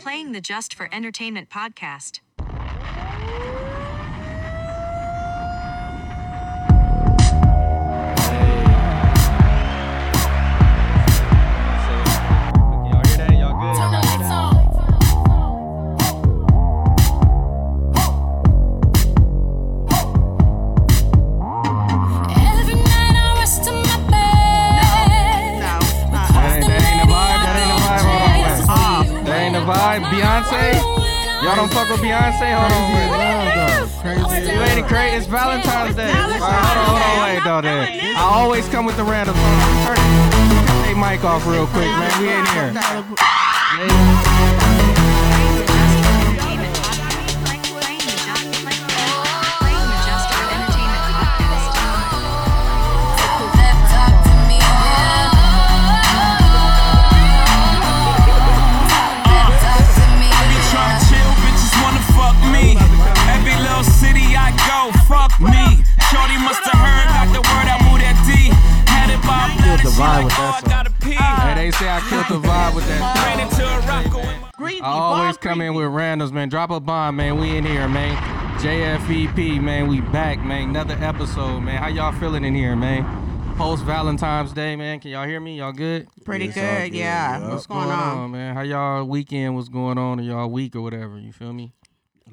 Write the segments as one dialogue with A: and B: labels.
A: Playing the Just for Entertainment podcast.
B: Y'all hear that? Y'all good?
C: Every night I rest in my bed.
D: No, not
B: That ain't, that ain't the vibe. That ain't the vibe. Hold on, wait. That ain't the vibe. Beyonce. Y'all don't fuck with Beyonce. Hold on, wait. You ain't great. It's Valentine's Day. All right, hold on, hold on, wait though. Then I always come with the random one. Turn they mic off real quick, man. We ain't here. Yeah.
A: Playing the Just for Entertainment podcast. Playing the Just Playing the Just for Entertainment podcast.
E: be tryna chill, bitches wanna fuck me. Every little city I go, fuck me. Shorty must have heard, got the word, I moved that D. Had it by a bladder, she
B: vibe
E: like,
B: with
E: oh,
B: that
E: I gotta pee.
B: Hey, they say I killed the vibe with that.
E: Ran into a rock with my
D: Greedy,
B: I always
D: Bob
B: come in
D: Greedy.
B: with randoms, man. Drop a bomb, man. We in here, man. JFEP, man. We back, man. Another episode, man. How y'all feeling in here, man? Post Valentine's Day, man. Can y'all hear me? Y'all good?
D: Pretty good, yeah. What's going on?
B: man? How y'all weekend? What's going on in y'all week or whatever? You feel me?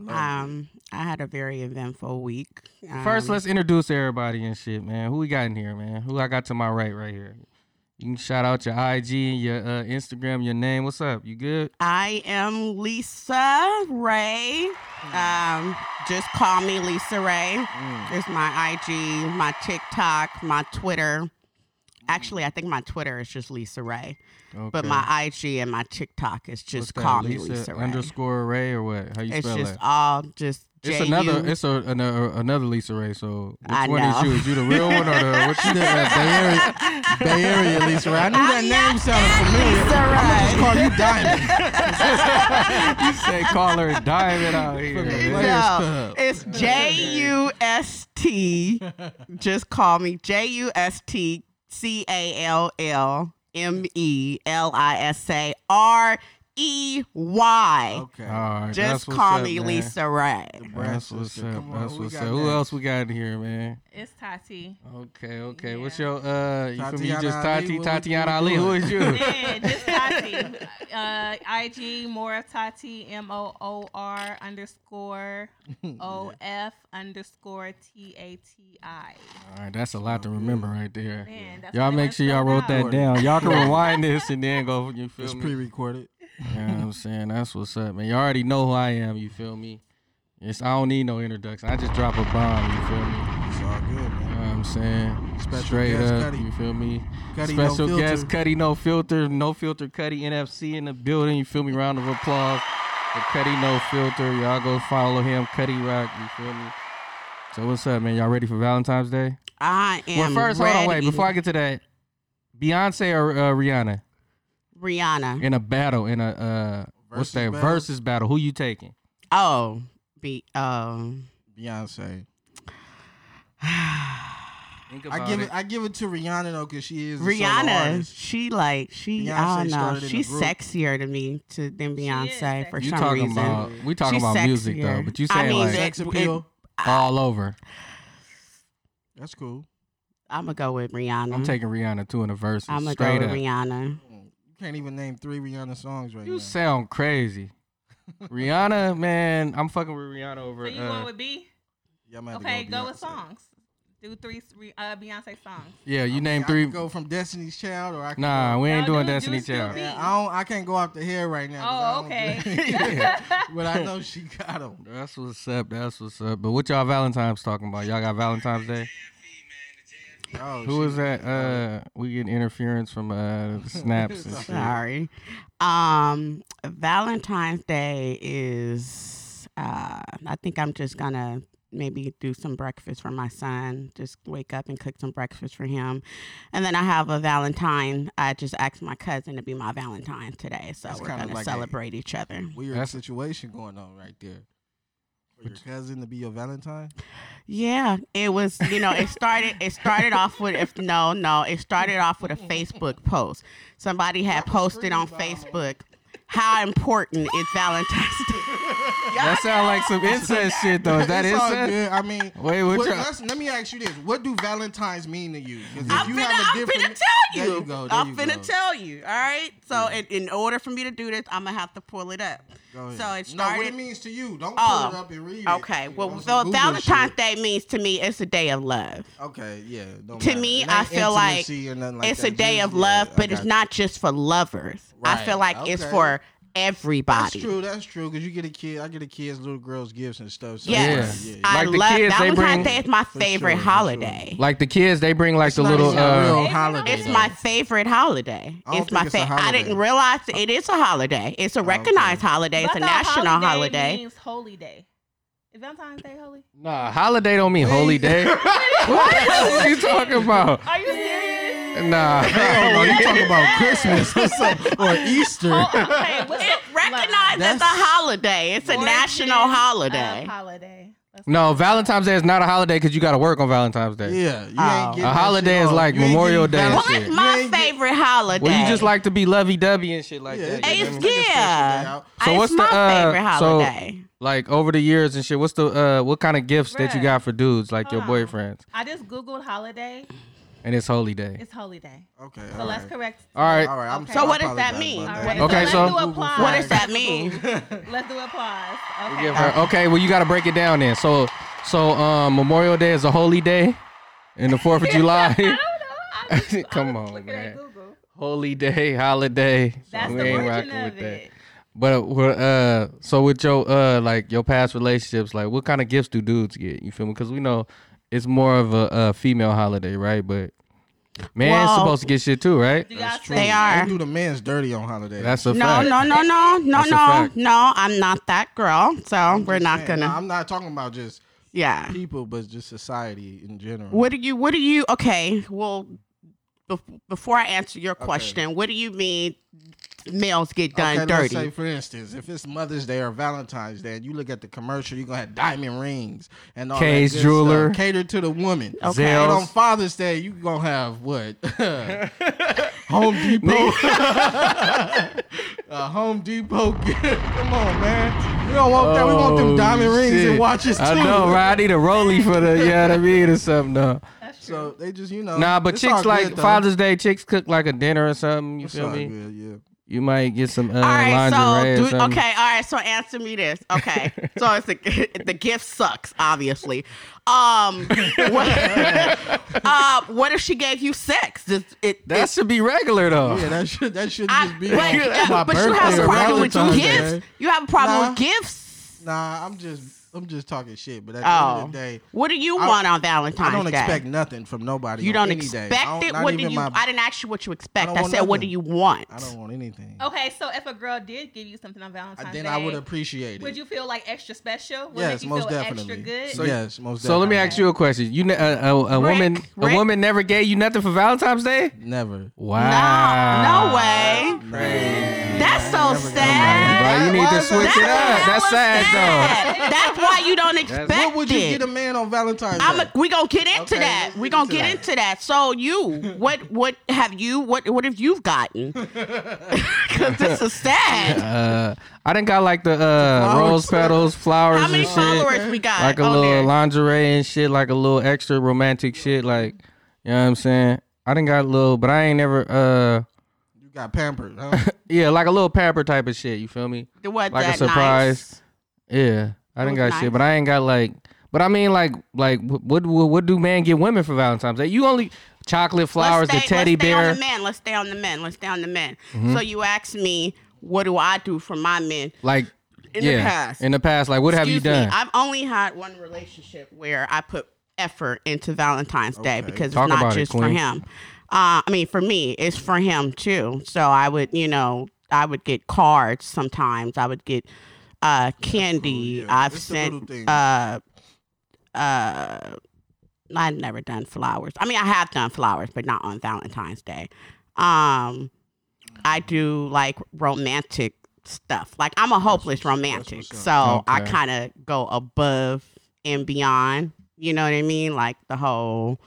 D: Um, I had a very eventful week.
B: First,
D: Um,
B: let's introduce everybody and shit, man. Who we got in here, man? Who I got to my right, right here. You can shout out your IG and your uh, Instagram, your name. What's up? You good?
D: I am Lisa Ray. Um, just call me Lisa Ray.
B: Mm.
D: There's my IG, my TikTok, my Twitter. Actually, I think my Twitter is just Lisa Ray,
B: Okay.
D: but my IG and my TikTok is
B: What's
D: just
B: that,
D: call me Lisa Ray.
B: underscore Ray or what? How you
D: it's
B: spell
D: just
B: that?
D: all just.
B: It's
D: J-U-
B: another. It's a, another another Lisa Ray. So which
D: I
B: one
D: know.
B: is you? Is you the real one or the what you did
F: Bay Area, Bay Area, Lisa Ray. I knew that name sounded familiar.
D: Lisa
F: Just
D: Ray.
F: call you Diamond.
B: you say call her a diamond out here.
F: Fucking
B: man.
F: Ray. Players
D: No,
F: Club.
D: it's J U S T. Just call me J U S T C A L L M E L I S A R E Y.
F: Okay.
B: All right,
D: Just
B: that's what's
D: call
B: up,
D: me
B: man.
D: Lisa Ray.
B: That's what's up.
F: Come on,
B: that's
F: who we
B: what's up.
F: got
B: Who
F: next?
B: else we got in here, man?
G: It's Tati.
B: Okay, okay. What's your uh? You from you
F: Tatiana
B: just
F: Ali,
B: Tati
F: what- what
B: Tatiana
F: you
B: Ali? Who
F: doing?
B: is you?
G: Man, just Tati. uh, IG more of Tati. M O O R underscore O F underscore T A T I.
B: All right, that's a lot to remember right there.
G: Man, that's
B: Y'all
G: what it
B: make
G: was
B: sure y'all
G: spelled
B: wrote that
G: out.
B: down. Y'all can rewind this and then go. You feel
F: It's
B: me?
F: pre-recorded.
B: You know what I'm saying? That's what's up, man. You already know who I am, you feel me? It's, I don't need no introduction. I just drop a bomb, you feel me?
F: It's all good,
B: You know
F: man.
B: what I'm saying?
F: Special
B: Straight
F: guest
B: up,
F: Cudi.
B: you feel me?
F: Cudi, no
B: Special guest
F: filter.
B: Cuddy No Filter, No Filter Cuddy NFC in the building, you feel me? Round of applause for Cuddy No Filter. Y'all go follow him, Cuddy Rock, you feel me? So what's up, man? Y'all ready for Valentine's Day?
D: I am.
B: well, first,
D: ready.
B: hold on, wait. Before I get to that, Beyonce or uh, Rihanna
D: Rihanna.
B: in a battle, in a uh, what's
F: Versus
B: that
F: battle?
B: versus battle? Who you taking?
D: Oh, be um.
F: Beyonce.
B: Think
F: I give it. I give it to Rihanna though, cause she is a solo
D: Rihanna,
F: artist.
D: she like she I
F: Beyonce
D: don't know.
F: started in a
D: She's
F: group.
D: sexier to me to than Beyonce for
B: you
D: some
B: talking
D: reason.
B: about we talking
D: She's
B: about music though,
D: sexier.
B: but you
D: I
B: saying
D: mean,
B: like
D: that-
F: Sex appeal.
B: all over.
F: That's cool.
D: I'm gonna go with Rihanna.
B: I'm taking Rihanna too in the verses.
D: I'm gonna Mm-hmm. go
B: straight
D: with
B: up.
D: Rihanna.
F: You can't even name three Rihanna songs right
B: You
F: now.
B: sound crazy. Rihanna, man, I'm fucking with Rihanna over.
G: So you
B: uh,
G: going with B?
F: Y'all might have to
G: Okay, go with
F: Beyonce.
G: songs. Do three re- uh, Beyonce songs.
B: yeah, you
F: I
B: name
F: could
B: three.
F: Go from Destiny's Child, or I can
B: Nah,
F: Go,
B: we ain't
G: No,
B: doing
G: do-
B: Destiny
G: do- do
B: Child.
G: B.
F: yeah, I don't. I can't go off the hair right now. 'cause
G: Oh,
F: I don't
G: okay.
F: do- but I know she got them.
B: That's what's up. That's what's up. But what y'all Valentine's talking about? Y'all got Valentine's Day?
F: Oh,
B: Who
F: she-
B: is that? Uh, we get interference from uh snaps and
F: Mm-hmm.
B: shit.
D: Sorry. Um, Valentine's Day is. Uh, I think I'm just gonna maybe do some breakfast for my son. Just wake up and cook some breakfast for him, and then I have a Valentine. I just asked my cousin to be my Valentine today, so
F: That's
D: we're
F: kinda
D: gonna
F: like a-
D: celebrate each other.
F: weird
B: That's-
F: situation going on right there. For your cousin to be your Valentine?
D: Yeah, it was. You know, it started. It started off with if no, no. It started off with a Facebook post. Somebody had posted on Facebook, how important is Valentine's Day.
B: That sound like some incest shit though. Is that
F: It's all
B: incest?
F: good. I mean,
B: Wait, what
F: what-
B: y'all-
F: let's- let me ask you this: What do Valentines mean to you? 'Cause if
D: I'm
F: you
D: finna,
F: have a
D: I'm finna
F: different-
D: tell you.
F: There you go. There
D: I'm
F: you
D: finna
F: go.
D: tell you. All right. So in, in order for me to do this, I'm gonna have to pull it up.
F: Go ahead.
D: So it started.
F: No, what it means to you? Don't
D: Oh,
F: pull it up and read it.
D: Okay.
F: You
D: Well,
F: know,
D: so
F: some Google
D: Valentine's
F: shit.
D: Day means to me it's a day of love.
F: Okay, yeah. don't
D: To
F: matter.
D: me,
F: It
D: I
F: ain't
D: feel like,
F: intimacy or nothing like
D: it's
F: that.
D: a day
F: Just-
D: of
F: yeah,
D: love,
F: I
D: but it's
F: got you.
D: not just for lovers. I
F: Right,
D: feel like it's
F: okay.
D: for
F: That's
D: everybody.
F: true. That's true. Cause you get a kid, I get a kid's little girls gifts and stuff. So
D: Yes.
F: yeah, yeah,
D: I
B: Like the
D: love
B: kids, they bring-
D: Valentine's Day is my
F: For
D: favorite
F: sure, for sure.
D: holiday.
B: Like the kids, they bring like the
F: not
B: little
F: even a
B: uh
F: real holiday,
D: It's
F: though.
D: my favorite holiday.
F: I don't
D: It's my
F: think it's a
D: favorite. I
F: holiday.
D: didn't realize it is a holiday. It's a recognized holiday. It's
G: But
D: a
G: the
D: national holiday.
G: Means holy day. Is Valentine's Day holy?
B: nah, holiday don't mean holy day. what are you talking about?
G: Are you serious?
B: Nah.
F: Hell no, you talking about Christmas or, something, or Easter?
G: Oh, okay. What's the
D: Recognized as a
F: That's-
D: holiday. It's a
G: origin
D: national
G: of
D: holiday.
G: Holiday. That's
B: No, Valentine's Day is not a holiday because you got to work on Valentine's Day.
F: Yeah, you
D: Oh.
F: ain't getting
B: A holiday is like Memorial Day and
D: What's
B: shit. You
D: my favorite holiday?
B: Well, you just like to be lovey dovey and shit like that. you know what I
D: It's
B: mean?
D: good. yeah.
B: So
D: it's
B: what's
D: my
B: the, uh,
D: favorite
B: so-
D: holiday.
B: Like over the years and shit. What's the uh what kind of gifts that you
G: Bruh.
B: got for dudes like your
G: Hold on.
B: boyfriends?
G: I just googled holiday.
B: And it's holy day.
G: It's holy day.
F: Okay,
G: So
F: all
G: let's
F: right.
G: correct.
B: All right.
F: All right. I'm
G: Okay.
F: sorry,
G: So
D: what
F: I
D: does that
F: apologize
D: mean?
F: about
G: All
F: that.
G: right.
B: Okay,
G: let's
B: so-
G: do
F: Google
G: applause.
D: what
F: Flag.
D: does that mean?
G: Let's do applause. Okay.
B: Give her- okay, well you got to break it down then. So so um Memorial Day is a holy day and the 4th of July.
G: I don't know. I just-
B: Come
G: I was
B: on,
G: looking
B: man.
G: at Google.
B: holy day, holiday.
G: That's
B: we
G: the
B: ain't
G: origin
B: rocking
G: of
B: with that.
G: it.
B: But uh, we're, uh, so with your uh, like your past relationships, like what kind of gifts do dudes get? You feel me? Because we know it's more of a, uh female holiday, right? But man's
D: Well-
B: supposed to get shit too, right?
G: Do y'all say
D: They are.
F: They do the man's dirty on holidays.
B: That's a
D: No,
B: fact.
D: no, no, no, no,
B: That's a
D: no,
B: fact.
D: no. I'm not that girl. So we're not
F: Man,
D: gonna.
F: I'm not talking about just
D: Yeah.
F: people, but just society in general.
D: What do you? What do you? Okay. Well, bef- before I answer your question, what do you mean males get
F: Okay,
D: done
F: let's
D: dirty?
F: say for instance, if it's Mother's Day or Valentine's Day, and you look at the commercial, you're gonna have diamond rings and all
B: Kay's
F: that good
B: jeweler.
F: stuff, catered to the woman.
D: Okay.
F: And
B: Zales.
F: on Father's Day, you gonna have what? Home Depot. Uh, Home Depot. Come on, man. We don't want that. We want them diamond rings and
B: Oh, shit.
F: watches too.
B: I know, right? I need a rollie for the yeah, what I mean, or something. though.
F: So they just, you know.
B: Nah, but
F: it's all
B: chicks
F: good,
B: like
F: though.
B: Father's Day, chicks cook like a dinner or something. You
F: It's
B: feel
F: all
B: me?
F: good, yeah.
B: You might get some uh,
D: all right,
B: lingerie
D: so
B: or
D: do,
F: um,
B: something.
D: okay, all right, so answer me this. Okay, so it's the the gift sucks, obviously. Um, what, uh, what if she gave you sex? Does it,
B: That should be regular though.
F: Yeah, that should that should
D: I,
F: just
D: but,
F: be.
D: yeah,
F: my
D: but you have
F: birthday
D: a
F: or
D: problem with
F: Valentine's
D: gifts.
F: Day.
D: You have a problem with
F: Nah.
D: gifts.
F: Nah, I'm just I'm just talking shit. But at the end
D: Oh,
F: of the day,
D: what do you
F: I-
D: want on Valentine's
F: I don't
D: Day?
F: expect nothing from nobody.
D: you
F: on
D: don't
F: any day. I
D: expect
F: don't-
D: it.
F: not
D: What do
F: even
D: you?
F: my-
D: I didn't ask you what you expect.
F: I
D: I,
F: don't
D: said,
F: want
D: what do
F: nothing.
D: you want?
F: I don't want anything.
D: Oh,
G: Okay, so if a girl did give you something on
F: I-
G: Valentine's
F: then
G: Day,
F: I would appreciate it.
G: would you feel like extra special? Would it
F: yes,
G: make you
F: most
G: feel
F: definitely.
G: extra good?
F: So, yes, most.
B: So let me
F: definitely.
B: ask you a question. You ne- a, a, a
D: Rick,
B: woman
D: Rick.
B: a woman never gave you nothing for Valentine's Day?
F: Never.
B: Wow.
D: No, no way. That's so sad.
B: Bro, you need
F: Why
B: to
F: is that
B: switch it up.
F: sad?
B: That's sad, though.
D: though. That's why you don't expect
F: What would you
D: it.
F: get a man on Valentine's
D: I'm
F: Day?
D: a, we gonna get into
F: Okay,
D: that.
F: let's
D: We
F: get
D: gonna
F: into
D: get
F: that.
D: into that. So you, what, what have you? What, what have you gotten? Because this is sad.
B: Uh, I didn't got like the uh,
F: flowers.
B: rose petals, flowers,
D: How many
B: and shit.
D: followers we got?
B: Like a
D: on
B: little
D: there?
B: lingerie and shit, like a little extra romantic shit. Like, you know what I'm saying? I didn't got a little, but I ain't never. uh
F: You got pampered. Huh?
B: Yeah, like a little pamper type of shit. You feel me?
D: It wasn't
B: like a
D: that
B: surprise. Yeah, I didn't got
D: was nice.
B: shit, but I ain't got like. But I mean, like, like, wh- what, what, what do man get women for Valentine's Day? You only chocolate
D: Let's
B: flowers,
D: stay-
B: a teddy
D: let's Stay
B: bear. Mm-hmm.
D: on the men. Let's stay on the men. Let's stay on the men. So you asked me, what do I do for my men?
B: Like,
D: In the
B: yeah,
D: past.
B: in the past, like, what have you
D: Excuse
B: done?
D: Me, I've only had one relationship where I put effort into Valentine's Day because
B: Talk
D: it's
B: about
D: not
B: it,
D: just for
B: queen.
D: him. Uh, I mean, for me, it's for him too. So I would, you know, I would get cards sometimes. I would get uh, candy.
F: yeah.
D: I've
F: It's the little
D: sent.
F: things.
D: Uh, uh, I've never done flowers. I mean, I have done flowers, but not on Valentine's Day. Um, I do like romantic stuff. Like I'm a hopeless romantic, so I
B: Okay.
D: kind of go above and beyond. You know what I mean? Like the whole,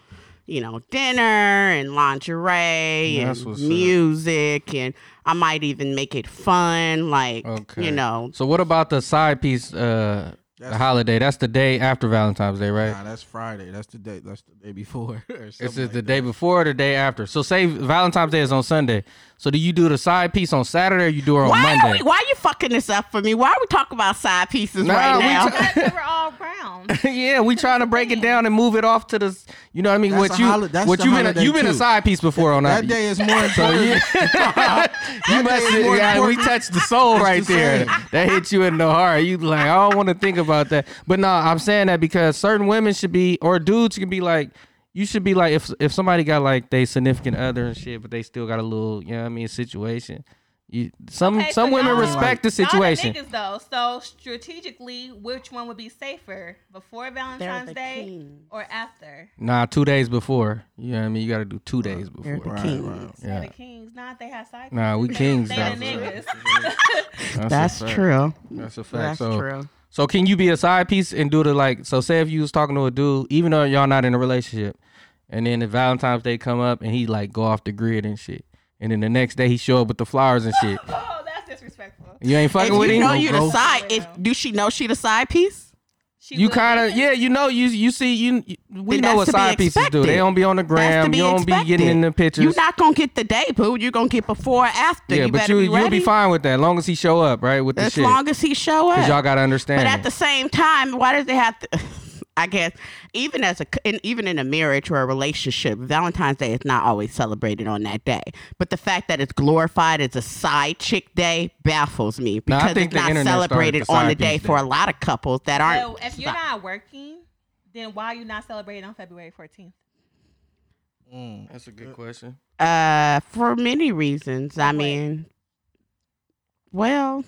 D: you know, dinner and lingerie
B: That's
D: and
B: what's up.
D: music and I might even make it fun, like
B: Okay.
D: you know.
B: So what about the side piece? Uh, the
F: That's-
B: holiday. That's the day after Valentine's Day, right?
F: Nah, that's Friday. That's the day. That's the day before. or
B: It's
F: something
B: the
F: like
B: day before or the day after. So say Valentine's Day is on Sunday. So do you do the side piece on Saturday or you do it on
D: Why are
B: Monday?
D: we, why you fucking this up for me? Why are we talking about side pieces
B: Nah,
D: right
B: we
D: now?
B: talk-
G: Because they were all brown.
B: yeah, we trying to break it down and move it off to the. You know what I mean?
F: That's
B: what
F: a
B: you?
F: holi- that's
B: what
F: the
B: you been? A,
F: holiday
B: you been a
F: too.
B: side piece before on
F: That day is more important.
B: So you, you must
F: day is more
B: yeah, we
F: important.
B: touched the soul
F: It's
B: right
F: the
B: there.
F: same.
B: That hit you in the heart. You like, I don't want to think about that. But no, I'm saying that because certain women should be or dudes could be like, you should be like if if somebody got like they significant other and shit, but they still got a little, you know what I mean, situation. You some
G: Okay,
B: some
G: so
B: women
G: y'all-
B: respect the
G: y'all
B: situation.
G: Niggas, though, so strategically, which one would be safer before Valentine's
D: the
G: Day
D: kings.
G: or after?
B: Nah, two days before. You know what I mean? You gotta do two days
D: They're the
B: before.
D: kings.
G: Yeah.
B: Yeah.
G: The Kings, nah, they have side.
B: Nah, we kings.
G: they the
B: though.
G: niggas.
B: a
D: That's
B: fact.
D: true.
B: That's a fact.
D: That's
B: so,
D: true.
B: So can you be a side piece and do the like? So say if you was talking to a dude, even though y'all not in a relationship, and then the Valentine's Day come up and he like go off the grid and shit, and then the next day he show up with the flowers and shit.
G: oh, that's disrespectful.
B: You ain't
D: If
B: fucking with
D: you
B: him.
D: know you the
F: Go.
D: side, if do she know she the side piece?
G: She
B: You
G: would-
B: kind of yeah, you know you you see you you- we
D: Then
B: know
D: that's
B: what
D: to be
B: side pieces do. They
D: expected.
B: don't be on the
D: That's to
B: gram.
D: be
B: You don't be getting
D: expected.
B: in the pictures.
D: You're not gonna get the day, boo. You're gonna get before or after.
B: yeah,
D: you
B: but
D: better
B: you
D: be
B: you'll
D: ready.
B: be fine with that, long as he show up right with
D: As
B: the shit.
D: long as he show up.
B: Cause y'all gotta understand.
D: But
B: it.
D: at the same time, why does it have to? I guess even as a in, even in a marriage or a relationship, Valentine's Day is not always celebrated on that day. But the fact that it's glorified as a side chick day baffles me
B: Nah, I
D: because
B: think
D: it's
B: the
D: not
B: internet started
D: celebrated
B: the
D: on the
B: side piece
D: day for
B: day.
D: a lot of couples that
G: So
D: aren't.
G: if you're not working, then why are you not celebrating on February 14th?
B: That's a good question.
D: uh, for many reasons. I mean, well,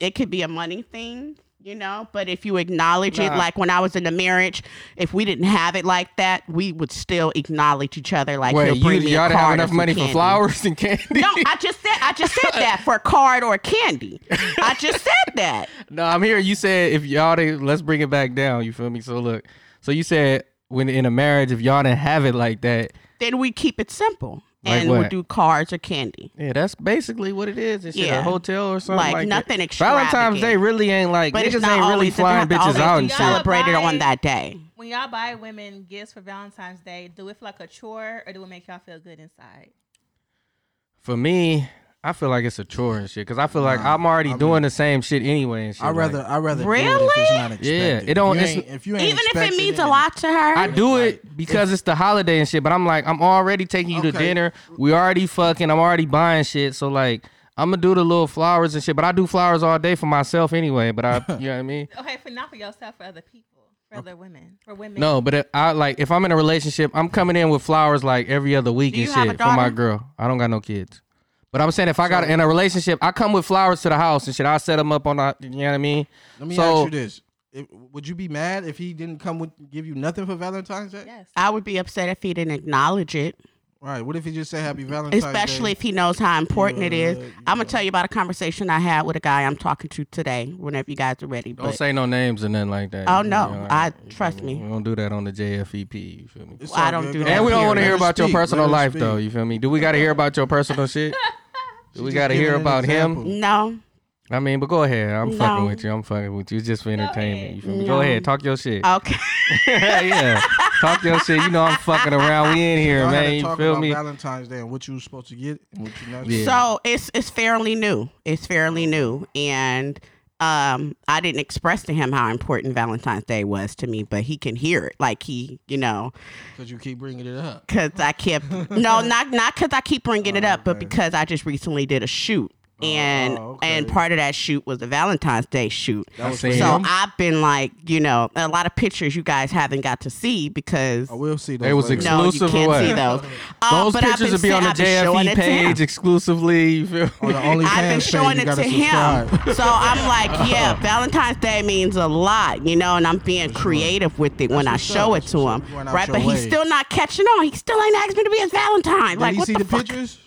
D: it could be a money thing, you know, but if you acknowledge it,
B: Nah.
D: like when I was in the marriage, if we didn't have it like that, we would still acknowledge each other. Like,
B: Wait,
D: he'll
B: you,
D: bring me a
B: y'all didn't have
D: card or
B: enough
D: some
B: money for
D: candy.
B: flowers and candy?
D: No, I just said I just said that for a card or candy. I just said that.
B: No, I'm here. You said if y'all didn't, let's bring it back down. You feel me? So look, so you said when in a marriage, if y'all didn't have it like that,
D: Then we keep it simple
B: Like
D: and we
B: what?
D: do cards or candy.
B: yeah, that's basically what it is. It's
D: Yeah.
B: a hotel or something like,
D: Like,
B: that.
D: nothing
B: Valentine's Day
D: extravagant.
B: really ain't like
D: But it's
B: niggas
D: not
B: ain't really
D: always
B: flying bitches out and
D: always
B: shit.
D: celebrated
G: Y'all buy-
D: on that day.
G: When y'all buy women gifts for Valentine's Day, do it for like a chore or do it make y'all feel good inside?
B: For me, I feel like it's a chore and shit because I feel like I'm already doing the same shit anyway and shit.
F: I
B: like-
F: rather I rather do it if
D: Really?
F: it's not expected.
B: it don't-
F: If you
B: it's-
F: ain't- if you ain't
D: Even if it
F: expecting
D: means a lot to her.
B: I do it because it's the holiday and shit, but I'm like, I'm already taking you to
F: Okay.
B: dinner. We already fucking. I'm already buying shit. So like, I'm gonna do the little flowers and shit. But I do flowers all day for myself anyway. But I, you know what I mean?
G: Okay, for not for yourself, for other people, for other women, for women.
B: No, but if I like if I'm in a relationship, I'm coming in with flowers like every other week
D: Do
B: and
D: you have a
B: shit for my
D: daughter?
B: girl. I don't got no kids. But I'm saying if I got in a relationship, I come with flowers to the house and shit. I set them up on the, you know what I mean?
F: Let me
B: So-
F: ask you this: If- Would you be mad if he didn't come with give you nothing for Valentine's Day?
G: Yes.
D: I would be upset if he didn't acknowledge it,
F: Right. What if he just say Happy Valentine's
D: especially
F: Day?
D: if he knows how important it is.
F: Yeah,
D: I'm gonna tell you about a conversation I had with a guy I'm talking to today. Whenever you guys are ready,
B: Don't
D: but
B: say no names and nothing like that.
D: Oh,
B: You
D: no.
B: know,
D: I-
B: you feel
D: trust me.
B: We don't do that on the JFEP. You feel me?
F: It's
D: I
F: all
D: don't
F: good.
D: do
F: Go
D: that.
B: And we don't
F: ahead.
B: want to
F: Let
B: hear
F: her
B: about your
F: speak. Let
B: personal
F: her
B: life,
F: speak.
B: though. You feel me? Do we got to hear about your personal shit? Do we
F: just
B: got to hear
F: giving an
B: about him?
F: example.
D: no,
B: I mean, but go ahead. I'm fucking
D: No.
B: with you. I'm fucking with you. It's just for entertainment.
G: ahead.
B: You feel me? Go
D: No.
B: ahead. Talk your shit.
D: okay,
B: yeah. Talk your shit. You know I'm fucking around. We in here,
F: Y'all had to
B: man. You
F: talk
B: feel
F: about
B: me?
F: Valentine's Day and what you was supposed to get and what you not.
B: Yeah.
D: so it's it's fairly new. It's fairly new, and um, I didn't express to him how important Valentine's Day was to me, but he can hear it. Like he, you know,
F: Because you keep bringing it up.
D: because I kept no, not not because I keep bringing it up, but because I just recently did a shoot, and
F: oh,
D: and
F: okay.
D: part of that shoot was a Valentine's Day shoot.
B: I
F: was
B: seen
D: So
B: him.
D: I've been like, you know, a lot of pictures you guys haven't got to see because
F: I will see. Those
B: They was
F: later.
B: exclusive.
D: no, you can't
B: or what?
D: see those. Uh,
B: Those
D: but I've
B: pictures
D: been
B: will be on the
D: saying- I've been showing
B: JFE
D: it to him.
B: page exclusively. You feel me?
F: On Oh, the OnlyFans
D: I've been
F: page,
D: showing
F: you
D: it
F: gotta
D: to him.
F: subscribe.
D: So I'm like, yeah, Valentine's Day means a lot, you know, and I'm being creative with it when I
F: what's
D: show
F: up.
D: it
F: That's
D: to
F: what's
D: him.
F: up. You went out
D: Right,
F: your
D: but he's
F: way.
D: still not catching on. He still ain't asked me to be his Valentine.
F: Did
D: like,
F: he
D: what
F: see
D: the,
F: the,
D: fuck?
F: pictures?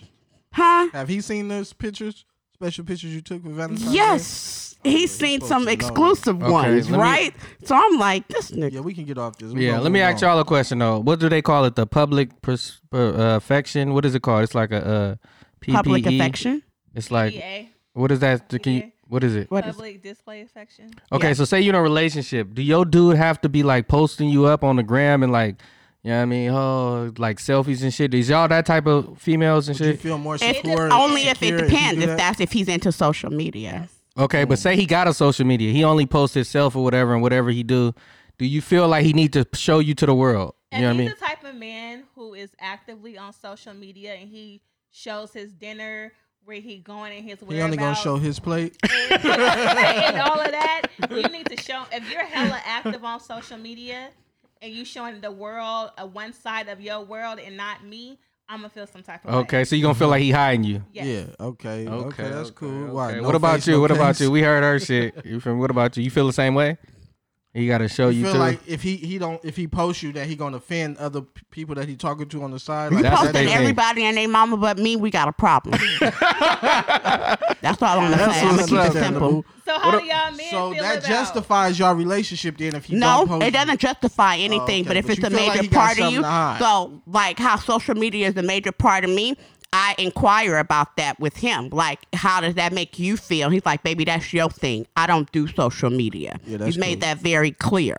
D: Huh?
F: Have he seen those pictures? Special pictures you took with Valentine's Day?
D: Yes. He's seen
F: supposed
D: some
F: to know.
D: exclusive
B: Okay,
D: ones,
B: let me-
D: right? So I'm like, this nigga.
F: Yeah, we can get off this. We're
B: Yeah,
F: gonna
B: let me
F: move
B: ask
F: on.
B: y'all a question though. What do they call it?
F: E.
B: The public pers- per- uh, affection? What is it called? It's like a uh, PPE.
D: public affection.
B: It's like
G: PA,
B: what is that? Can you,
G: Yeah.
B: what is it?
D: What is
G: public display affection.
B: Okay, so say you're in a relationship. Do your dude have to be like posting you up on the gram and like, you know what I mean? Oh, like selfies and shit. Is y'all that type of females and
F: Do you
B: shit?
F: feel more
D: If,
F: secure?
D: only if it
F: secure you
D: depends.
F: do
D: If
F: that?
D: that's if he's into social media.
B: Okay,
F: Mm.
B: but say he got a social media. He only posts himself or whatever and whatever he do. Do you feel like he need to show you to the world? You
G: And
B: know what I
G: he's
B: mean?
G: the type of man who is actively on social media and he shows his dinner, where he going and his
F: He only gonna
G: whereabouts.
F: show his plate.
G: and all of that, you need to show if you're hella active on social media and you showing the world uh, one side of your world and not me, I'm gonna feel some type of way.
B: Okay, so you gonna feel like he hiding you.
G: Yes.
F: Yeah. Okay. Okay. that's cool. Why,
B: Okay,
F: no
B: what about
F: face,
B: you?
F: no
B: what about
F: case?
B: you? We heard her shit. You from? What about you? You feel the same way? He got to show you,
F: feel
B: too.
F: like if he he don't if he posts you that he gonna offend other p- people that he talking to on the side.
D: You
F: Like,
B: That's what
D: posting
B: they think.
D: everybody and they mama but me, we got a problem. that's all I'm gonna
F: That's
D: say. I'm gonna
F: what's
D: keep
F: up,
D: it simple.
F: Boo.
G: So how
B: What
G: do y'all men
F: So
G: feel
F: that
G: about?
F: justifies your relationship then if he don't
D: No,
F: post Oh,
D: it doesn't justify anything,
F: okay,
D: but if
F: but
D: it's
F: you
D: a
F: feel like
D: major
F: he got
D: part of
F: something
D: you,
F: to hide.
D: so like how social media is a major part of me, I inquire about that with him. Like, how does that make you feel? He's like, baby, that's your thing. I don't do social media.
F: Yeah, that's
D: You've made
F: cool.
D: that
F: Mm-hmm.
D: very clear.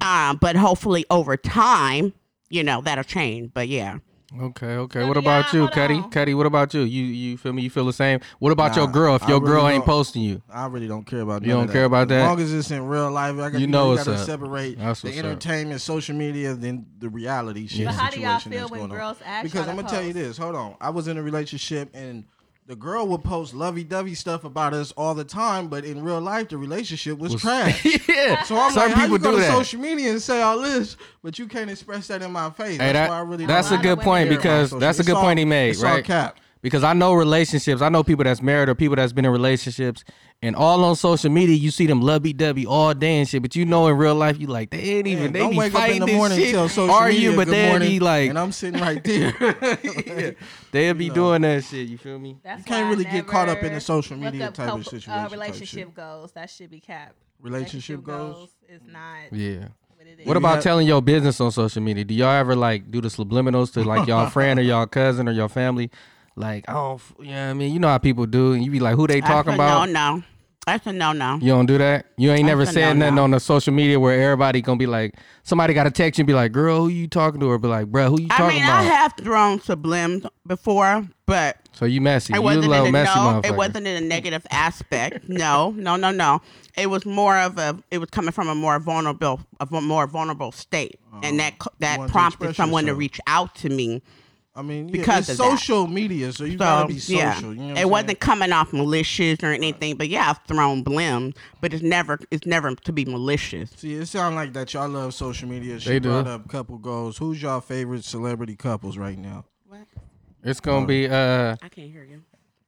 D: Um, but hopefully over time, you know, that'll change. But yeah.
B: Okay, okay.
G: No,
B: What
G: but
B: about
G: y'all,
B: you,
G: uh, hold
B: Cuddy?
G: on.
B: Cuddy, what about you? You you feel me? You feel the same? What about your
F: Nah,
B: girl? If
F: I
B: your
F: really
B: girl ain't
F: don't-
B: posting you,
F: I really don't care about
B: You
F: none
B: don't
F: of that.
B: care about that?
F: As long as it's in real life, I got,
B: You
F: you
B: know
F: know, you
B: what's
F: gotta
B: up.
F: separate
B: That's
F: the
B: what's up.
F: entertainment, social media, then the reality shit.
G: But how do y'all
F: situation
G: feel
F: that's
G: when
F: going on.
G: girls ask
F: Because
G: y'all
F: I'm
G: to
F: gonna tell you
G: post?
F: this. Hold on, I was in a relationship and. The girl would post lovey-dovey stuff about us all the time, but in real life, the relationship was, trash.
B: yeah.
F: So I'm
B: Some
F: like, how
B: people
F: you go
B: do
F: to
B: that.
F: social media and say all this, but you can't express that in my face.
B: Hey,
F: that's
B: that-
F: why I really.
B: that's
F: don't
G: a
F: care
G: good
F: about
G: point
F: social-
B: because that's a
F: It's
B: good
F: all-
B: point he made,
F: It's all
B: right?
F: cap.
B: because I know relationships. I know people that's married or people that's been in relationships, and all on social media you see them lovey dovey all day and shit. But you know in real life you like they ain't even
F: Man,
B: they
F: don't
B: be
F: wake up
B: fighting
F: in the morning
B: this
F: and tell
B: shit.
F: social
B: Are
F: media
B: you? But
F: good
B: they'll
F: morning,
B: be like
F: and I'm sitting right there. you
B: they'll be doing that shit. You feel me?
G: That's
F: can't
G: why I
F: really get caught up in
G: never
F: the social
G: look
F: media
G: up
F: type
G: couple-
F: of situation.
G: Uh,
F: type
G: relationship
F: shit.
G: goals that should be capped.
F: Relationship goals.
G: is not
B: Yeah.
G: what it is.
B: What
F: You
B: about
F: have-
B: telling your business on social media? Do y'all ever like do the subliminals to like y'all friend or y'all cousin or your family? Like, I don't, f- you know what I mean? You know how people do. And you be like, who they talking
D: that's
B: about?
D: a no no. That's a no no.
B: You don't do that? You ain't never
D: said
B: said
D: no,
B: nothing
D: no.
B: on the social media where everybody gonna be like, somebody got to text you and be like, girl, who you talking to? Or be like, bruh, who you
D: I
B: talking
D: mean,
B: about?
D: I have thrown sublims before, but
B: so you messy.
D: it
B: You a
D: wasn't
B: little
D: in a,
B: messy
D: no,
B: motherfucker.
D: it wasn't in a negative aspect. No, no, no, no. It was more of a. It was coming from a more vulnerable, a vu- more vulnerable state, and that co- that
F: wanted to
D: prompted
F: express
D: someone to
F: yourself.
D: reach out to me.
F: I mean, yeah,
D: Because
F: it's
D: of that.
F: social media, so you
D: So
F: gotta be social.
D: yeah,
F: You know what I'm
D: it
F: saying?
D: wasn't coming off malicious or anything. But yeah, I've thrown blim, but it's never it's never to be malicious.
F: See, it sounds like that y'all love social media. She
B: They do.
F: brought up couple goals. Who's y'all favorite celebrity couples right now?
B: It's gonna be, uh,
D: I can't hear you.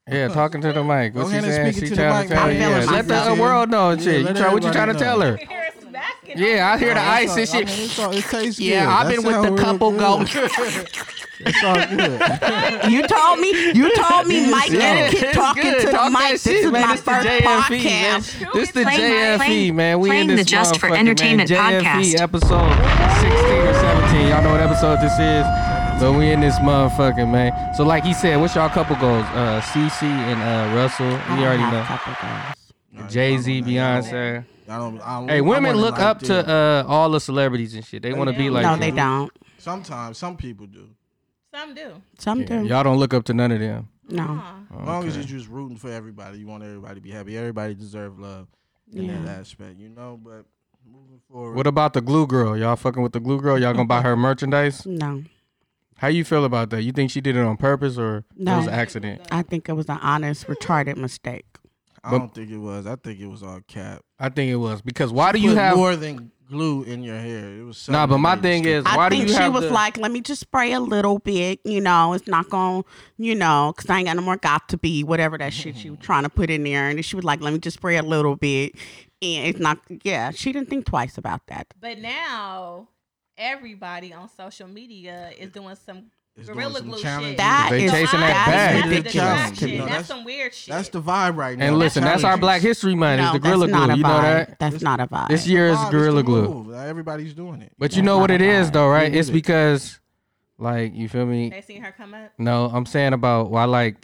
B: yeah, talking to the mic.
F: Go
B: What she
F: ahead and
B: saying?
F: speak it
B: She
F: to the
B: trying
F: mic,
B: to tell
D: man.
B: you.
D: I'm
B: Yeah,
D: feeling
B: let the uh,
F: myself.
B: world know and
F: Yeah,
B: shit.
F: let
B: You try, what you
F: everybody
B: trying to
F: know.
B: tell her?
G: Here it's back and
B: Yeah, I hear the
F: It's
B: ice
F: Oh, all-
B: and
F: I mean,
B: shit.
F: it's all- it tastes
D: Yeah,
F: good.
D: I've
F: That
D: been with
F: sound
D: the
F: real
D: couple
F: good.
D: go.
F: It's all good.
D: You told me. You told me, Mike.
B: Yeah,
D: Let him keep
B: it's
D: talking
B: good.
D: to
B: Talk that
D: the mic.
B: shit,
D: This is
B: man.
D: my
B: This the
D: first
B: JFE, man.
D: podcast.
B: This the
A: Playing
B: JFE,
A: my- playing-
B: man. We in
A: playing
B: this
A: the Just for
B: motherfucker, man.
A: Entertainment
B: JFE
A: podcast.
B: episode 16 or 17. Y'all know what episode this is, but we in this motherfucker, man. So like he said, what's y'all couple goals? Uh, CC and uh, Russell.
D: I
B: You
D: don't
B: already
D: have
B: know.
D: couple goals.
B: Jay Z, Beyonce.
F: I don't, I don't,
B: Hey,
F: I
B: women
F: wanna
B: look
F: like
B: up
F: this.
B: to uh, all the celebrities and shit. They want to be like.
D: no,
B: you.
D: they don't.
F: Sometimes some people do.
G: some do.
D: Some
B: Yeah,
D: do.
B: y'all don't look up to none of them.
D: No.
F: As long as you're just rooting for everybody, you want everybody to be happy. Everybody deserve love in that aspect, you know. But moving forward,
B: What about the glue girl? Y'all fucking with the glue girl? Y'all gonna buy her merchandise?
D: No.
B: How you feel about that? You think she did it on purpose or it
D: No.
B: was an accident?
D: I think it was an honest, retarded mistake.
F: I don't think it was. I think it was all cap.
B: I think it was because why do
F: Put
B: you have
F: more than glue in your hair? It was
B: Nah, but my
F: something
B: thing
F: stupid.
B: is
D: I
B: why do
D: think
B: you
D: she
B: have
D: was
B: the-
D: like, let me just spray a little bit. You know, it's not going to, you know, because I ain't got no more got to be, whatever that shit
B: Mm.
D: she was trying to put in there. And she was like, let me just spray a little bit. And it's not, yeah, she didn't think twice about that.
G: But now everybody on social media is doing some
F: It's doing
G: gorilla
F: some
G: glue
F: challenges.
G: shit.
D: That
B: They
D: is-
B: chasing that
D: that is
B: bag.
D: ridiculous.
G: That's,
F: You know,
G: that's
F: that's-
G: some weird shit.
F: That's the vibe right now.
B: and listen, that's our Black History Month.
D: no,
B: it's the Gorilla
D: that's not
B: Glue.
D: a
B: You know
D: vibe.
B: that
D: That's not a vibe.
B: this year is Gorilla Glue.
F: Glue. Everybody's doing it.
B: But you know
D: not
B: what
D: a
B: it is
D: vibe.
B: though, right?
F: You
B: It's
F: did it.
B: because like you feel me?
G: they seen her come up.
B: No, I'm saying about why like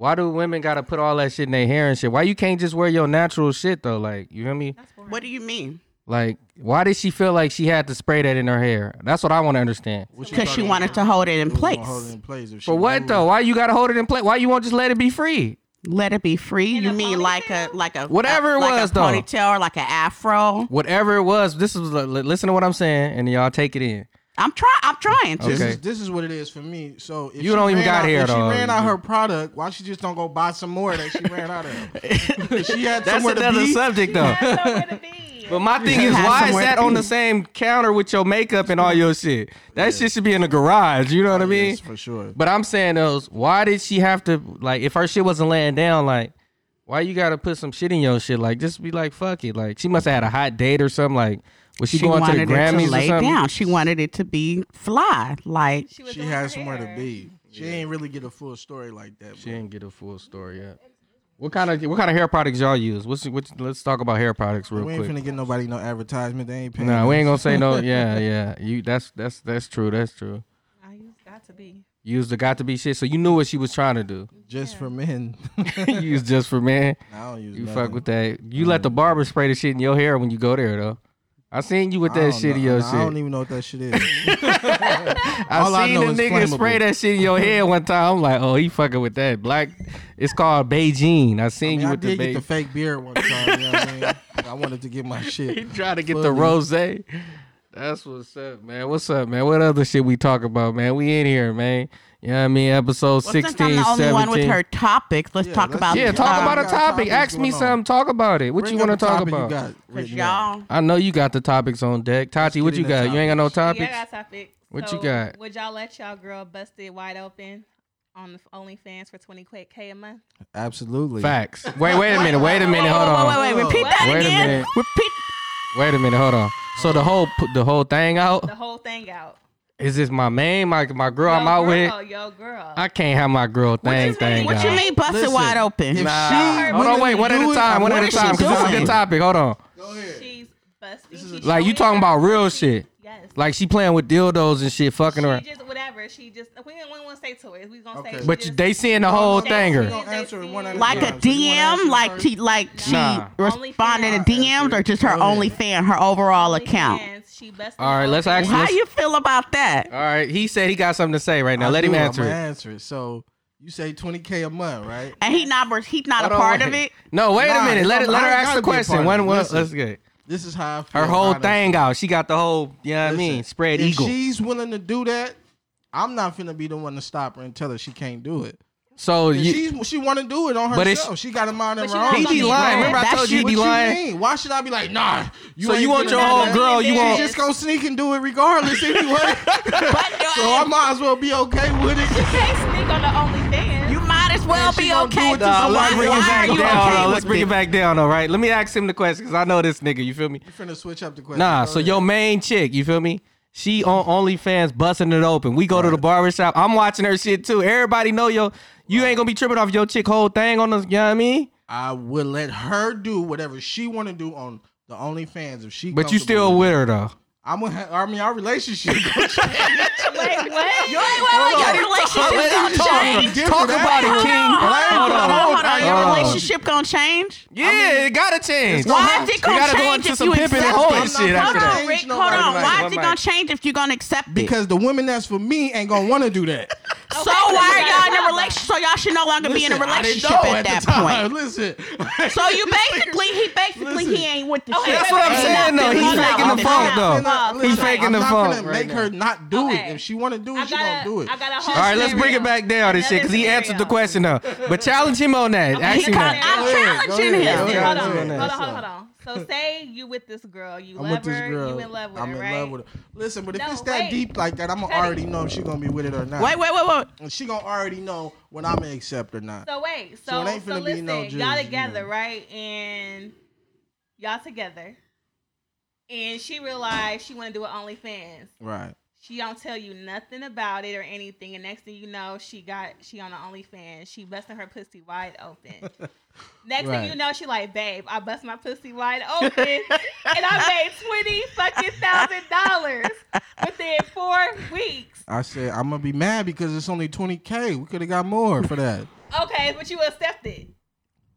B: Why do women gotta put all that shit in their hair and shit? Why you can't just wear your natural shit though? Like, you feel me?
D: What do you mean?
B: Like, why did she feel like she had to spray that in her hair? That's what I want to understand.
D: Because she wanted to hold it in
F: Gonna hold it
D: place.
F: in place if she
B: For what
F: knew
B: though? Why you gotta hold it in place? Why you won't just let it be free?
D: Let it be free.
G: In
D: you
G: a
D: mean like a
G: ponytail?
D: like a
B: Whatever it
D: like a
B: was, though.
D: ponytail or like an afro.
B: Whatever it was, this is li- li- listen to what I'm saying, and y'all take it in.
D: I'm trying. I'm trying to.
F: This
B: Okay.
F: is this is what it is for me. So if
B: You
F: she
B: don't even
F: ran
B: got
F: out,
B: hair
F: If she
B: though.
F: ran out her product, why she just don't go buy some more that she ran out of? she had
B: That's
F: somewhere to
B: another
F: be.
B: subject though.
G: That's nowhere to be.
B: But my thing is,
D: Have
B: why is
D: somewhere
B: that
D: to
B: on the
D: be.
B: same counter with your makeup and all your shit? That shit should be in the garage. You know what I mean?
F: Yes, for sure.
B: But I'm saying those. Why did she have to like? If her shit wasn't laying down, like, why you gotta put some shit in your shit? Like, just be like, fuck it. Like, she must have had a hot date or something. Like, was she,
D: She
B: going to the
D: wanted it
B: Grammys
D: to
B: or
D: lay
B: something?
D: down. She wanted it to be fly. Like
G: was
F: She
G: doing her
F: had somewhere to
G: hair.
F: be. She ain't really get a full story like that.
B: She
F: but-
B: didn't get a full story yet. What kind of what kind of hair products y'all use? What's what? Let's talk about hair products real
F: We ain't
B: quick.
F: finna get nobody no advertisement. They ain't paying.
B: nah, we ain't gonna
F: us.
B: say no. Yeah, yeah. You that's that's that's true. That's true.
G: I use Oh, got to be.
B: Use the got to be shit. So you knew what she was trying to do.
F: just for men.
B: Use just for man.
F: I don't use.
B: You
F: nothing.
B: fuck with that. You let the barber spray the shit in your hair when you go there though. I seen you with
F: I
B: that
F: don't
B: shit in
F: know.
B: your
F: I don't
B: shit.
F: even know what that shit is. all
B: I
F: I
B: seen the
F: know is
B: nigga
F: flammable.
B: spray that shit in your head one time. I'm like, oh, he fucking with that black. It's called Beijing. I seen
F: I, mean,
B: you
F: I
B: with the
F: did get the
B: Beijing.
F: fake beard one time. You know what I mean? I wanted to get my shit.
B: He tried to get the
F: fully.
B: rose. That's what's up, man. What's up, man? What other shit we talk about, man? We in here, man. You know what I mean? Episode
D: well,
B: 16,
D: since I'm the only
B: 17.
D: one with her uh, topics, let's
F: Yeah,
D: talk
F: let's-
D: about
B: yeah,
F: Yeah,
B: talk
F: I
B: about a
F: got
B: topic.
F: topics
B: Ask me
F: going on.
B: something. Talk about it. What
F: Bring
B: you want to
F: up the
B: talk
F: topic you
B: about?
F: got
D: because
F: written out.
D: y'all.
B: I know you got the topics on deck. Tati,
F: get
B: what you
F: into
B: got? You ain't got no
G: Yeah,
B: topics?
G: I got topic.
B: What
G: so
B: you got?
G: Would y'all let y'all girl bust it wide open on the OnlyFans for twenty k a month?
F: Absolutely.
B: Facts. Wait, wait a minute. Wait a minute. Hold on.
D: Wait, wait, repeat that
B: Wait a
D: again.
B: minute.
D: Repeat.
B: Wait a minute. Hold on. So the whole put the whole thing out
G: The whole thing out.
B: is this my main, my my girl I'm
G: Yo,
B: out with.
G: girl, Yo, girl.
B: I can't have my girl thing thing
D: What
B: out.
D: you mean, bust it
F: Listen,
D: wide open?
F: If she
B: Hold on,
F: willing
B: wait,
F: to
B: one at
F: do
B: a
F: it,
B: time, one
D: what
B: at a
D: is she
B: time, because this is a
D: doing?
B: good topic. Hold on.
G: She's busting. She's
B: Like you
G: showing
B: talking
G: her
B: about real
G: pussy.
B: shit.
G: Yes.
B: Like she playing with dildos and shit, fucking around.
G: She just whatever. She just we didn't, we didn't want to say toys. We gonna
F: Okay.
G: say. she
B: But you,
G: just,
B: they seeing the whole
G: no,
B: thing.
F: You
B: or-
G: no.
F: gonna answer it one at a
D: like a
F: time. So you wanna answer
D: DM, like
F: first?
D: she, like she
B: Nah.
D: responded to DMs, or just her
F: Go ahead.
D: OnlyFan, her overall
G: only
D: account.
G: fans, She busting.
B: All right,
G: the
B: let's
G: whole
B: ask-
G: thing.
D: How
B: Let's-
D: you feel about that?
B: All right, he said he got something to say right now.
F: I
B: Let him
F: do,
B: answer
F: I'ma
B: it.
F: answer it. So you say 20k a month, right?
D: And he not, he not a
B: Hold on,
D: part
B: wait.
D: of it.
B: No, wait a
F: Nah,
B: minute. Let
F: I
B: it, let her
F: ain't
B: ask
F: gotta
B: the
F: be a part
B: question.
F: of it.
B: One, one,
F: Listen.
B: let's get it.
F: This is how I feel
B: her whole
F: about it.
B: thing out. She got the whole, you know what I
F: Listen,
B: mean, spread
F: if
B: eagle.
F: she's willing to do that, I'm not finna be the one to stop her and tell her she can't do it.
B: so
F: If
B: you,
F: she's, she want to do it on
B: But it's-
F: herself. She got a mind of
G: But she
F: her
G: not
F: own.
B: he
G: gonna
B: be lying. Remember I
D: That
B: told you he
D: shit-
F: What
B: be
F: you
B: lying.
F: mean? Why should I be like, nah?
B: so
F: ain't
B: you want
F: finna
B: your
F: do
B: whole
F: that.
B: girl? You
G: She's
F: She
B: want?
F: just gonna sneak and do it regardless anyway. so I might as well be okay with it.
G: Can't sneak on the OnlyFans.
D: You might as well
F: she
D: be
F: gonna do
D: okay.
F: it
D: with
F: to
B: Nah,
F: Nah, So
B: let's
F: why-
B: bring
F: why
B: it
F: are
B: back
F: you
B: down.
F: okay
B: let's bring it back down. All right. Let me ask him the question because I know this nigga. You feel me?
F: You finna switch up the question.
B: Nah.
F: Go
B: So
F: ahead.
B: your main chick, you feel me? She on OnlyFans busting it open. We go to the barbershop. I'm watching her shit too. Everybody know yo. You ain't gonna be tripping off your chick whole thing on the. You know what I mean?
F: I will let her do whatever she want to do on the OnlyFans if she.
B: But you
F: comfortable
B: still with her though.
F: I'm gonna. Ha- I mean, our relationship.
G: Wait, what?
D: Yo, wait, wait, wait, your relationship gonna change.
F: Different.
B: Talk about it, King.
D: Hold on, hold on.
B: Hold
D: Your
B: on.
D: relationship gonna change?
B: Yeah, it gotta change.
D: Why is it
B: You
D: gonna
B: gotta go
D: change
B: into
D: if
B: some
D: you
B: pimping and
D: accept
B: hoeing
D: it?
B: shit after that.
D: Hold on, Rick, hold
F: Nobody
D: on.
F: like
D: Why
B: it.
D: is it
B: Nobody.
D: gonna change if you're gonna accept it?
F: because the women that's for me ain't gonna want to do that.
D: So why are y'all in a relationship? So y'all should no longer be in a
F: Listen, I didn't
D: relationship
F: know
D: at, that
F: the time.
D: point.
F: Listen.
D: So you basically, he basically,
F: Listen.
D: he ain't with the shit.
B: That's what I'm
D: Ain't
B: saying, though.
D: nothing.
B: He's
D: not
B: faking the
D: with
B: funk,
D: shit.
B: though.
F: Listen,
B: He's faking
F: I'm
B: the
F: not
B: funk
F: gonna
B: right
F: make her not do
G: Okay.
F: it. If she want to do
G: I
F: it, she gonna
G: got a-
F: do it.
G: I got a
F: She-
G: whole
B: All right, let's bring it back down this shit because he
G: Another
B: answered the
G: scenario.
B: question though. But challenge him on that. Ask
D: He
B: him
D: con-
B: that.
G: Go
D: I'm challenging
G: ahead,
F: go ahead,
D: him.
F: go
G: Hold
F: Yeah,
G: on,
F: I'm
G: hold
F: doing
G: on,
F: that.
G: hold on, hold on. So say you with this girl, you
F: I'm
G: love
F: with this
G: her,
F: girl.
G: you in love with
F: I'm
G: her,
F: in
G: right?
F: love with her. Listen, but if
G: No,
F: it's that
G: wait.
F: deep like that, I'm gonna
G: Teddy.
F: already know if she gonna be with it or not.
D: Wait, wait, wait, wait.
F: And she gonna already know when I'm gonna accept or not.
G: So wait,
F: So
G: so
F: it
G: so,
F: ain't finna be
G: listen,
F: no
G: y'all
F: jizz, you
G: together,
F: know.
G: right? And y'all together, and she realized she want to do an OnlyFans.
F: Right.
G: She don't tell you nothing about it or anything, and next thing you know, she got she on the OnlyFans. She busting her pussy wide open. Next
F: Right.
G: thing you know, she like, babe, I bust my pussy wide open, and I made twenty fucking thousand dollars within four weeks.
F: I said I'm gonna be mad because it's only 20k. We could have got more for that.
G: Okay, but you accept it.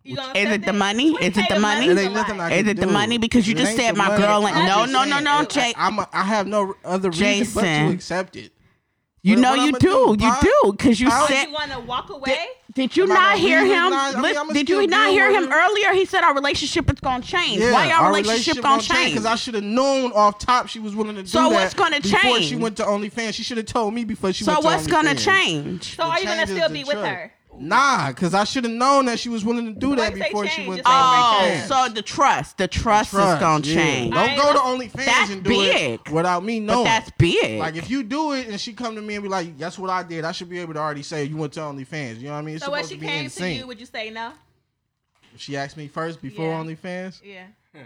G: You gonna
D: Is
G: accept
D: it the money?
G: We
D: Is it
G: pay
D: the money?
F: It
G: to
F: ain't nothing
G: lie.
F: I
D: Is
F: can
D: it the
F: do.
D: money? Because you
F: It
D: just
F: ain't
D: said
F: the
D: my
F: money.
D: girl ain't-
F: I'm
D: no,
F: just
D: no, no,
F: saying,
D: no,
F: it-
D: Jay-
F: I'm a, I have no other reason but
D: Jason.
F: to accept it.
D: You
F: What-
D: know
F: what
D: you
F: I'ma
D: do.
F: do,
D: You
F: Bob?
D: do because you
F: How-
G: Oh,
D: said.
G: you want to walk away?
D: Did, did you
F: Am I
D: not
F: gonna
D: hear
F: leave it?
D: him?
F: Nah, I mean,
D: Lis-
F: I'ma
D: did you
F: still
D: not
F: deal
D: hear
F: with
D: him
F: it.
D: earlier? He said our relationship is gonna change. Why our, relationship, gonna change?
F: Because I should have known off top she was willing to do
D: So
F: that.
D: what's gonna
F: Before
D: change?
F: she went to OnlyFans, she should have told me before she
D: so
F: went to
D: what's gonna
F: OnlyFans.
D: change?
G: So are you gonna
F: Changes
G: still
F: the
G: be with
F: truck.
G: her?
F: Nah, because I should have known that she was willing to do that
G: you say
F: before she
G: change,
F: went to
G: just say
D: Oh,
G: change.
F: OnlyFans.
D: so the trust, the trust, is
F: Trust,
D: gonna
F: yeah.
D: change.
G: All
F: Don't
G: right,
F: go to
G: that's-
F: OnlyFans
D: that's
F: and do it
D: big.
F: without me knowing.
D: But that's big.
F: Like if you do it and she come to me and be like, "That's what I did," I should be able to already say you went to OnlyFans. You know what I mean? It's
G: So when
F: supposed
G: she
F: to be
G: came to
F: insane.
G: you, would you say no?
F: she asked me first before
G: Yeah.
F: OnlyFans.
G: Yeah.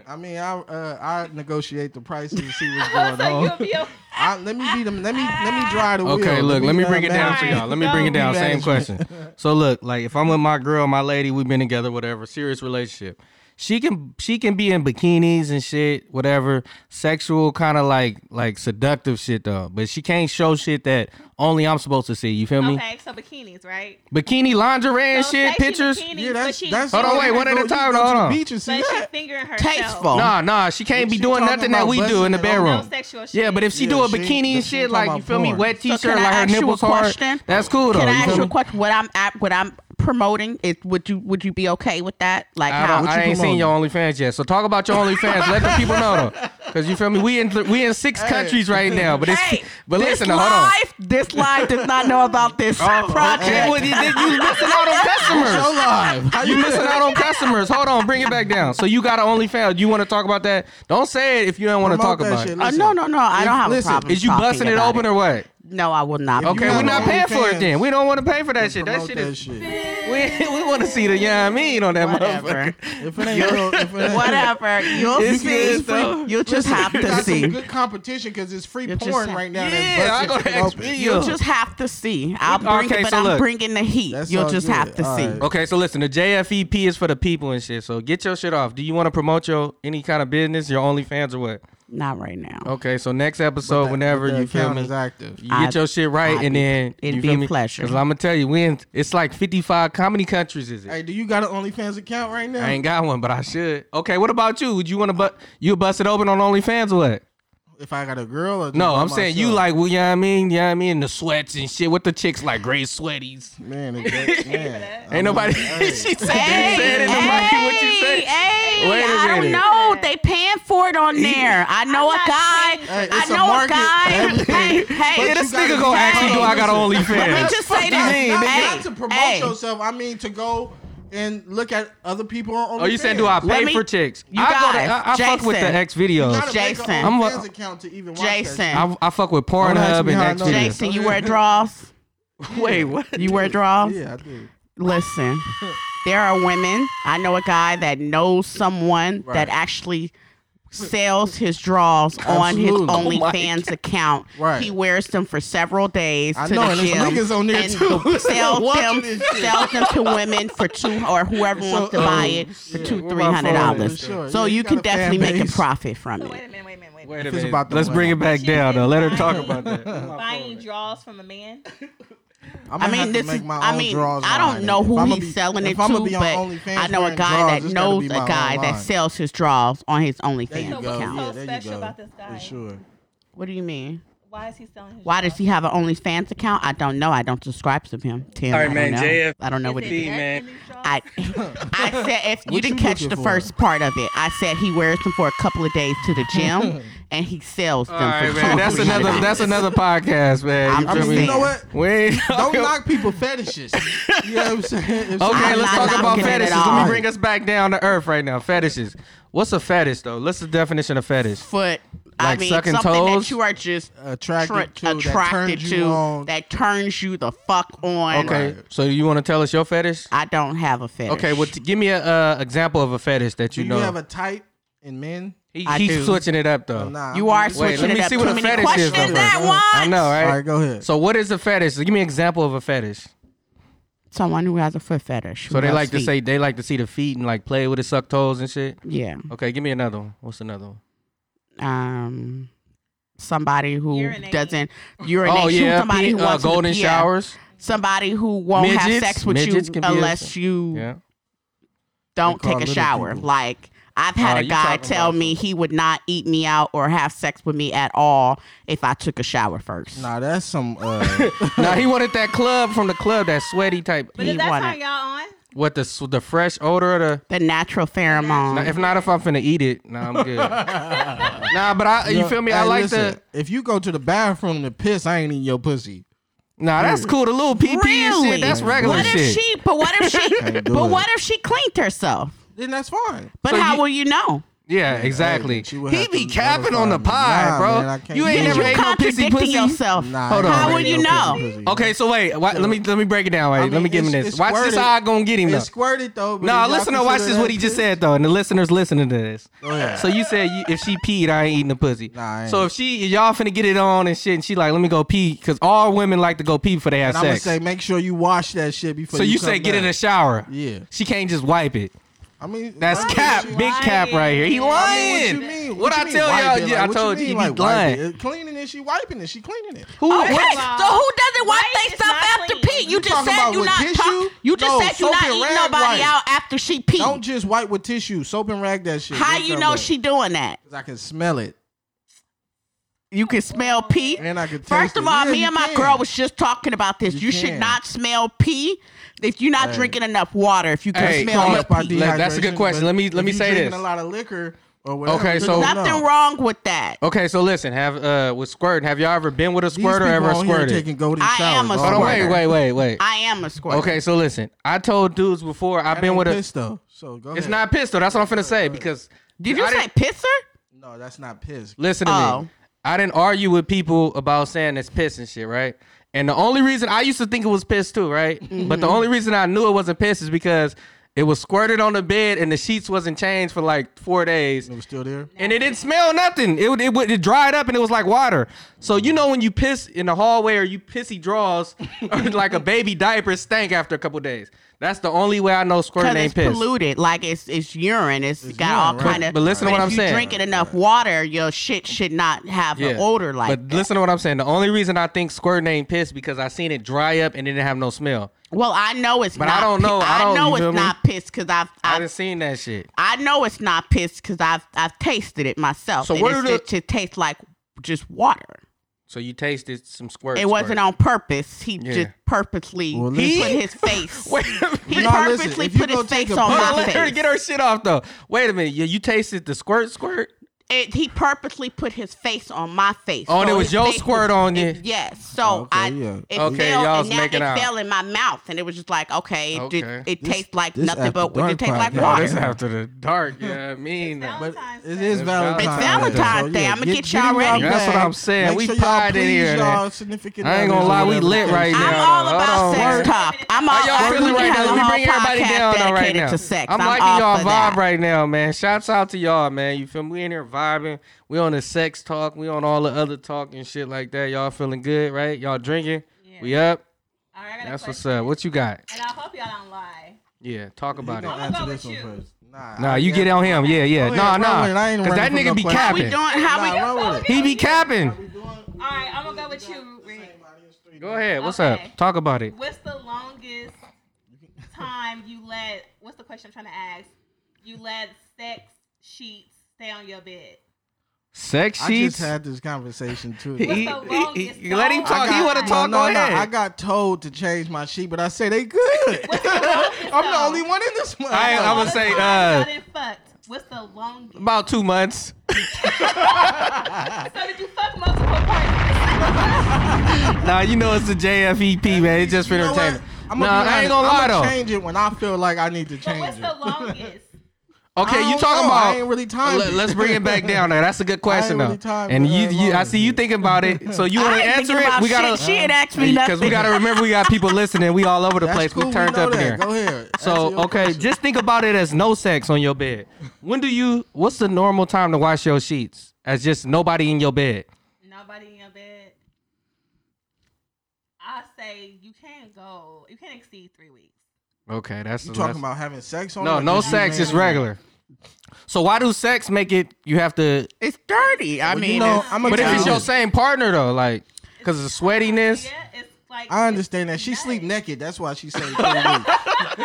F: I mean, I uh, I negotiate the prices and see what's
G: Oh,
F: going
G: so
F: on.
G: you'll be a-
F: I, let me be them. Let me let me dry the wheel.
B: Okay, look, let me
F: uh,
B: bring it down
F: manage
B: for
G: Alright,
B: y'all. Let me bring it
G: go.
B: down. Same
F: Management.
B: question. So look, like if I'm with my girl, my lady, we've been together, whatever, serious relationship. She can she can be in bikinis and shit, whatever, sexual kind of like like seductive shit though. But she can't show shit that only I'm supposed to see. You feel me?
G: Okay, so bikinis, right?
B: Bikini lingerie and
G: So
B: shit,
G: say she
B: pictures.
G: bikinis,
F: Yeah,
G: but
F: that's
G: she,
F: that's.
B: Hold on, wait, one at a
F: You can
B: time,
F: go
B: hold
F: to the
B: on.
F: Beach and see
G: but she
F: that.
G: fingering herself.
D: Tasteful.
B: Nah, nah, she can't be
F: She
B: doing
F: talking
B: nothing that
F: about
B: we do in the
F: busting it open.
G: No
B: bedroom.
G: sexual shit.
B: Yeah, but if she
F: Yeah,
B: do a
F: she-
B: bikini and
F: she
B: shit,
F: talking
B: like
F: about
B: you feel me,
F: porn.
B: wet
D: So
B: t-shirt,
D: can I
B: like her
D: ask you a
B: nipples hard.
D: question?
B: That's cool though.
D: Can I
B: you feel
D: ask you
B: me?
D: a question? What I'm at, what I'm promoting is would you would you be okay with that? Like
B: I,
D: how?
B: don't, I ain't seen your OnlyFans yet, so talk about your OnlyFans. Let the people know, because you feel me. We in we in six countries right now, but it's
D: Hey,
B: but
D: this
B: listen,
D: live,
B: hold on. Oh,
D: This live does not know about this project. Uh,
B: Okay, well, you, you missing out on
F: So
B: customers.
F: live. How
B: You missing out on customers. Hold on, bring it back down. So you got an OnlyFans. You want to talk about that? Don't say it if you don't want to
F: Promote
B: talk
F: that
B: about
F: shit.
B: it.
D: Oh,
F: Listen,
D: no, no, no. I
F: if-
D: don't have
F: listen,
D: a problem.
B: Is you
D: talking
B: busting it
D: about
B: open or what?
D: No, I will not.
B: Okay,
F: you
B: we're
F: have
B: not
F: an
B: paying for it
F: OnlyFans,
B: then. We don't want to pay for that shit. That
F: Promote
B: shit is.
F: shit.
B: We, we want to see the, you know what I mean, on that
D: Whatever.
B: motherfucker.
F: If it ain't real, if it ain't
D: Whatever. You'll
B: It's
D: see.
B: good stuff.
D: You'll just have
F: You
D: to
F: got some
D: see.
F: good competition because it's free
D: You just
F: porn
D: have-
F: right now.
B: Yeah, I go
F: that's
B: to
F: busting shit open.
D: You'll
B: Expedia.
D: just have to see. I'll bring
B: Okay,
D: it, but
B: so
D: I'm
B: look.
D: bringing the heat.
F: That's
D: You'll
F: all
D: just
F: good.
D: have to
F: All
D: see.
F: right.
B: Okay, so listen, the JFEP is for the people and shit. So get your shit off. Do you want to promote your any kind of business, your OnlyFans or what?
D: Not right now.
B: Okay, so next episode,
F: That-
B: whenever
F: that
B: you feel
F: account
B: me,
F: is active.
B: you
D: I'd-
B: get your shit right,
D: I'd
B: and
D: be-
B: then
D: it'd
B: you
D: be
B: feel
D: a
B: me?
D: pleasure.
B: Cause I'm gonna tell you, we in, it's like 55. How many countries is it?
F: Hey, do you got an OnlyFans account right now?
B: I ain't got one, but I should. Okay, what about you? Would you want to but you bust it open on OnlyFans or what?
F: if I got a girl,
B: No,
F: or just by
B: I'm saying you
F: myself?
B: like, well, you know what I mean? You know what I mean? The sweats and shit. What the chicks like? Gray sweaties.
F: man. it- that- man.
B: Ain't nobody.
F: Hey.
B: she said, said in the mic what you say.
D: hey,
B: Wait a
D: I don't
B: minute.
D: know. They paying for it on there. I know a
G: not
D: guy.
F: Hey,
D: I
F: it's a
D: know a,
F: market for
D: guy. Hey,
F: everything.
B: Yeah,
D: hey.
F: But
B: this
F: you gotta
B: nigga
F: be
B: gonna ask
D: paid.
B: me, do I got an OnlyFans?
D: Let me just say
B: Fuck you
D: this.
B: mean,
F: Not,
B: nigga?
D: Hey,
F: not to promote
D: hey.
F: yourself. I mean to go and look at other people on.
B: Oh, you saying do I
D: Let
B: pay
D: me-
B: for chicks?
D: You
B: I
D: guys,
B: I, I fuck with the
D: Jason.
B: X videos.
D: Jason.
F: I'm
B: I'm a-
F: OnlyFans account to even watch that shit.
D: Jason,
B: I, I fuck with
F: Don't ask
B: Pornhub
F: me
B: and
F: how I
B: X
F: know that.
B: videos.
D: Jason, you wear draws.
B: Wait, what?
D: You wear draws.
F: Yeah, I do.
D: Listen, there are women. I know a guy that knows someone
F: Right.
D: that actually sells his draws on his
F: Absolutely. Oh
D: OnlyFans account.
F: Right.
D: He wears them for several days
F: I
D: to
F: know,
D: the
F: and
D: gym.
F: there's niggas on there
D: and
F: too.
D: the- sells
F: Watching
D: them,
F: this shit.
D: sells them to women for two or whoever wants to buy
F: um,
D: it for
F: shit,
D: two,
B: where
D: three
B: my
D: hundred
B: phone at?
D: dollars.
F: For sure.
D: So
F: Yeah,
D: you
F: you
D: can
F: got a fan
D: definitely make a
F: base.
D: profit from
G: So
D: it.
G: wait a minute, wait a minute, wait a minute.
B: Wait a
F: It's
B: minute.
F: about the
B: Let's bring it back
G: She
B: down.
G: said
B: Now let her
G: fine.
B: talk about that.
G: Buying draws from a man.
F: I'm
D: I mean, this.
F: Make
D: Is,
F: my
D: I
F: own
D: mean,
F: draws
D: I
F: line.
D: don't know
F: If
D: who
F: I'ma
D: he's
F: be-
D: selling
F: if
D: it
F: I'ma
D: to,
F: be
D: but
F: on OnlyFans
D: I know a
F: wearing
D: guy
F: draws,
D: that
F: it's gotta
D: knows
F: be
D: a
F: my own
D: guy that
F: line.
D: sells his draws on his
F: There you
D: OnlyFans
F: go.
G: what's
D: account.
G: so
F: Yeah, there you
G: special
F: go.
G: about this guy?
F: For sure.
D: What do you mean?
G: Why is he selling his
D: Why
G: draws?
D: does he have an OnlyFans account? I don't know. I don't subscribe to him. Tim,
B: All right,
D: I
B: man,
D: don't know.
B: JF
D: I don't know
G: Is
D: what
G: it
D: it is.
G: dirt
B: man.
G: in these draws?
D: I, I said if you
F: What
D: didn't
F: you
D: catch
F: looking
D: the
F: for?
D: first part of it, I said he wears them for a couple of days to the gym, and he sells them
B: All right,
D: for
B: man.
D: two,
B: That's
D: three hundred
B: another.
D: dollars.
B: That's another podcast, man.
D: I'm
B: feel
D: just
B: me?
D: saying.
F: You know what?
B: Wait.
F: Don't knock people fetishes. You know what I'm saying? If
B: Okay,
F: somebody-
D: I'm
B: let's
D: not
B: talk about
D: knocking it at
B: fetishes. Let
D: all.
B: me bring us back down to earth right now. Fetishes. What's a fetish though? What's the definition of fetish?
D: foot. I
B: Like
D: mean,
B: sucking
D: something
B: toes?
D: that you are just
F: Attracted
D: tra-
F: to, that
D: attracted
F: turns you
D: to
F: on.
D: that turns you the fuck on.
B: Okay, so you want to tell us your fetish?
D: I don't have a fetish.
B: Okay, well, t- give me a uh, example of a fetish that
F: Do
B: you
F: you
B: know.
F: have a type in men?
B: he,
D: I
B: he's
D: do.
B: switching it up though.
F: Oh, Nah,
D: you
F: I'm
D: are
F: just-
B: Wait,
D: switching
B: let me
D: it up.
B: see
D: Too
B: what a
D: many
B: fetish is
D: questions
B: over.
D: at once.
B: I know, right?
F: All right, go ahead.
B: So what is a fetish? Give me an example of a fetish.
D: Someone who has a foot fetish.
B: So they like to say they like to see the feet and like play with it, suck toes and shit.
D: yeah.
B: Okay, give me another one. What's another one?
D: um somebody who
G: Urinate.
D: doesn't urinate.
B: oh
D: Shoot
B: yeah,
D: somebody
B: pee-
D: who
B: uh,
D: wants to-
B: golden
D: yeah.
B: showers.
D: somebody who won't have
B: Midgets?
D: sex with
B: Midgets
D: you
B: can be a-
D: unless you
B: Yeah.
D: don't
F: They call
D: take a
F: little
D: shower.
F: people.
D: Like I've had
B: Oh,
D: a
B: you
D: guy
B: talking
D: tell
B: about-
D: me he would not eat me out or have sex with me at all if I took a shower first.
F: Nah, that's some. Uh,
B: now he wanted that club from the club, that sweaty type.
G: But
D: He
G: if that's how
D: wanted-
G: y'all on,
B: What the s- the fresh odor of the.
D: The natural pheromone.
B: Nah, if not, if I'm finna eat it, nah, I'm good. nah, but I, you feel me? I
F: Hey,
B: like
F: listen,
B: the.
F: If you go to the bathroom to piss, I ain't eating your pussy.
B: Nah, that's cool. The little pee pee and
D: Really?
B: shit. That's regular
D: what if
B: shit.
D: she? But what if she?
F: Can't do
D: but
F: it.
D: what if she cleaned herself?
F: Then that's fine.
D: But
B: So
D: how
B: you-
D: will you know?
B: yeah, exactly.
F: she would
B: He
F: have
B: be
F: to
B: capping on the
F: notify me.
B: pie,
F: Nah,
B: bro.
F: man, I can't
B: you ain't
F: do
B: never
F: it.
B: ate
D: you
B: no pissy
D: contradicting
B: pussy.
D: yourself?
F: Nah,
B: Hold
F: I
B: on.
F: ain't
D: How
F: eating
D: would you
F: no
D: know?
F: pussy.
B: Okay, so wait, why, let me let me break it down. Wait,
F: I
B: let
F: mean,
B: me give him
F: it's-
B: this.
F: it's
B: Watch this.
F: squirted.
B: How I gonna get him?
F: It's
B: though.
F: squirted though. but
B: No,
F: y'all
B: listen to watch
F: consider
B: this.
F: that
B: What he just
F: piss?
B: said though, and the listeners listening to this.
F: Go ahead.
B: So you said you, if she peed, I ain't eating the pussy.
F: Nah, I ain't.
B: so if she if y'all finna get it on and shit, and she like, let me go pee, because all women like to go pee before they have
F: And I'm gonna
B: sex.
F: say, make sure you wash that shit before.
B: so you,
F: come
B: say get
F: back.
B: in a shower.
F: Yeah.
B: She can't just wipe it.
F: I mean,
B: That's
F: why
B: cap,
F: would you-
B: big cap right here. He
F: I
B: lying.
F: mean, what you mean?
B: What, I
F: you mean
B: tell
F: wipe
B: y'all?
F: it?
B: yeah,
F: Like,
B: I
F: what
B: told
F: mean,
B: you, he
F: like,
B: be
F: wipe
B: lying.
F: it? It Cleaning it, she wiping it, she cleaning it.
B: Who?
D: Okay,
B: what-
D: Oh, so who doesn't wipe
G: Right,
D: they
G: it's
D: stuff
G: not
D: after
G: clean.
D: pee? You
G: You
D: just
F: talking
D: said
F: about
D: you
F: with
D: not
F: tissue?
D: talk, You just
F: No,
D: said you
F: soap
D: not
F: and
D: eating
F: rag
D: nobody
F: wipe.
D: out after she pee.
F: Don't just wipe with tissue. Soap and rag that shit.
D: How
F: Then
D: you
F: come
D: know
F: back.
D: she doing that?
F: 'Cause I can smell it
D: You can smell pee.
F: and I can.
D: First
F: taste
D: of
F: it.
D: all,
F: Yeah,
D: me
F: you
D: and my
F: can.
D: girl was just talking about this. You,
F: You
D: should
F: can.
D: not smell pee if you're not
F: Hey.
D: drinking enough water. If you can
B: Hey,
D: smell
B: call
D: your
B: up our
D: pee,
B: D- Let- that's a good
F: dehydration,
B: question.
F: but
B: Let me-
F: if
B: let me
F: you
B: say
F: drinking
B: this.
F: a lot of liquor or whatever.
B: Okay,
F: you
B: so-
F: don't
D: nothing
F: know.
D: wrong with that.
B: Okay, so listen, have uh with squirt, have y'all ever been with a
F: These
B: squirt or
F: people
B: ever
F: on here
B: squirted?
F: Taking golden
D: I am a
F: showers.
B: Hold on, wait,
D: squirter.
B: wait, wait, wait.
D: I am a squirter.
B: Okay, so listen, I told dudes before I've
F: That
B: been
F: ain't
B: with a.
F: piss though. So go
B: It's
F: ahead.
B: not piss though. That's what I'm finna say because
D: Did you
B: I
D: say
B: didn't-
D: pisser?
F: No, that's not piss.
B: Listen to
D: Oh.
B: me. I didn't argue with people about saying it's piss and shit, right? And the only reason I used to think it was piss too, right?
D: Mm-hmm.
B: But the only reason I knew it wasn't piss is because it was squirted on the bed and the sheets wasn't changed for like four days,
F: It was still there.
B: and it didn't smell nothing. It would- it, would- it dried up and it was like water. So you know when you piss in the hallway or you pissy draws, or like a baby diaper stank after a couple days. That's the only way I know
D: Because
B: squirting
D: it's
B: ain't piss.
D: polluted. Like it's it's urine. it's got
F: urine,
D: all
F: right.
D: kind of.
B: But listen to what I'm
D: if
B: saying.
D: you drinking enough water, your shit should not have an odor like
B: But
D: that.
B: listen to what I'm saying. The only reason I think squirting ain't piss because I seen it dry up and it didn't have no smell.
D: Well, I know it's
B: But I
D: not.
B: don't know.
D: pi-
B: I don't- you
D: know
B: feel
D: it's
B: me?
D: not pissed because I've,
B: I,
D: I've
B: done seen that shit.
D: I know it's not pissed because I've I've tasted it myself.
B: So
D: So
B: what
D: what
B: are
D: it's,
B: the-
D: it should taste like just water.
B: So you tasted some squirt.
D: It wasn't on purpose. He
B: Yeah.
D: just purposely
F: Well,
D: put
F: listen.
D: his face.
B: Wait,
D: he
F: No, listen,
D: purposely
F: if you
D: put his
F: go take
D: face
F: a
D: on
F: picture-
D: my
B: let her
D: face.
B: get her shit off though. Wait a minute. You, you tasted the squirt squirt?
D: It, he purposely put his face on my face.
B: Oh, and it was
D: his
B: your
D: face
B: squirt on you.
D: it- yes. So
F: Okay,
D: I
F: yeah.
D: it
B: Okay,
D: fell
B: y'all's
D: and now
B: making
D: it
B: out.
D: fell in my mouth and it was just like okay, it
B: Okay.
D: did, it
F: This-
D: tastes like
F: this
D: nothing
F: after
D: but it
F: dark
D: tastes like
F: podcast.
B: Oh,
F: Water.
B: this
D: water.
B: after the dark. Yeah, I mean.
G: Valentine's
F: But it
G: Day.
F: is Valentine's.
D: It's
F: Day.
D: Valentine's Day.
F: So, yeah,
D: I'ma get y'all
F: in your
D: ready.
B: That's what
F: bag.
B: I'm saying.
F: Make
B: We
F: sure y'all
B: pied in
F: please
B: here, man.
F: Y'all significant
B: I ain't
F: others
B: gonna
F: or
B: lie, we
F: whatever
B: lit
F: the
B: right
F: case.
B: now.
D: I'm
B: Yeah,
D: all
B: hold
D: about
B: on,
D: sex
B: word.
D: talk. I'm all
B: How y'all
D: Uh, I
B: feeling
D: really
B: right
D: have
B: now?
D: a
B: Let me
D: whole
B: bring everybody
D: podcast
B: down on right
D: dedicated
B: now.
D: To sex.
B: I'm,
D: I'm
B: liking
D: all
B: y'all
D: for
B: vibe
D: that.
B: right now, man. Shouts out to y'all, man. You feel me? We in here vibing. We on the sex talk. We on all the other talk and shit like that. Y'all feeling good, right? Y'all drinking?
G: Yeah.
B: We up?
G: All right, I got a
B: That's what's
G: question.
B: up. What you got?
G: And I hope y'all don't lie.
B: Yeah, talk
F: You
B: about it.
G: I'm
F: gonna answer
G: about
F: this
G: with
F: one
G: you.
F: first. Nah,
B: Nah,
F: I-
B: you get on him. Yeah, yeah.
F: Go
B: Nah,
F: ahead, run with it. I
B: nah.
F: ain't
B: Cause that
F: running
B: nigga
F: from
B: be
F: no question.
D: We
B: capping.
D: doing how we
F: Nah, run with it.
B: He be capping.
G: All right, I'm gonna go with you, Rick.
B: Go ahead. What's
G: Okay.
B: up? Talk about it.
G: What's the longest time you let? What's the question I'm trying to ask? You let sex sheets stay on your bed.
B: Sex
F: I just
B: sheets.
F: had this conversation too.
B: He-
G: What's the longest
B: he- let him
G: song?
B: talk.
G: I
B: He
G: got-
B: want to
G: no,
B: talk.
F: no,
B: Go
F: no, I
B: ahead.
F: got told to change my sheet, but I say they good. I'm the
G: though?
F: only one in this one.
B: I ain't- I
G: All
B: would
G: the
B: say, uh,
G: time y'all done fucked. What's the longest?
B: About two months.
G: So did you fuck multiple partners?
B: Nah, you know it's the JFEP, man. It's just for
F: E You know what?
B: entertainment.
F: I'm
B: Nah, I ain't gonna lie
F: I'm
B: though.
F: Change it when I feel like I need to
G: But
F: change
G: what's
F: it.
G: the longest?
B: Okay,
F: I
B: you
F: don't
B: talking
F: know.
B: about?
F: I ain't really timed
B: Let,
F: it.
B: us bring it back down. Now. That's a good question
F: ain't
B: though.
F: really timed
B: and
F: it
B: you,
F: that
B: you, I
F: long.
B: see you thinking about it. So you
D: I
B: want to
D: ain't thinking
B: answer it?
D: about
B: We gotta
D: shit. She ain't asked me
B: because we
D: nothing.
B: gotta remember we got people listening. We all over the
F: That's
B: place.
F: cool,
B: we turned
F: know
B: up in
F: that.
B: here.
F: Go ahead. Answer
B: So
F: your
B: okay,
F: question.
B: just think about it as no sex on your bed. When do you? What's the normal time to wash your sheets? As just nobody in your bed.
G: Nobody in your bed. I say you can't go. You can't exceed three weeks.
B: Okay, that's
F: you
B: that's-
F: talking about having sex on?
B: No,
F: it?
B: no
F: Just
B: sex,
F: laying
B: just
F: on it?
B: regular. So why do sex make it? You have to.
D: It's dirty. I
F: Well,
D: mean,
F: you know,
D: it's-
F: I'm
B: But if it's your
F: your
B: same partner though, like, cause of the sweatiness.
G: Yeah, it's Like
F: I understand that she sleep naked. That's why she saying three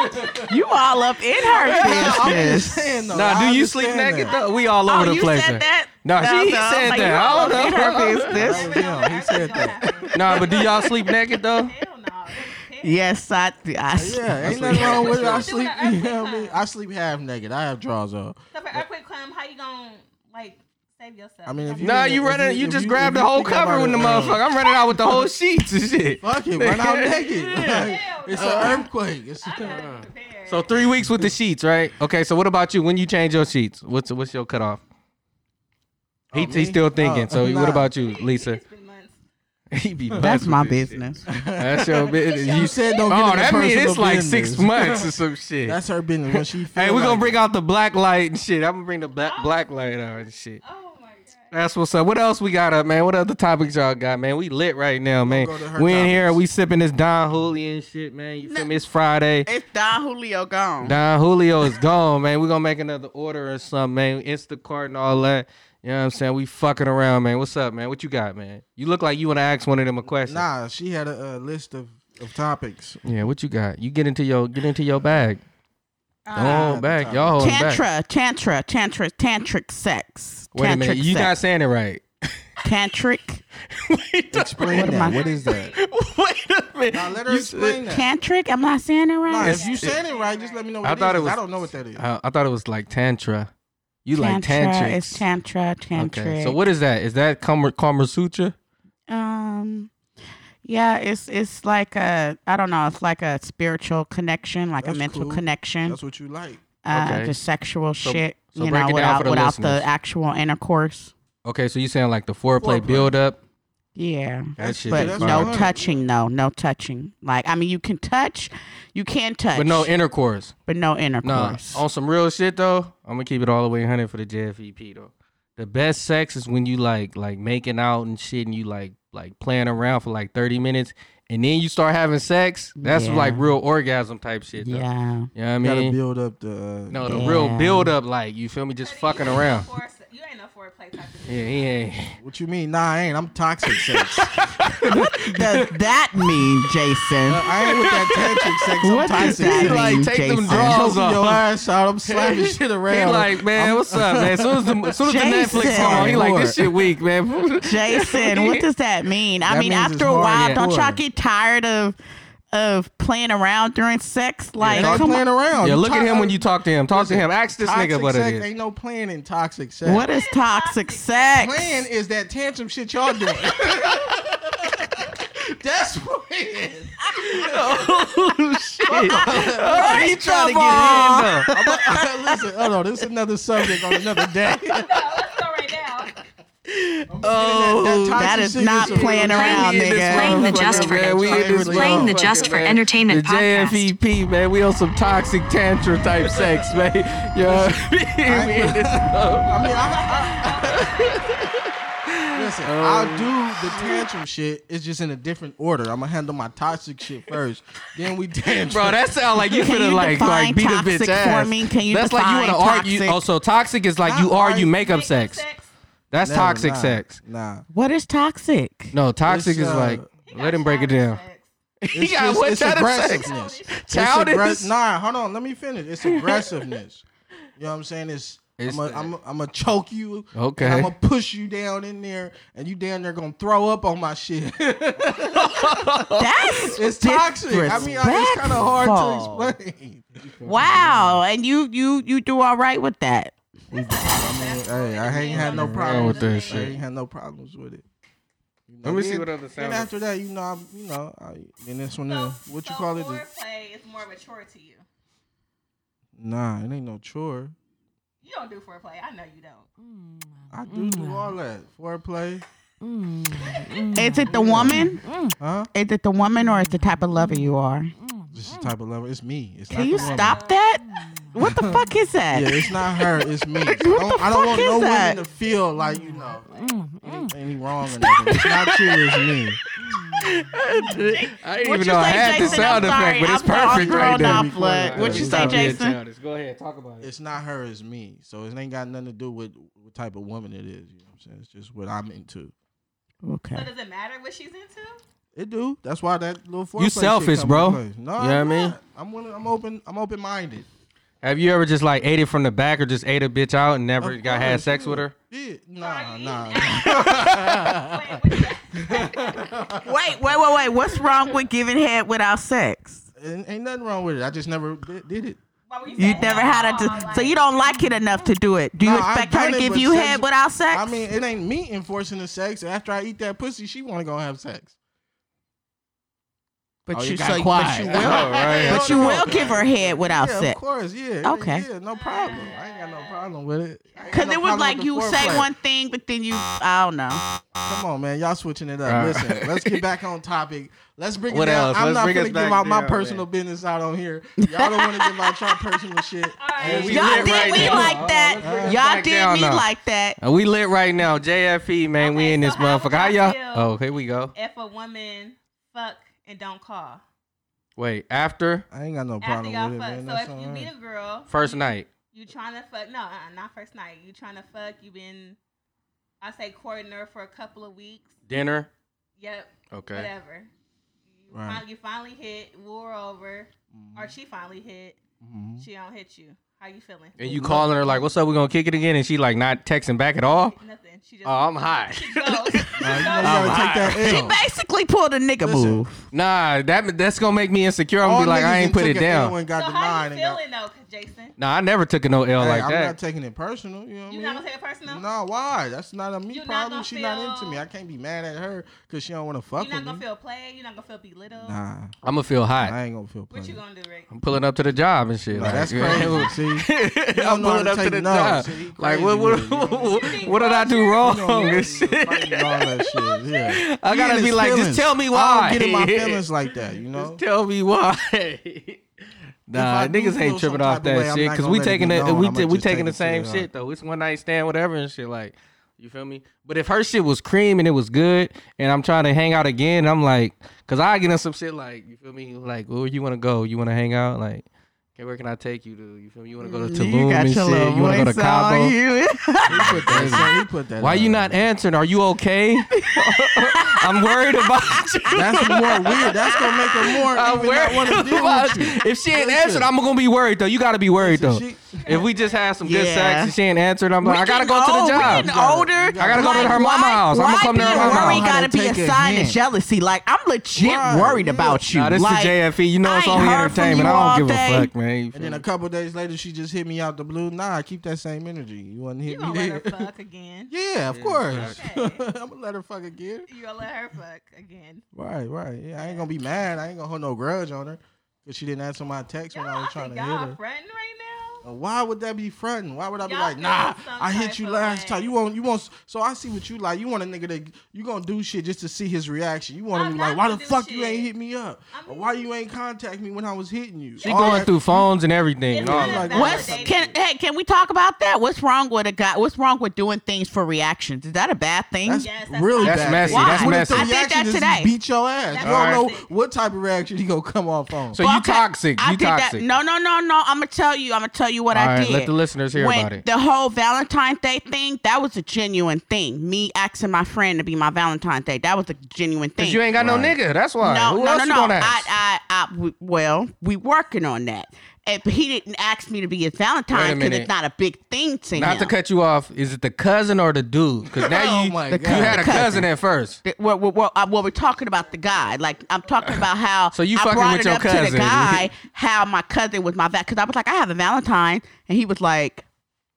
F: weeks.
D: You all up in her
F: I'm
D: business.
F: just saying though.
B: Nah,
F: I
B: do you sleep
F: understand
B: naked?
F: that.
B: Though? We all over
D: Oh,
B: the
D: you
B: place.
D: said
B: there.
D: that?
B: Nah, she
D: No, no,
B: said
D: like, you
B: that. I
D: all
B: don't
D: in
B: know.
D: her business.
F: Yeah, he said that.
B: Nah, but do y'all sleep naked though?
G: Hell no.
D: Yes, I. I
F: Yeah, ain't nothing wrong with it. I sleep. You know what I mean? I sleep half naked. I have drawers on.
G: So if an earthquake come, how you gonna like save yourself?
F: I mean, if you
B: Nah,
F: if
B: you running. You
F: if
B: just
F: if
B: grabbed the
F: you
B: whole
F: think about
B: cover
F: it,
B: with the
F: uh,
B: motherfucker. I'm running out with the whole sheets and shit.
F: Fuck it, run out naked. Like, it's an earthquake. It's
B: So three weeks with the sheets, right? Okay. So what about you? When you change your sheets, what's what's your cutoff? He,
F: me?
B: he's still thinking.
F: Oh,
B: so
F: nah.
B: what about you, Lisa?
G: three months.
B: He be
D: That's
B: blessed
D: my
B: with this shit.
D: business.
B: That's your business. You
F: you said don't. get
B: Oh,
F: in
B: that
F: the
B: means
F: personal
B: it's like six
F: business.
B: months or some shit.
F: That's her business. When she feel
B: hey, we're
F: like
B: gonna
F: it.
B: bring out the black light and shit. I'm gonna bring the black black light out and shit.
G: Oh my god.
B: That's what's up. What else we got up, man? What other topics y'all got, man? We lit right now, man.
F: go to her
B: We in here,
F: topics.
B: we sipping this Don Julio shit, man. You feel me? It's Friday.
D: It's Don Julio gone.
B: Don Julio is gone, man. We're gonna make another order or something, man. Instacart and all that. You know what I'm saying? We fucking around, man. What's up, man? What you got, man? You look like you wanna ask one of them a question.
F: Nah, she had a, uh list of, of topics.
B: Yeah, what you got? You get into your get into your bag.
G: Uh,
B: Don't hold back. Y'all hold back.
D: Tantra, tantra, tantra, tantric sex.
B: Wait
D: tantric
B: a minute. You not
D: sex.
B: saying it right.
D: tantric,
B: Wait a,
F: Explain
D: What am
F: that.
D: I-
F: What is that?
B: wait a minute.
F: Now let her
B: You
F: explain that.
D: tantric. I'm not saying it
F: Nah,
D: right.
F: if you said it right, just let me know. What
B: I
F: it
B: thought it
F: is, 'cause
B: was- Uh,
F: I don't know what that is.
B: I, I thought it was like tantra. You like
D: tantra
B: tantrics.
D: is tantra, tantric.
B: Okay. So what is that? Is that Kama, Kama Sutra?
D: Um, yeah, it's it's like a I don't know. It's like a spiritual connection, like
F: That's
D: a mental
F: cool.
D: connection.
F: That's what you like.
D: Uh,
B: Okay.
D: just sexual shit.
B: so
D: you
B: break it
D: know,
B: down for
D: without
B: the
D: without
B: listeners.
D: the actual intercourse.
B: Okay, so you saying like the foreplay,
F: Foreplay.
B: build up?
D: Yeah.
B: That shit.
D: But
B: is
F: that's
B: fire.
D: no
F: fine.
D: touching, though. No touching. Like I mean, you can touch, you can touch,
B: But no intercourse.
D: but no
B: Nah.
D: intercourse.
B: On some real shit though, I'm gonna keep it all the way 100 for the JFEP though. The best sex is when you like like making out and shit, and you like like playing around for like 30 minutes, and then you start having sex. That's
D: Yeah.
B: like real orgasm type shit. Though. Yeah.
D: yeah.
B: You know what I
F: Gotta
B: mean?
F: build up the. Uh,
B: No, the
D: Yeah.
B: real build up, like you feel me, just fucking around.
G: For, you ain't no foreplay type of
B: Yeah, he ain't.
F: What you mean? Nah, I ain't. I'm toxic sex.
D: Does that mean, Jason?
F: I ain't with that tantric sex. I'm
D: What does
F: toxic.
D: that
B: He
D: mean,
B: like, take them
D: Jason?
B: drawers
F: Choking
B: off.
F: your ass out. I'm slapping shit around.
B: He like, man, what's up, man? As soon as the, as soon as the
D: Jason.
B: Netflix come on, he like, this shit weak, man.
D: Jason, what does that mean? I
F: That
D: mean,
F: means it's
D: after a
F: hard,
D: while,
B: yeah.
D: don't y'all
F: Hard.
D: get tired of of playing around during sex? Like,
F: Ain't no
D: come on.
F: playing around.
B: yeah,
F: You
B: look at
F: talk-
B: him when you talk to him. Talk to him. Ask this
F: Toxic
B: nigga what
F: sex
B: it is.
F: ain't no playing in toxic sex.
D: What is toxic sex?
F: playing is that tantrum shit y'all doing. That's what it is.
B: oh shit! Oh, he trying to
D: of all-
B: get in though.
F: I'm a- listen, hold on. This is another subject on another day.
G: Let's go right now.
D: Oh,
F: toxic
D: that is
F: shit
D: not
F: is a-
D: playing around,
B: We in this
D: nigga.
A: Playing the
B: motherfucker,
A: just for-
B: man. We in this
A: Playing the
B: motherfucker,
A: just for
B: man.
A: entertainment
B: The E
A: podcast.
B: JFEP man, we on some toxic tantra type sex, man. Yeah, we in this.
F: I mean, I- I- listen,
B: Um,
F: I'll do the tantrum shit. It's just in a different order. I'm gonna handle my toxic shit first, then we tantrum.
B: Bro, that sound like you
D: Can
B: finna
D: you
B: like
D: define
B: like beat a
D: toxic
B: bitch
D: for
B: ass.
D: me? Can you
B: That's like you
D: define
B: wanna argue.
D: toxic?
B: Oh, so toxic is like you
F: Not
B: argue
F: argue.
B: makeup
G: Make your
B: sex. That's
F: Never,
B: toxic
F: nah,
B: sex.
F: Nah,
D: What is toxic?
B: No, toxic
F: It's,
B: is
F: uh,
B: like. Let him break it down.
G: Sex.
B: He got what
F: it's
B: kind of sex?
F: aggressiveness. It's
B: Childish?
F: aggra- nah, hold on. Let me finish. It's aggressiveness. you know what I'm saying? It's,
B: It's
F: I'm
B: the-
F: gonna I'm I'm choke you.
B: Okay.
F: I'm gonna push you down in there, and you down there gonna throw up on my shit.
D: That's
F: it's toxic. I mean, I, it's kind of
D: Disrespectful.
F: hard to explain.
D: wow. And you you you do all right with that.
F: Hey, I ain't had no
B: Wrong with
F: problems.
B: that
F: I
B: shit.
F: ain't had no problems with it. You know,
B: Let me see
F: then-
B: what other
F: Then
B: sound.
F: after that, you know, I'm, you know, I, then this one,
G: So,
F: is what
G: so
F: you call it? The-
G: Foreplay is more mature to you.
F: Nah, it ain't no chore.
G: You don't do foreplay. I know you don't.
F: I do
D: Mm.
F: do all that foreplay.
D: Is it the woman?
F: Huh?
D: Is it the woman or is the type of lover you are?
F: Just the type of lover. It's me. It's not
D: Can you
F: the woman.
D: stop that? What the fuck is that?
F: Yeah, it's not her. It's me. I
D: the
F: don't, I
D: fuck
F: don't want
D: is
F: no
D: that? Mm,
F: woman to feel like you know any, any wrong or nothing. It's not you. It's me.
B: I didn't
D: What
B: even
D: you
B: know I
D: say,
B: had the
D: Jason? I'm
B: sound effect,
D: sorry.
B: but it's
D: I'm all
B: perfect right
D: grown
B: there.
D: up, look. What you say,
B: Stop being
D: Jason?
B: childish. Go ahead, talk about it.
F: It's not her. It's me. So it ain't got nothing to do with what type of woman it is. You know what I'm saying? It's just what I'm into.
D: Okay.
G: So does it matter what she's into?
F: It do. That's why that little foreplay
B: You
F: shit
B: selfish,
F: come
B: bro.
F: into play. No,
B: You know
F: I'm
B: what I mean?
F: not. I'm willing, I'm open. I'm open minded.
B: Have you ever just like ate it from the back or just ate a bitch out and never got had sex with her?
F: Yeah, nah, nah.
D: Wait, wait, wait, wait. What's wrong with giving head without sex?
F: Ain't, ain't nothing wrong with it. I just never did, did it.
D: You never had a, d- so you don't like it enough to do it. Do you
F: Nah, I've
D: expect her
F: done
D: to
F: it,
D: give
F: but
D: you
F: sex-
D: head without sex?
F: I mean, it ain't me enforcing the sex. After I eat that pussy, she want to go have sex.
D: but
F: Oh, you
D: you,
F: got
D: so, but
F: quiet.
D: you
B: Oh,
D: will,
B: right.
D: but you
F: no,
D: will
F: no.
D: give her head without
F: yeah,
D: sex.
F: of course. Yeah.
D: Okay.
F: Yeah, no problem. I ain't got no problem with it. I ain't got
D: Cause
F: no
D: it was
F: problem
D: like
F: with the
D: you say
F: foreplay.
D: one thing, but then you,
B: Mm.
D: I don't know.
F: Come on, man. Y'all switching it up.
B: All right.
F: Listen, let's get back on topic. Let's bring it
B: What
F: down.
B: else?
F: I'm
B: Let's
F: not
B: bring
F: gonna
B: us
F: give
B: back
F: out my
B: down,
F: personal business out on here. Y'all don't want to give out your personal shit.
B: Hey, we
D: Y'all
B: lit
D: did
B: right
D: me
B: now.
D: like
F: Oh,
D: that. Y'all
B: back
D: did
B: down
D: me
B: now.
D: like that.
B: Uh, We lit right now. JFE, man. we
G: Okay,
B: in
G: so
B: this
G: how would
B: motherfucker. How
G: y'all
B: y'all?
G: feel?
B: Oh, here we go.
G: If a woman fuck and don't call
B: Wait, after
F: I ain't got no
G: after
F: problem
G: y'all
F: with it,
G: fuck,
F: man.
G: so
F: That's
G: if
F: all
G: you meet
F: right.
G: a girl,
B: first night.
G: you trying to fuck? No, uh, not first night. You trying to fuck? You been, I say, courting her for a couple of weeks.
B: Dinner.
G: Yep.
B: Okay.
G: Whatever. You,
F: Right.
G: fin- you finally hit, wore over, or she finally hit. She don't hit you. How you feeling?
B: And you calling her like, what's up? We're going to kick it again. And she like not texting back at all.
G: Nothing. She just.
B: Oh, I'm hot.
G: she goes. She
F: Nah, you know
G: goes.
F: you gotta
B: I'm
F: take that
D: She
F: L.
D: basically pulled a nigga
F: Listen,
D: move.
B: Nah, that that's going to make me insecure. I'm
F: All
B: going to be like,
F: niggas
B: I ain't
F: done
B: put
F: took
B: it
F: a L
B: down.
F: and got
G: so how
F: denied
G: you
F: and got-
G: feeling though, Jason?
B: Nah, I never took a no L
F: Hey,
B: like
F: I'm not
B: that.
F: taking it personal. You know what
G: You
F: I
G: not
F: mean?
G: gonna take it personal?
F: No, why? That's not a me
G: You not
F: problem.
G: gonna
F: She's not
G: feel-
F: into me. I can't be mad at her because she don't want to fuck
G: You're not
F: with
G: gonna
F: me.
G: feel played. You're not gonna feel belittled.
F: Nah,
B: I'm going to feel hot.
F: I ain't gonna feel.
G: What you
F: played.
G: gonna do, Rick?
B: I'm pulling up to the job and shit.
F: Nah,
B: like,
F: that's
B: yeah.
F: crazy. See, You don't
B: I'm
F: know how
B: pulling
F: to
B: up to
F: take
B: the
F: no.
B: job.
F: See, you
B: Like,
F: crazy
B: what, what,
F: with it. You
B: what, did I do wrong?
F: You know,
B: and
F: you
B: Oh, shit?
F: fighting and all that shit. Yeah.
B: I
F: He
B: gotta
F: in his
B: be like, just
F: feelings.
B: tell me
F: I
B: why.
F: don't get in my feelings like that, you know.
B: Just tell me why.
F: I
B: nah,
F: do
B: niggas
F: feel
B: ain't
F: some
B: tripping
F: type
B: off
F: of
B: that
F: way, I'm
B: shit
F: not
B: because
F: gonna
B: we
F: let it
B: taking
F: be
B: it.
F: known.
B: we
F: I'ma
B: ta- we
F: just
B: taking the
F: take it to
B: same
F: the
B: shit
F: heart.
B: though. It's one night stand, whatever and shit. Like, you feel me? But if her shit was cream and it was good, and I'm trying to hang out again, I'm like, cause I get in some shit like, you feel me? Like, where you wanna go? You wanna hang out? Like, okay, where can I take you to? You feel me? You wanna go to Tulum and shit? You wanna go to Cabo?
D: you.
F: he put that. He put that.
B: Why you
F: on.
B: not answering? Are you okay? I'm worried about you.
F: That's more weird. That's gonna make her more.
B: I'm
F: even not
B: worried
F: want to deal
B: about
F: with you.
B: you. If she ain't
F: Listen.
B: answered, I'm gonna be worried though. You gotta be worried though.
F: Listen,
B: If we just had some good
D: Yeah.
B: sex and she ain't answered, I'm like, I gotta
D: We
B: go
D: getting
B: to the
D: old,
B: job.
D: We getting older.
F: I gotta
B: go to
D: Like,
B: her mama
D: why-
B: house. I'ma
D: why
B: come to her
D: being
B: mama
D: worried
B: house.
D: gotta be
F: Take a
D: a sign
F: hint.
D: of jealousy. Like I'm legit
F: Right,
D: worried
F: yeah.
D: about you.
B: Nah, this
D: like,
B: is JFE. You know it's
D: I
B: only
D: ain't heard from
B: entertainment.
D: you
B: I
D: all
B: don't give
D: day.
B: a fuck, man. You
F: And then
B: feel
F: a
B: me?
F: couple days later, she just hit me out the blue. Nah, keep that same energy. You want to
G: You
F: hit
G: gonna
F: me
G: let
F: there?
G: her fuck again?
F: Yeah, of course.
G: Okay.
F: I'm gonna let her fuck again.
G: You gonna let her fuck again?
F: Right, right. Yeah, I ain't gonna be mad. I ain't gonna hold no grudge on her because she didn't answer my text when I
G: Y'all,
F: was
G: I
F: trying
G: think
F: to hit
G: y'all
F: her.
G: fronting right now.
F: Uh, Why would that be fronting? Why would I be
G: Y'all
F: like,
G: feel
F: nah?
G: some
F: I hit
G: type
F: you
G: of
F: last
G: way.
F: time. You want, you want. So I see what you like. You want a nigga that you gonna do shit just to see his reaction. You want
G: I'm
F: him
G: not
F: like, why the
G: gonna do
F: fuck you
G: shit.
F: ain't hit me up?
G: I'm-
F: Or why you ain't contact me when I was hitting you?
B: She
F: All
B: going
F: that-
B: through phones and everything.
G: It's
B: And all
G: not
B: that.
F: like,
G: about
D: What's
G: validating
D: can
G: you.
D: hey can we talk about that? What's wrong with a guy? What's wrong with doing things for reactions? Is that a bad thing?
F: That's
G: Yes, that's
F: really
B: That's
F: bad.
B: messy.
F: What
B: That's
F: if
B: messy.
F: The
B: I
D: did that
F: reaction is
D: today.
F: just beat your ass.
G: That's
F: you don't know
G: toxic.
F: what type of reaction he gonna come off on.
B: So you toxic.
D: I
B: You
D: did
B: toxic.
D: That. No, no, no, no. I'm gonna tell you. I'm gonna tell you what
B: All
D: I
B: right,
D: did.
B: let the listeners hear
D: when
B: about it.
D: The whole Valentine's Day thing. That was a genuine thing. Me asking my friend to be my Valentine's Day. That was a genuine thing.
B: Cause you ain't got no nigga. That's why.
D: No,
B: Who
D: no,
B: else
D: no,
B: you
D: no.
B: gonna
D: I,
B: ask?
D: I, I, w- well, we working on that. And, but he didn't ask me to be his Valentine's because
B: minute.
D: it's not a big thing to
B: Not
D: him.
B: to cut you off. Is it the cousin or the dude? Because now
F: Oh
B: you
F: my
B: you
F: God.
B: had a
D: The cousin.
B: cousin at first.
D: Th- Well, well, well, uh, well, we're talking about the guy. Like I'm talking about how
B: So you
D: I
B: fucking
D: brought
B: with
D: it
B: your
D: up to
B: cousin.
D: the guy how my cousin was my val because I was like I have a Valentine and he was like,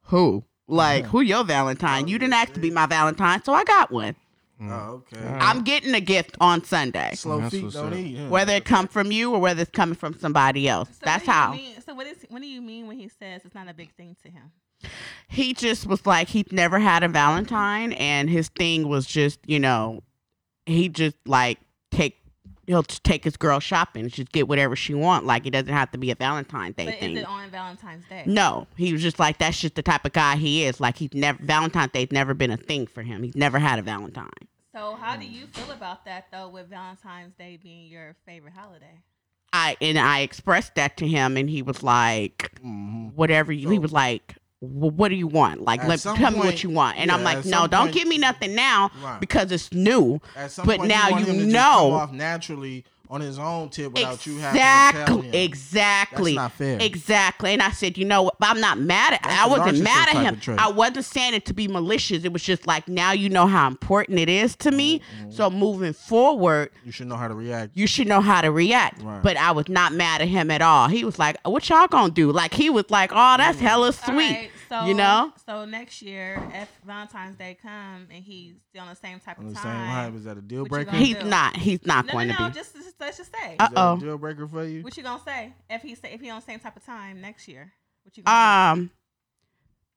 D: who? Like who your Valentine? You didn't ask to be my Valentine, so I got one.
F: oh, okay.
D: I'm getting a gift on Sunday,
F: Slow
B: That's
F: feet
B: what's
F: don't
B: up.
F: eat. huh?
D: whether it come from you or whether it's coming from somebody else.
G: So
D: That's
G: what do you
D: how
G: Mean, so what is? What do you mean when he says it's not a big thing to him?
D: he just was like he'd never had a Valentine, and his thing was just you know he just like take he'll just take his girl shopping and just get whatever she want. Like it doesn't have to be a Valentine's Day
G: But
D: thing.
G: is it on Valentine's Day?
D: no, he was just like that's just the type of guy he is. Like he's never Valentine's Day's never been a thing for him. He's never had a Valentine.
G: So how do you feel about that though? With Valentine's Day being your favorite holiday,
D: I and I expressed that to him, and he was like,
F: Mhm.
D: whatever you. He was like, well, what do you want? Like,
F: At
D: let, tell
F: some
D: me what
F: point-
D: you want. And I'm
F: yeah,
D: like,
F: at
D: no,
F: some
D: don't
F: point-
D: give me nothing now
F: Right.
D: because it's new.
F: At some
D: But
F: point,
D: now
F: want
D: you
F: him to just
D: know.
F: come off naturally on his own tip without you having to tell
D: Exactly.
F: him.
D: Exactly.
F: That's not fair.
D: Exactly. And I said, you know, what? I'm not mad at. I wasn't
F: narcissist
D: mad at
F: type of
D: him.
F: trait.
D: I wasn't saying it to be malicious. It was just like now you know how important it is to me.
F: Mm-hmm.
D: So moving forward,
F: You should know how to react.
D: you should know how to react.
F: Right.
D: But I was not mad at him at all. He was like, "What y'all gonna do?" Like he was like, "Oh, that's hella
G: All
D: sweet."
G: right, so
D: you know.
G: So next year, if Valentine's Day come and he's still on the same type
F: On
G: of
F: the same
G: time,
F: vibe, is that a deal
G: What you
F: breaker?
G: gonna
F: Is
D: He's
G: do?
D: not. He's not
G: no,
D: going
G: no,
D: to
G: no,
D: be.
G: just, just let's just say.
D: Uh,
F: that a
D: Uh-oh.
F: deal breaker for you?
G: what you gonna say if he say if he on the same type of time next year? What you gonna
D: um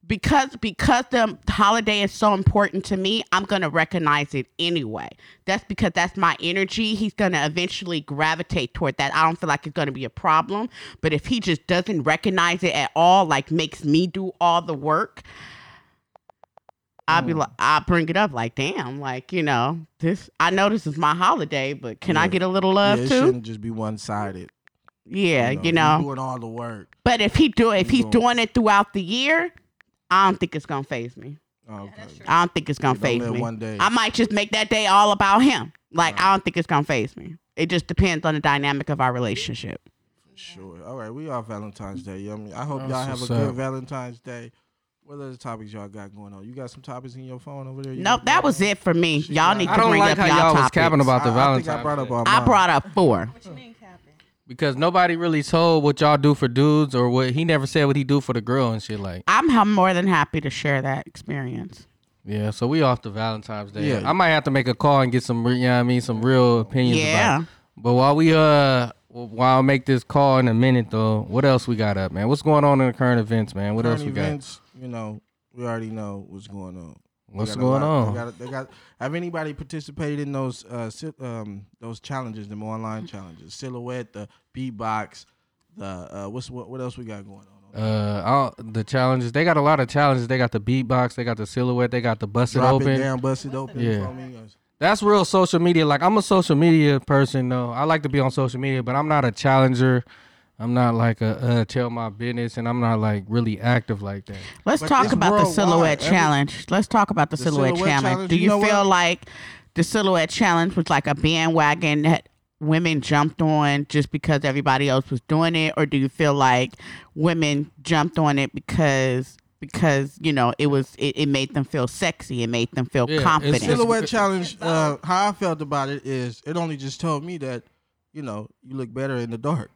D: because because the holiday is so important to me i'm gonna recognize it anyway that's because that's my energy he's gonna eventually gravitate toward that i don't feel like it's gonna be a problem but if he just doesn't recognize it at all like makes me do all the work I'll
F: Mm.
D: be like, I'll bring it up like, damn, like, you know, this, I know this is my holiday, but can I
F: Yeah.
D: get a little
F: yeah,
D: love
F: it
D: too?
F: shouldn't just be one sided.
D: Yeah, you know.
F: doing all the work.
D: But if he do if
F: You
D: he's
F: gonna-
D: doing it throughout the year, I don't think it's gonna phase me.
F: Oh, okay.
G: that's true.
D: I don't think it's gonna
F: Don't
D: phase
F: let
D: me.
F: one day-
D: I might just make that day all about him. Like I don't think it's gonna phase me. It just depends on the dynamic of our relationship.
F: Sure. All right, we are Valentine's Day. You know what I mean? I hope
H: That's
F: y'all have a
H: what's
F: good
H: up.
F: Valentine's Day. What other topics y'all got going on? You got some topics in your phone over there? You
D: Nope,
F: got-
D: that was it for me.
F: She
D: y'all
F: got-
D: need to
B: I don't
D: bring
B: like
D: up
B: how
D: y'all
B: y'all was
D: topics.
B: capping about the
F: I, I
B: Valentine's.
F: think I brought up
B: Day.
F: all
D: I
F: mine.
D: brought up four.
G: What you mean, Captain?
B: because nobody really told what y'all do for dudes or what he never said what he do for the girl and shit like.
D: I'm ha- more than happy to share that experience.
B: Yeah, so we off the Valentine's Day.
F: Yeah.
B: I might have to make a call and get some, re- you know what I mean, some real opinions.
D: Yeah.
B: About it. But while we uh, while I make this call in a minute though, what else we got up, man? What's going on in the current events, man? What
F: Current
B: else we
F: events, you know, we already know what's going on.
B: got? What's
F: They got a
B: going
F: lot-
B: on?
F: They got, they got, have anybody participated in those uh, si- um, those challenges, them online challenges? Silhouette, the beatbox, the uh, what's what, what else we got going on?
B: uh, all, the challenges. They got a lot of challenges. They got the beatbox. They got the silhouette. They got the bust it
F: Drop
B: open.
F: it down, bust it open
B: Yeah.
F: for me. uh,
B: That's real social media. Like I'm a social media person though. I like to be on social media, but I'm not a challenger. I'm not like a uh, tell my business, and I'm not like really active like that.
D: Let's
F: But
D: talk
F: it's
D: about the
F: worldwide.
D: silhouette
F: Every-
D: challenge. Let's talk about the,
F: The
D: silhouette,
F: silhouette
D: challenge.
F: challenge,
D: Do
F: you
D: you,
F: know
D: feel
F: what?
D: like the silhouette challenge was like a bandwagon that women jumped on just because everybody else was doing it, or do you feel like women jumped on it because because you know it was it, it made them feel sexy, it made them feel
B: Yeah, it's
D: confident.
B: Yes,
F: Silhouette
B: because-
F: challenge. Uh, how I felt about it is, it only just told me that, you know, you look better in the dark.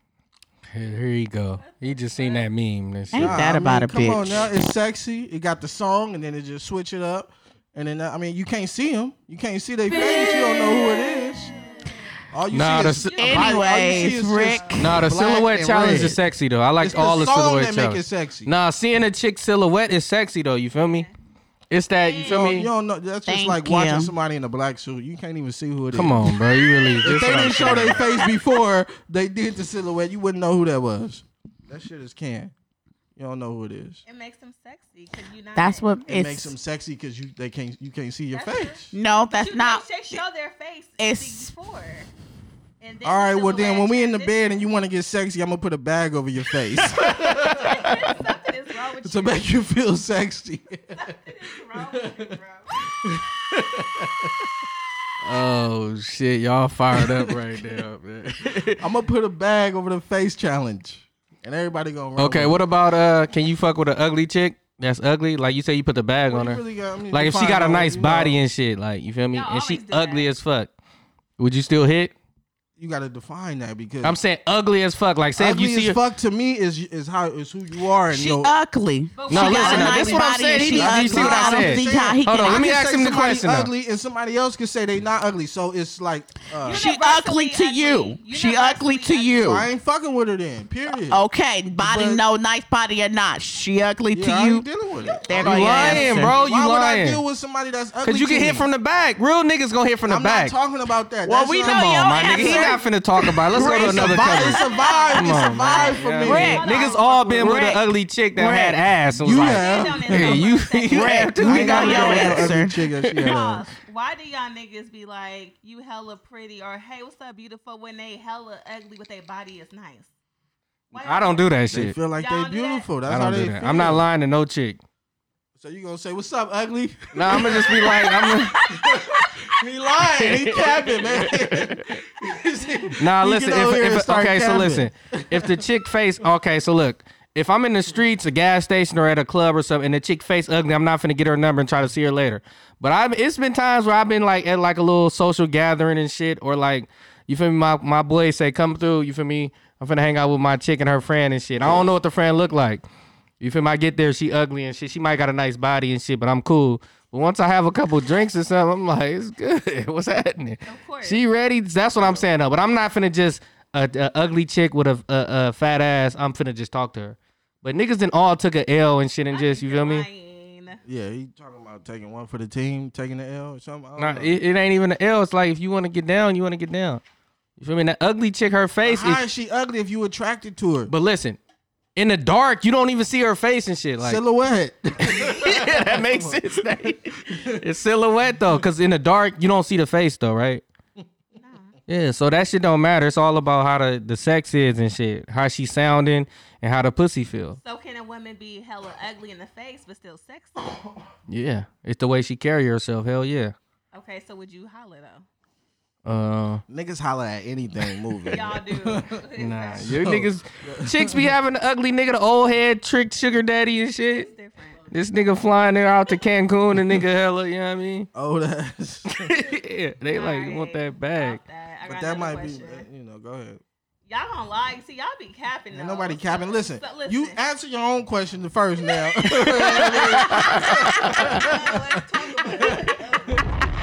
B: Here, here you go. You just seen that meme. That shit.
D: Ain't that about a
F: come on
D: bitch.
F: now, it's sexy. It got the song, and then it just switch it up, and then I mean, you can't see them. You can't see their face. You don't know who it is. All you
B: Nah,
F: see
B: the
F: is
B: si-
F: a body- all you see
D: Anyways,
F: is just-
D: Rick.
B: Nah, the
F: Black
B: silhouette
F: and
B: challenge
F: red.
B: is sexy though. I like
F: It's the
B: all the,
F: song
B: silhouette
F: that make it
B: challenge.
F: sexy.
B: Nah, seeing a chick silhouette is sexy though. You feel me? It's that. You
F: You
B: feel
F: don't, you
B: me?
F: don't know. That's just
D: Thank
F: like watching
D: you.
F: somebody in a black suit. You can't even see who it is.
B: Come on, bro. You really.
F: If
B: Just
F: they
B: what I'm
F: didn't show
B: saying.
F: their face before they did the silhouette, you wouldn't know who that was. That shit is can. You don't know who it is.
G: It makes them sexy because you not.
D: That's what
F: It
D: it's.
F: makes them sexy because you they can't you can't see your
G: That's true.
F: face.
D: no,
G: But
D: that's
G: you
D: not.
G: They show their face
D: it's-
G: before. And then
F: All right,
G: the
F: well then, when we in the
G: silhouette
F: bed and you want to get sexy, I'm gonna put a bag over your face
G: transition, Something is wrong with
F: to
G: you.
F: make you feel sexy.
G: Something is wrong with you, bro.
B: Oh shit, y'all fired up right now, man.
F: I'm gonna put a bag over the face challenge, and everybody gonna run
B: Okay,
F: with
B: what about uh? Can you fuck with an ugly chick? That's ugly. Like you say, you put the bag
F: it.
B: on
F: You
B: her.
F: really got- I mean,
B: like
F: you
B: if she
F: find
B: got a
F: out,
B: nice
F: you know,
B: body and shit, like you feel me,
G: Y'all
B: and she
G: always do
B: ugly
G: that.
B: as fuck, would you still hit?
F: you gotta define that because
B: I'm saying ugly as fuck. Like say
F: ugly
B: if you see
F: as
B: her,
F: fuck to me is is how is who you are and
D: She
F: your
D: ugly.
G: But
B: No,
G: we
B: listen,
G: got a
B: now,
G: nice
B: this what I'm
G: body
B: saying.
G: and
D: and
B: He-
G: she
D: she
B: you
D: ugly.
B: see what I
D: I don't
B: said?
D: see how he
B: Hold
D: can
B: on, let
F: I
B: me
F: can
B: ask
F: say
B: him the
F: somebody
B: question, though.
F: Ugly and somebody else can say they not ugly, so it's like uh,
D: She ugly to you.
G: Universally
D: She ugly to
G: ugly.
D: you.
F: I ain't fucking with her then. Period.
D: Okay, body
F: But-
D: no, nice body or not, she ugly
F: yeah,
D: to
F: I
D: you.
F: ain't dealing with it.
D: There
F: Why
D: go
B: you
D: your
B: lying,
D: answer.
B: bro. Oh, You
F: would I
B: lying.
F: deal with somebody that's ugly?
B: Cause you
F: to
B: get hit
F: me?
B: from the back. Real niggas gonna hit from the
F: I'm
B: back.
F: not talking about that.
D: Well,
F: That's
D: we
F: not-
D: know
B: Come
D: No,
B: on,
D: y'all
B: my
D: ain't
B: nigga. He
D: answer.
B: not finna talk about. It. Let's go to
F: It's a
B: another
F: vibe. It's
B: cover.
F: a vibe.
B: Come
F: It's a
B: on,
F: vibe for me.
D: Rick.
G: Hold on.
B: Niggas all been with
D: Rick.
B: an ugly chick that
D: Rick.
B: had ass and was
F: You
B: like,
F: have.
G: Don't answer
B: "Hey,
G: my
B: you,
G: question.
B: you have too."
D: We
B: nigga.
D: got
B: I
F: ain't
D: your
F: dealing with no
D: answer.
F: ugly chick that she had
G: Y'all,
F: ass.
G: why do y'all niggas be like, you hella pretty or hey, what's up, beautiful, when they hella ugly, but their body is nice? Why
B: I don't do that
F: They
B: shit.
F: feel like
G: Y'all
F: they
G: do that?
F: beautiful. That's
B: I
F: how
B: don't
F: they
B: do that.
F: feel.
B: I'm not lying to no chick.
F: So you gonna say, "What's up, ugly?"
B: No, I'm gonna just be like, I'm gonna,
F: he lying. He capping, man.
B: Nah,
F: You
B: listen.
F: get over here
B: If,
F: and
B: if,
F: start
B: okay, so
F: capping.
B: listen. If the chick face, okay, so look. If I'm in the streets, a gas station, or at a club or something, and the chick face ugly, I'm not finna get her number and try to see her later. But I've it's been times where I've been like at like a little social gathering and shit, or like you feel me. My my boy say come through. You feel me? I'm finna hang out with my chick and her friend and shit. I don't know what the friend look like. You feel me? I get there, she ugly and shit. She might got a nice body and shit, but I'm cool. But once I have a couple drinks or something, I'm like, it's good. What's happening? Of
G: course.
B: She ready? That's what I'm saying though. But I'm not finna just a, a ugly chick with a, a a fat ass. I'm finna just talk to her. But niggas then all took a L and shit and just you feel me?
G: Lying.
F: yeah, he talking about taking one for the team, taking the L or something. I don't
B: Nah,
F: know.
B: it, it ain't even an L. It's like if you want to get down, you want to get down. You feel me? That ugly chick, her face.
F: How
B: Is,
F: is she ugly if you attracted to her?
B: but listen, in the dark, you don't even see her face and shit. Like
F: Silhouette.
B: yeah, that makes sense. Nate. it's silhouette though, because in the dark you don't see the face though, right? Yeah, so that shit don't matter. It's all about how the, the sex is and shit, how she sounding and how the pussy feel.
G: So can a woman be hella ugly in the face but still sexy?
B: Yeah, it's the way she carry herself. Hell yeah.
G: Okay, so would you holler though?
B: Uh,
F: Niggas holler at anything moving.
G: Y'all do.
B: nah, your niggas, chicks be having an ugly nigga, the old head trick sugar daddy and shit.
G: Different.
B: This nigga flying there out to Cancun and nigga hella, you know what I mean?
F: Oh, that's.
B: yeah, they like want that bag.
G: Stop that. I
F: But
G: got
F: that might
G: question.
F: be, uh, you know, go ahead.
G: Y'all don't like. See, y'all be capping.
F: Ain't
G: though.
F: nobody
G: So-
F: capping. Listen,
G: so listen.
F: you answer your own question the first now.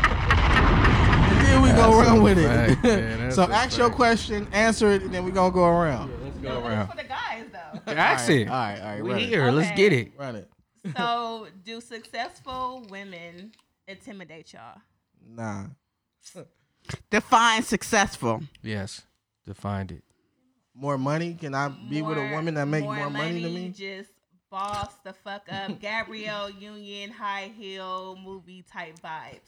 F: And then we go around with
B: fact. Yeah,
F: it.
B: that's
F: so
B: a
F: ask your
B: fact.
F: question, answer it, and then we're going to go around.
B: Go
G: That's
B: around.
G: for the guys though.
B: That's
F: all right,
B: it.
F: All right, all right.
B: We
F: run
B: here.
F: It.
B: Let's
G: Okay.
B: get it.
F: Run it.
G: so, do successful women intimidate y'all?
F: Nah.
D: Define successful.
B: Yes. Defined it.
F: More money? Can I be with a woman that make more, money, than me?
G: Just boss the fuck up, Gabrielle Union, high heel movie type vibes.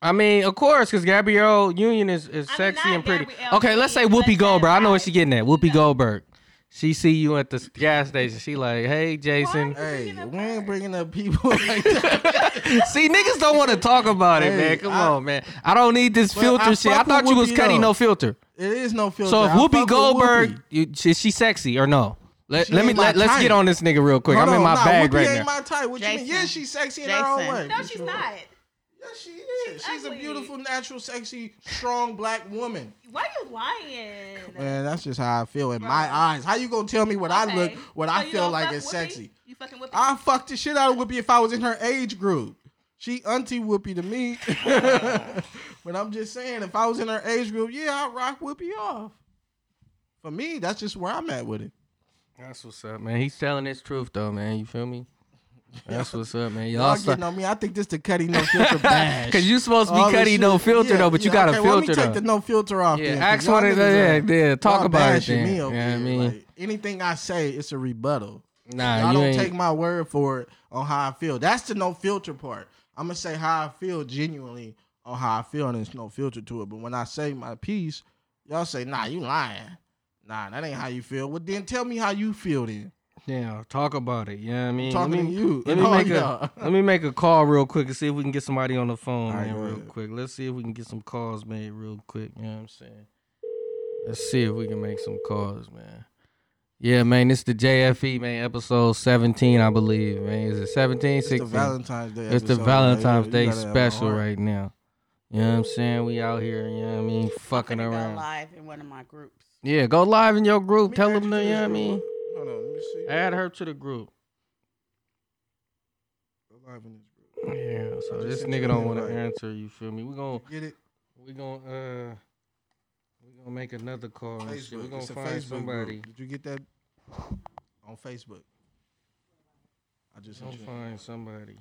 B: I mean, of course, because Gabrielle Union is, is
G: I mean,
B: sexy
G: not
B: and pretty.
G: Gabrielle
B: okay, let's say
G: Union, but
B: Whoopi
G: that
B: Goldberg. I know what
G: vibe.
B: she getting at. Whoopi Goldberg. She see you at the gas station. She like, hey, Jason.
G: Why?
F: Hey,
G: Bringing up
F: we
G: her.
F: ain't bringing up people like that.
B: see, niggas don't want to talk about it,
F: Hey,
B: man. Come
F: I-
B: on, man. I don't need this
F: Well,
B: filter
F: I
B: shit. I
F: fuck with
B: thought you was
F: Whoopi,
B: cutting
F: though.
B: no filter.
F: It is no filter.
B: So if
F: I fuck
B: Whoopi
F: with
B: Goldberg,
F: Whoopi.
B: you, is she sexy or no? Let,
F: She
B: let me
F: ain't my
B: let, let's get
F: type.
B: on this nigga real quick.
F: Hold
B: I'm in
F: on,
B: my
F: nah,
B: bag
F: Whoopi
B: right
F: ain't
B: now.
F: my type. What you mean?
D: Jason.
F: Yeah, she's sexy in her own
D: Jason.
F: way.
G: No, she's not.
F: Yeah, she is. She's a
G: ugly.
F: beautiful, natural, sexy, strong black woman.
G: Why you lying?
F: Man, that's just how I feel in my eyes. How you gonna tell me what I look,
G: Okay.
F: what
G: So
F: I
G: you
F: feel
G: don't
F: like
G: fuck
F: is
G: Whoopi?
F: sexy?
G: You fucking with
F: I fuck the shit out of Whoopi if I was in her age group. She auntie Whoopi to me. but I'm just saying, if I was in her age group, yeah, I'd rock Whoopi off. For me, that's just where I'm at with it.
B: That's what's up, man. He's telling his truth though, man. You feel me? That's what's up, man.
F: Y'all
B: Y'all start
F: getting on me. I think this the Cuddy No Filter bash.
B: because you supposed to
F: All
B: be
F: this
B: cutting no
F: shit.
B: filter
F: Yeah,
B: though, but you
F: yeah,
B: got
F: okay,
B: a
F: well, let me
B: filter
F: take the
B: though.
F: no filter off.
B: Yeah,
F: then, 'cause
B: ask
F: y'all
B: one of
F: niggas
B: the yeah,
F: are-
B: yeah. Talk
F: y'all
B: about it.
F: bashing
B: Then.
F: Me
B: You know
F: over
B: what I
F: here.
B: mean?
F: Like, anything I say, it's a rebuttal.
B: nah,
F: Y'all
B: you
F: don't
B: ain't.
F: take my word for it on how I feel. That's the no filter part. I'm gonna say how I feel genuinely on how I feel, and there's no filter to it. But when I say my piece, y'all say, "Nah, you lying. Nah, that ain't how you feel." Well, then tell me how you feel. Then
B: yeah, talk about it. You know what I mean?
F: talking
B: let me,
F: to you.
B: Let me
F: Oh,
B: make
F: yeah.
B: a let me make a call real quick and see if we can get somebody on the phone,
F: Alright,
B: man,
F: go
B: real
F: ahead.
B: quick. Let's see if we can get some calls made real quick. You know what I'm saying? Let's see if we can make some calls, man. Yeah, man, this the JFE, man, episode 17, I believe, man. Is it 17,
F: it's the
B: 16?
F: Valentine's Day.
B: It's the
F: episode, man. You-
B: Valentine's
F: you
B: Day
F: gotta have a
B: special
F: heart.
B: right now. You know what I'm saying? We out here, you know what I mean? Fucking
D: Finna
B: around.
D: Go live in one of my groups.
B: Yeah, go live in your group.
F: Let me
B: Tell
F: add
B: them,
F: you
B: the,
F: to
B: you know what
F: this
B: I
F: real
B: mean?
F: quick. Hold on, let me see.
B: Add her to the group.
F: Go live in this group.
B: Yeah, so
F: just
B: this
F: sent you
B: nigga
F: an
B: don't want to
F: invite.
B: answer, you feel me? we gon'
F: Get it?
B: we gon' uh, we gonna make another call and shit.
F: Facebook.
B: we gonna
F: it's a
B: find
F: Facebook
B: somebody.
F: Group. Did you get that on Facebook? I just
B: Gonna
F: sent you.
B: find somebody.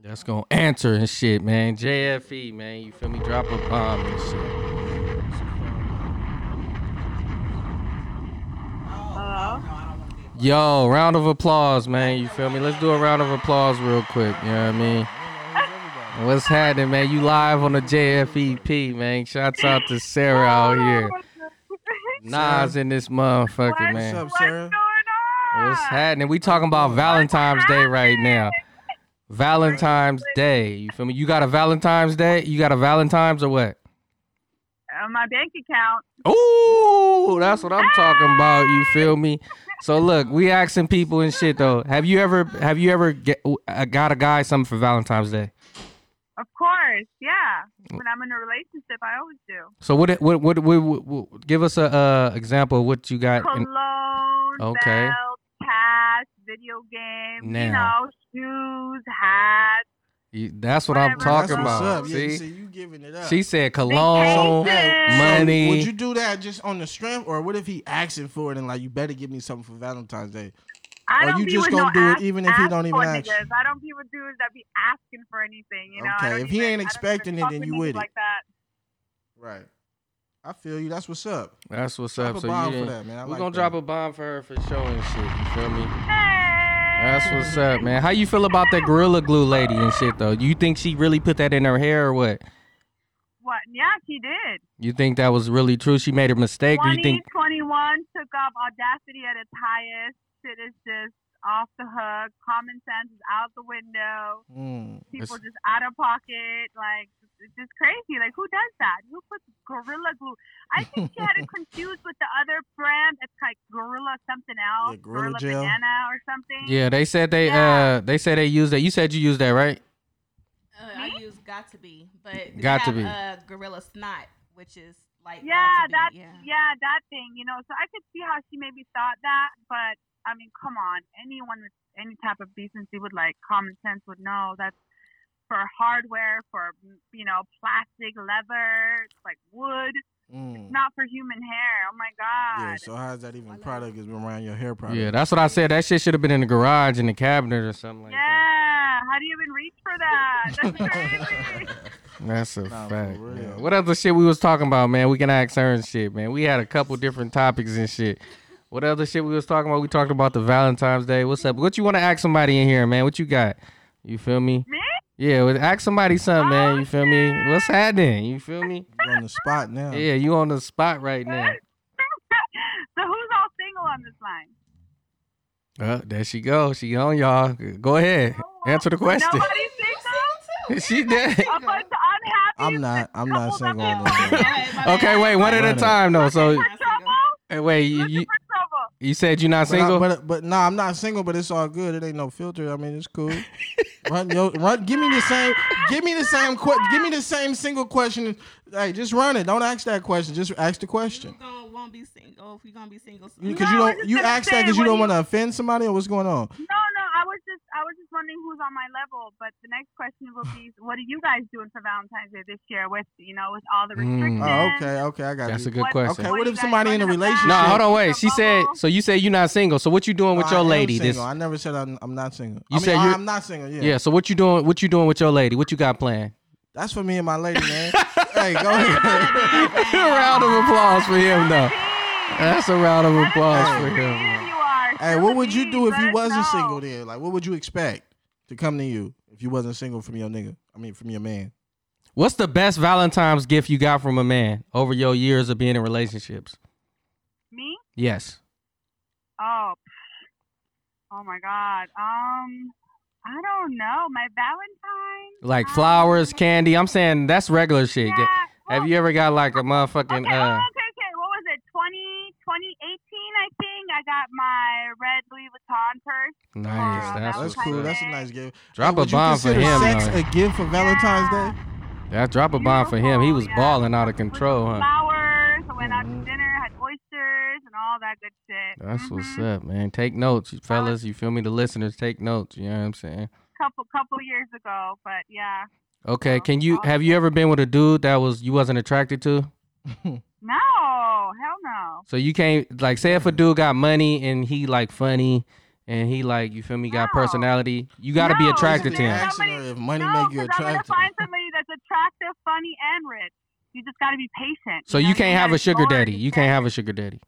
B: That's gonna answer and shit, man. JFE, man, you feel me? Drop a bomb and shit. Yo, round of applause, man. You feel me? Let's do a round of applause real quick. You know what I mean? What's happening, man? E You live on the JFEP, man. Shouts out to Sarah out here. Nas in this motherfucker,
F: What's
B: man.
F: up, Sarah?
B: What's happening? We talking about Valentine's Day right now. Valentine's Day. You feel me? You got a Valentine's Day? You got a Valentine's or what?
H: on my bank account.
B: Ooh, that's what I'm talking about. You feel me? So look, we asking people and shit though. Have you ever have you ever get, uh, got a guy something for Valentine's Day?
H: Of course, yeah. When I'm in a relationship, I always do.
B: So what it- what what, what, what, what- give us a uh, example of what you got? in-
H: Cologne,
B: Okay.
H: bells, cash, video games, you
B: Now.
H: know, shoes, hats,
B: you- that's what I'm
H: Whatever.
F: That's
B: talking
F: what's
B: about.
F: up. Yeah, you,
B: See,
F: see, you giving it up.
B: she said cologne,
H: Vacation.
B: money.
F: Would you do that just on the strength, or what if he asking for it and like you better give me something for Valentine's Day?
H: I
F: Or
H: don't
F: you
H: be
F: just
H: with
F: gonna
H: no
F: do it
H: ask-
F: even if he
H: ask
F: don't even
H: for
F: ask you?
H: Niggas. I don't be with dudes that be asking for anything, you know. I
F: Okay,
H: don't
F: if he
H: even-
F: ain't
H: I don't even
F: expecting it,
H: fuck
F: then
H: with
F: you
H: niggas
F: with it.
H: Like that.
F: Right. I feel you. That's what's up.
B: That's what's
F: Drop
B: up.
F: a
B: So
F: bomb
B: you
F: for
B: didn't-
F: that, man. I
B: we
F: like
B: gonna
F: that.
B: drop a bomb for her for showing shit. You feel me?
H: Hey,
B: That's what's up, man. How you feel about that gorilla glue lady and shit though? You think she really put that in her hair or what?
H: what? Yeah, she did.
B: You think that was really true? She made a mistake, or you think?
H: 2021 took up audacity at its highest. Shit is just off the hook. Common sense is out the window.
F: Mm.
H: People
B: It's-
H: just out of pocket. Like it's just crazy. Like who does that? Who puts gorilla glue? I think she had it confused with the other brand. It's like gorilla something else.
F: Yeah, Gorilla Gel.
H: banana or something.
B: Yeah, they said they
H: Yeah.
B: uh they said they used that. You said you used that, right?
G: Uh,
H: Hmm?
G: I use got to be, but
B: Got to
G: got to
B: be.
G: be uh, gorilla snot, which is like Got
H: Yeah,
G: to Be,
H: that's
G: yeah.
H: yeah. that thing, you know. So I could see how she maybe thought that, but I mean, come on, anyone with any type of decency would like common sense would know that's for hardware, for you know, plastic, leather, it's like wood,
F: Mm.
H: not for human hair. Oh my
F: Yeah,
H: god.
F: so how's that even product has been around your hair product?
B: Yeah, that's what I said. That shit should have been in the garage, in the cabinet, or something like that.
H: Yeah, how do you even reach for that? That's crazy.
B: That's a
F: for
B: fact.
F: real.
B: man. What other shit we was talking about, man? We can ask her and shit, man. We had a couple different topics and shit. What other shit we was talking about? We talked about the Valentine's Day. What's up? What you want to ask somebody in here, man? What you got? You feel me?
H: Me?
B: Yeah, well, ask somebody something, man. You feel me? What's happening? You feel me?
F: You're on the spot now.
B: Yeah, you on the spot right now.
H: so who's all single on this line?
B: Uh, there she go. She on y'all. Go ahead.
H: Oh,
B: Answer the question.
H: Nobody's single.
B: she did.
H: A bunch of unhappy.
F: I'm not. I'm not
H: couples out
F: single on
H: there.
F: this. one.
G: Okay, my
B: Okay,
G: bad.
B: wait, one at a
F: Right.
B: time though. So
H: For trouble.
B: hey, wait, you
H: Looking
B: you,
H: for trouble.
B: you said you're not
F: But I-
B: single.
F: But but nah, I'm not single. But it's all good. It ain't no filter. I mean, it's cool. run yo, run. Give me the same. Give me the same. Que- give me the same single question. Hey, just run it. Don't ask that question. Just ask the question.
G: You gonna won't be single if you gonna be single. soon.
F: Because
H: No, I
F: you
H: was
F: don't.
H: just
F: You
H: gonna
F: ask that
H: say,
F: because you
H: what
F: don't
H: do
F: want to
H: you-
F: offend somebody. Or what's going on?
H: No,
F: Oh,
H: no, I was just I was just wondering who's on my level. But the next question will be, what are you guys doing for Valentine's Day this year? With you know, with all the
B: Mm.
H: restrictions.
F: Oh, okay, okay, I got
B: That's
F: you.
B: a good question.
F: Okay, what
H: are
F: if
H: you guys
F: somebody in a
H: running
F: relationship-
B: No,
H: about?
F: shit.
B: hold on, wait. She said.
H: Bubble?
B: So you said you're not single. So what you doing with your
F: No, I am
B: lady? This.
F: single. I never said I'm, I'm not single.
B: You
F: I
B: said
F: mean, oh,
B: you're-
F: I'm not single. Yeah.
B: Yeah. So what you doing? What you doing with your lady? What you got planned?
F: That's for me and my lady, man. hey, go ahead.
B: round of applause for him though. That's a round of applause for him. man.
H: You are.
F: hey,
H: Share
F: what
H: with
F: would you
H: me.
F: do if
H: Let
F: you
H: us
F: wasn't
H: know.
F: single? Then, like, what would you expect to come to you if you wasn't single from your nigga? I mean, from your man.
B: What's the best Valentine's gift you got from a man over your years of being in relationships?
H: Me?
B: Yes.
H: Oh. Oh my God. Um, I don't know. My Valentine.
B: Like flowers, candy. I'm saying that's regular shit.
H: Yeah.
B: Get- Have
H: well,
B: you ever got like a
H: Okay,
B: motherfucking uh
H: oh, okay, okay. What was it? 20, 2018, I think. I got my red Louis Vuitton purse.
B: nice, that's,
F: That's
B: what's
H: Valentine's
F: cool.
B: up.
F: That's a
H: Day.
F: nice gift.
B: Drop
F: Hey,
B: a
F: would you
B: bomb for
F: consider
B: him.
F: Sex
B: though.
F: a gift for Valentine's Day?
B: Yeah, drop a bomb for him. He was
H: Beautiful, yeah.
B: balling out of
H: With
B: control, huh?
H: Flowers. I went out to dinner, had oysters, and all that good shit.
B: That's what's
H: Mhm.
B: up, man. Take notes, you fellas. You feel me? The listeners, take notes. You know what I'm saying?
H: Couple, couple years ago, but yeah.
B: Okay. Can you have you ever been with a dude that was you wasn't attracted to?
H: No, hell no.
B: So you can't like say if a dude got money and he like funny and he like you feel me got
H: No.
B: personality, you got to be
H: No,
B: attracted
H: it's
B: to him.
H: not.
F: Action or if money
H: no,
F: make you
H: 'cause I'm gonna
F: attractive.
H: find somebody that's attractive, funny, and rich. You just gotta be patient.
B: So you
H: know,
B: can't have
H: gotta
B: a sugar
H: explore
B: daddy.
H: these
B: You can't have a
H: things.
B: sugar daddy.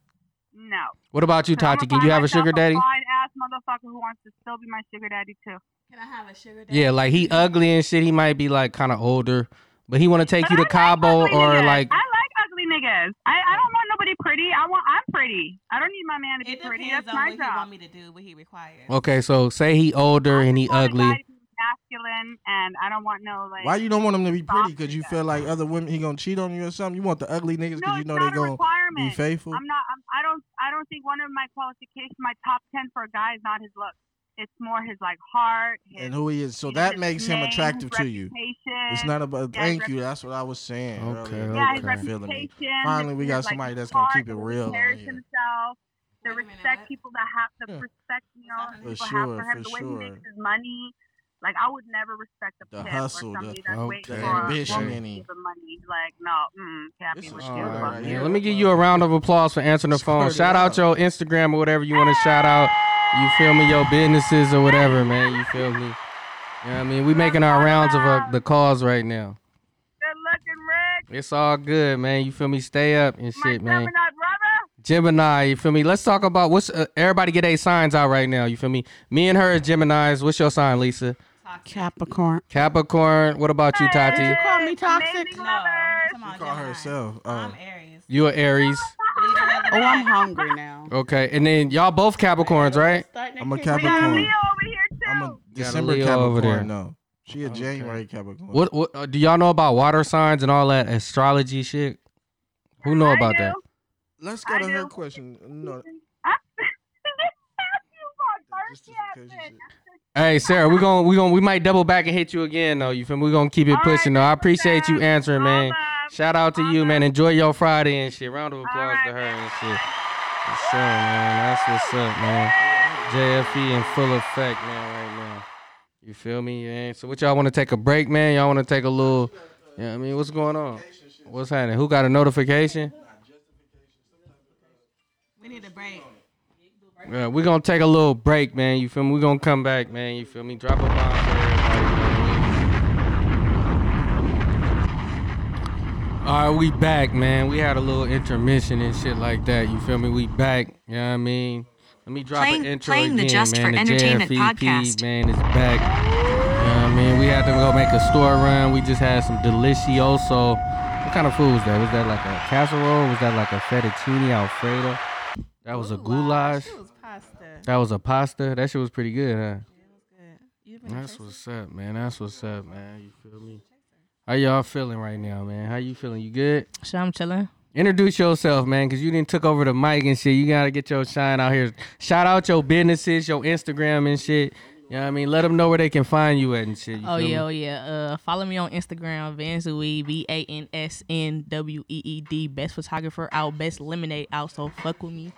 H: No.
B: What about you, Tati? Can you have a sugar daddy?
H: Fine ass motherfucker who wants to still be my sugar daddy too.
G: Can I have a sugar daddy?
B: Yeah, like he ugly and shit. He might be like kind of older, but he want to take
H: But
B: you to
H: I like
B: Cabo
H: ugly
B: or
H: niggas.
B: like
H: I like ugly niggas. I, I don't want nobody pretty. I want. I'm pretty. I don't need my man to be
G: It
H: pretty.
G: depends
H: That's
G: on
H: my
G: what he
H: job.
G: want me to do, what he requires.
B: Okay, so say he older and he
H: I want a guy
B: ugly.
H: to be masculine, and I don't want no like.
F: Why you don't want him to be pretty?
H: Soft
F: Because you
H: nigga.
F: feel like other women he gonna cheat on you or something. You want the ugly niggas
H: No,
F: because you
H: it's
F: know
H: not
F: they
H: a
F: gonna be
H: requirement.
F: faithful.
H: I'm not. I'm, I don't. I don't think one of my qualifications, my top ten for a guy, is not his looks. It's more his like heart. His,
F: And who he is, so
H: you know,
F: that
H: his
F: makes him
H: name,
F: attractive
H: his
F: to you.
H: reputation.
F: It's not about.
H: Yeah, his
F: Thank you. That's what I was saying.
B: Okay,
F: earlier.
H: Yeah,
B: okay.
H: his
F: You're feeling me.
H: reputation.
F: Finally, we
H: his,
F: got
H: like,
F: somebody that's
H: his
F: gonna
H: heart,
F: keep it
H: the way
F: real
H: He
F: on
H: carries
F: here.
H: himself. The
G: Wait a minute,
H: respect
G: what?
H: people that have the
F: Yeah.
H: respect, you know,
G: For
H: people
F: sure,
H: have for him.
F: for
H: the way
F: sure.
H: he makes his money. Like I would never respect a
F: The
H: pimp
F: hustle,
H: or
F: the-
H: somebody that's waiting
B: okay.
H: for a
B: Ambition.
H: woman to
F: Any.
H: give him money. Like no, mm, happy
F: This
H: with
F: is
H: you.
F: all right,
H: fuck
F: right
H: you.
F: here.
B: Yeah, let me give you a round of applause for answering the phone.
F: Squirt it
B: Shout out
F: out.
B: your Instagram or whatever you want to shout out. You feel me? Your businesses or whatever, man. You feel me? Yeah, I mean, we making our rounds of uh, the calls right now.
H: Good looking, Rick.
B: It's all good, man. You feel me? Stay up and
H: My
B: shit, man.
H: Gemini brother.
B: Gemini, you feel me? Let's talk about what's uh, everybody get their signs out right now. You feel me? Me and her is Gemini's. What's your sign, Lisa?
G: Toxic.
D: Capricorn.
B: Capricorn. What about you,
D: Did you
B: Tati?
D: call me toxic?
H: Amazing
G: No,
H: lovers.
G: come on,
F: She called
G: Gemini.
F: herself.
G: I'm
F: Oh.
G: Aries.
B: You a Aries.
G: Leave another
D: Oh, I'm
G: man.
D: hungry now.
B: Okay, and then y'all both Capricorns, right?
F: I'm a
H: We got
F: Capricorn.
H: Leo over here too.
F: I'm a December
B: Leo over there.
F: Capricorn. No, she a January Capricorn.
B: What what uh, do y'all know about water signs and all that astrology shit? Who know
H: I
B: about
H: do.
B: that?
F: Let's go
H: I
F: to her
H: do.
F: question. No,
H: I'm- You fuck,
F: Just in
H: yes,
F: case you
H: bitch.
F: said-
B: Hey Sarah, we gon' we gon' we might double back and hit you again though. You feel me? We gonna keep it
H: All right,
B: pushing though. I
H: double
B: appreciate you
H: back.
B: answering, man.
H: All
B: Shout out to you,
H: All
B: man.
H: right.
B: Enjoy your Friday and shit. Round of
H: All
B: applause
H: right,
B: to her
H: man.
B: and shit. What's up, man? That's what's up, man. JFE in full effect, man, right now. You feel me, man? So what y'all want to take a break, man? Y'all want to take a little? Yeah, I mean, what's going on? What's happening? Who got a notification?
G: We need a break.
B: Yeah, we're gonna take a little break, man. You feel me? We're gonna come back, man. You feel me? Drop a bomb for everybody. man. All right, we back, man. We had a little intermission and shit like that. You feel me? We back. You know what I mean? Let me drop
A: Playing-
B: an intro
A: playing the
B: again,
A: Just
B: man.
A: for
B: the
A: Entertainment
B: JFEP,
A: podcast.
B: man, is back. You know what I mean? We had to go make a store run. We just had some delicioso. What kind of food was that? Was that like a casserole? Was that like a fettuccine alfredo? That was a
G: Ooh, wow,
B: goulash.
G: She was pasta.
B: That was a pasta. That shit was pretty good, huh?
G: Good. You been
B: That's
G: chasing-
B: what's up, man. That's what's up, man. You feel me? How y'all feeling right now, man? How you feeling? You good?
I: So I'm chilling.
B: Introduce yourself, man, because you didn't took over the mic and shit. You gotta get your shine out here. Shout out your businesses, your Instagram and shit. You know what I mean? Let them know where they can find you at and shit. You
I: Oh
B: feel me?
I: yeah, oh yeah. Uh, follow me on Instagram, Vanzweed, V A N S N W E E D. Best photographer out, best lemonade out. So fuck with me.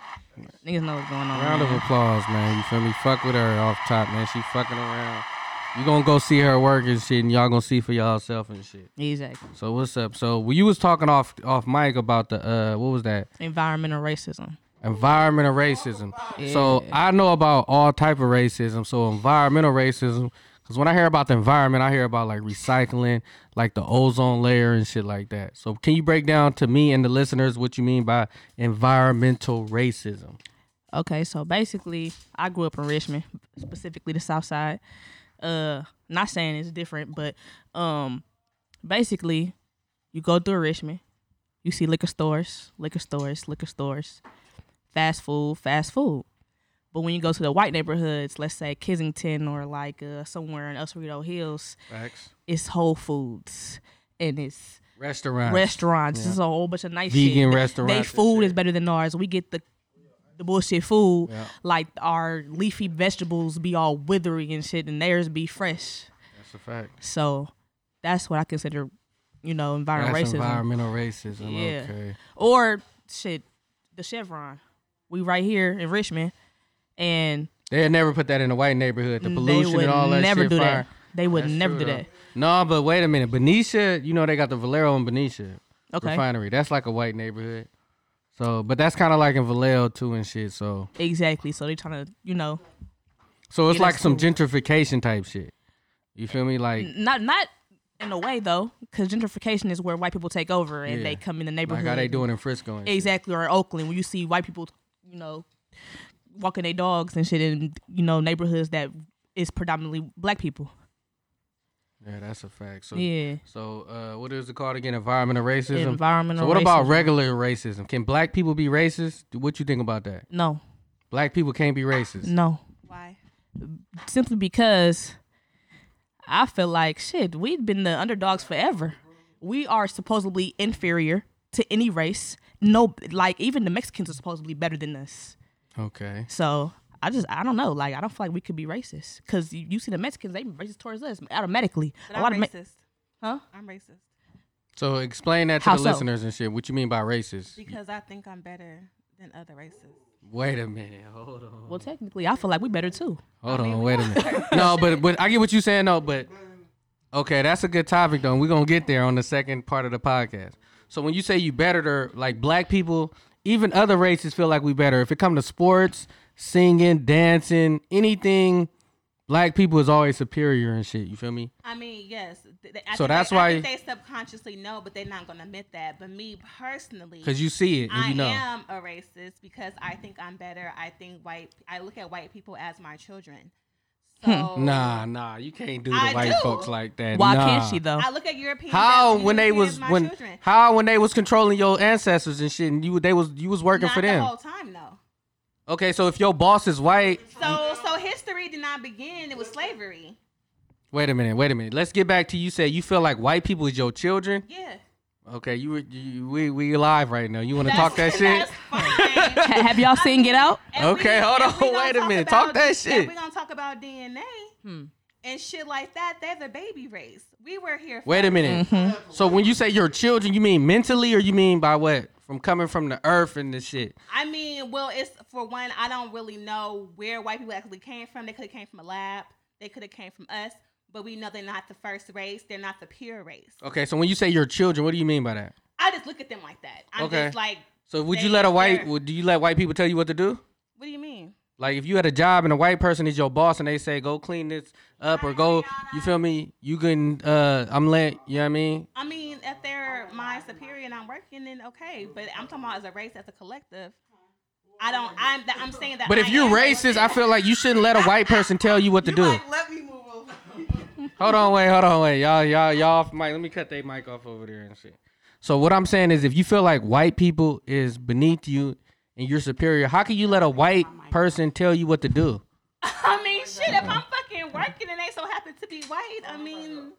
I: Niggas know what's going on.
B: Round of
I: man.
B: applause, man. You feel me? Fuck with her off top, man. She fucking around. You gonna go see her work and shit, and y'all gonna see for yourself and shit.
I: Exactly.
B: So what's up? So well, you was talking off off mic about the uh what was that?
I: Environmental racism.
B: environmental racism. So I know about all type of racism. So environmental racism, because when I hear about the environment, I hear about like recycling, like the ozone layer and shit like that. So can you break down to me and the listeners what you mean by environmental racism?
I: Okay, so basically, I grew up in Richmond, specifically the South Side. Uh, not saying it's different, but um, basically, you go through Richmond, you see liquor stores, liquor stores, liquor stores, fast food, fast food. But when you go to the white neighborhoods, let's say Kensington or like uh, somewhere in Oswego Hills,
B: Facts.
I: it's Whole Foods and it's
B: Restaurants.
I: restaurants. It's a whole bunch of nice
B: Vegan
I: shit. They-
B: restaurants
I: They
B: and
I: food
B: shit.
I: is better than ours. We get the the bullshit food.
B: Yeah.
I: Like our leafy vegetables be all withery and shit, and theirs be fresh.
B: That's a fact.
I: So that's what I consider, you know, environmental
B: That's
I: racism
B: environmental racism.
I: Yeah.
B: Okay.
I: or shit, the Chevron. We right here in Richmond, and
B: They had never put that in the white neighborhood. The
I: Mm, they
B: pollution
I: would
B: and all that
I: never
B: shit.
I: do
B: fire.
I: that. They would
B: That's
I: never
B: true,
I: do
B: though.
I: that.
B: No, but wait a minute. Benicia, you know they got the Valero and Benicia
I: Okay.
B: refinery. That's like a white neighborhood. So, but that's kind of like in Vallejo too and shit. So,
I: Exactly. So they trying to, you know,
B: so it's
I: Yeah,
B: like
I: that's
B: some gentrification type shit. You feel me? Like,
I: not not in a way though, because gentrification is where white people take over and
B: Yeah.
I: they come in the
B: like
I: neighborhood.
B: how they doing in Frisco? And shit.
I: exactly or in Oakland where you see white people, you know, walking their dogs and shit in you know neighborhoods that is predominantly black people.
B: Yeah, that's a fact. So,
I: Yeah.
B: So, uh, what is it called again? Environmental racism.
I: Environmental
B: So, what about
I: racism.
B: regular racism? Can black people be racist? What you think about that?
I: No,
B: Black people can't be racist.
I: no.
G: Why?
I: Simply because I feel like shit, we've been the underdogs forever. We are supposedly inferior to any race. No, like even the Mexicans are supposedly better than us.
B: Okay.
I: So I just I don't know. Like I don't feel like we could be racist because you, you see the Mexicans they racist towards us automatically.
G: But I'm
I: of Me-
G: racist.
I: huh?
G: I'm racist
B: So, explain that to
I: How
B: the
I: so?
B: listeners and shit. What you mean by racist?
G: because I think I'm better than other races.
B: Wait a minute. Hold on.
I: Well, technically I feel like we better too.
B: Hold on, wait a minute. No, but but I get what you're saying though, but okay, that's a good topic though. and We're gonna get there on the second part of the podcast. So when you say you better there, like black people, even other races feel like we better. If it come to sports, singing, dancing, anything, black people is always superior and shit. You feel me?
G: I mean, yes. th- th- I
B: So
G: think
B: that's
G: they,
B: why-
G: I think they subconsciously know, but they're not going to admit that. But me personally,
B: Cause you see it and
G: I
B: you know.
G: am a racist because I think I'm better. I think white. I look at white people as my children. So
B: Nah, nah, you can't do the
G: I
B: white
G: do.
B: folks like that.
I: Why
B: nah.
I: can't she though?
G: I look at Europeans.
B: How
G: as
B: when they
G: Europeans,
B: was
G: my
B: when
G: children.
B: how when they was controlling your ancestors and shit and you they was you was working
G: not
B: for
G: the
B: them.
G: whole time though.
B: Okay, so if your boss is white,
G: So so history did not begin. It was slavery.
B: wait a minute, wait a minute. Let's get back to you. Say you feel like white people is your children.
G: Yeah.
B: Okay, you, you we we live right now. You want to talk that shit?
G: That's fine.
I: Ha- Have y'all seen Get Out?
G: And we-
B: Okay, hold
G: and
B: on,
G: we gonna
B: wait a
G: talk
B: minute, talk
G: about-
B: that
G: and
B: shit.
G: we gonna talk about DNA and shit like that. They're the baby race. We were here.
B: Wait a
G: first.
B: minute.
G: Mm-hmm.
B: So when you say your children, you mean mentally or you mean by what? From coming from the earth and the shit.
G: I mean, well, it's for one. I don't really know where white people actually came from. They could have came from a lab. They could have came from us. But we know they're not the first race. They're not the pure race.
B: Okay, so when you say your children, what do you mean by that?
G: I just look at them like that. I'm
B: Okay.
G: just like,
B: So would you
G: They-
B: let a white?
G: they're-
B: Would do you let white people tell you what to do?
G: what do you mean?
B: Like if you had a job and a white person is your boss and they say go clean this up or go, you feel me? You can uh I'm let you know what I mean?
G: I mean, if they're my superior and I'm working, then okay. But I'm talking about as a race, as a collective. I don't. I'm. That, I'm saying that.
B: But if
G: I
B: you're
G: am
B: racist, I feel like you shouldn't let a white person tell you what to do.
F: let me move over.
B: Hold on, wait, hold on, wait. Y'all, y'all, y'all off mic. Let me cut their mic off over there and shit. So what I'm saying is if you feel like white people is beneath you and you're superior, how can you let a white person tell you what to do?
G: I mean, shit. If I'm fucking working and they so happen to be white, I mean,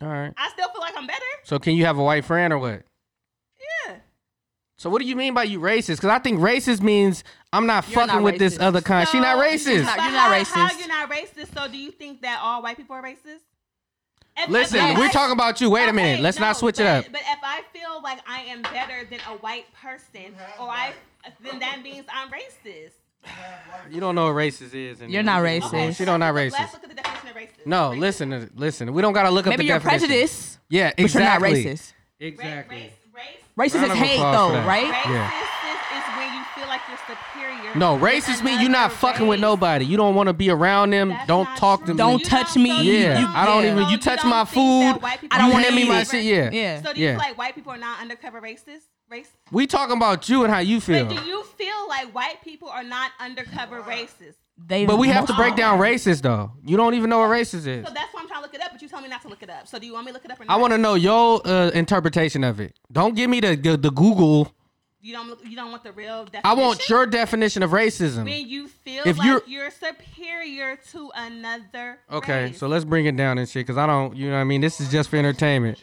B: All right.
G: I still feel like I'm better.
B: So can you have a white friend or what?
G: Yeah.
B: So what do you mean by you racist? Because I think racist means I'm not
I: You're
B: fucking
I: not
B: with this
I: racist.
B: other kind. she not
G: So-
B: racist.
I: not-
G: But
I: you're not
G: how- How,
I: racist.
G: you're not racist? So do you think that all white people are racist? If-
B: Listen,
G: if I-
B: we're talking about you. Wait a
G: Okay,
B: minute. Let's
G: no,
B: not switch
G: but,
B: it up.
G: But if I feel like I am better than a white person, or I, then that means I'm racist.
B: You don't know what racist is. and-
I: You're not racist.
B: Okay, She
G: so
B: don't not
G: let's- Let's
B: racist.
G: look at the definition of racist.
B: No,
G: Racist.
B: listen, to- listen. We don't gotta look up
I: Maybe
B: the
I: you're
B: definition.
I: prejudiced,
B: Yeah,
I: but you're not
B: exactly.
I: racist.
G: Ra-
B: Exactly.
G: Race, race,
I: Racist
B: Round
I: is
B: of
I: hate
B: applause for
I: though,
B: that.
I: right?
G: Racist
B: eh? Yeah.
G: is when you feel like you're superior.
B: No,
G: than
B: racist mean you not
G: another
B: fucking with
G: race.
B: nobody. You don't want to be around them.
G: That's
B: don't
G: not
B: talk to
G: true.
B: me.
I: Don't
G: You
I: touch
G: don't-
I: me.
G: so you
B: Yeah,
I: You-
B: I don't
I: yeah.
B: even.
G: So
B: You
G: you
B: touch
G: don't
B: my
G: think that
B: food.
G: white people
B: I don't
G: are
B: want to me my
G: racist?
B: shit. Yeah.
I: Yeah.
G: So do you
B: Yeah.
G: feel like white people are not undercover racist? Race.
B: We talking about you and how you feel.
G: But do you feel like white people are not undercover racist?
I: They
B: But we have to
I: most-
B: break down racist though. You don't even know what racist is.
G: So that's why I'm trying to look it up, but you told me not to look it up. So do you want me to look it up or not?
B: I want to know your uh, interpretation of it. Don't give me the the, the Google.
G: You don't. Look, you don't want the real definition.
B: I want your definition of racism.
G: When you feel
B: If
G: like
B: you're-
G: you're, superior to another.
B: Okay,
G: race.
B: so let's bring it down and shit, cause I don't. You know what I mean? This is just for entertainment.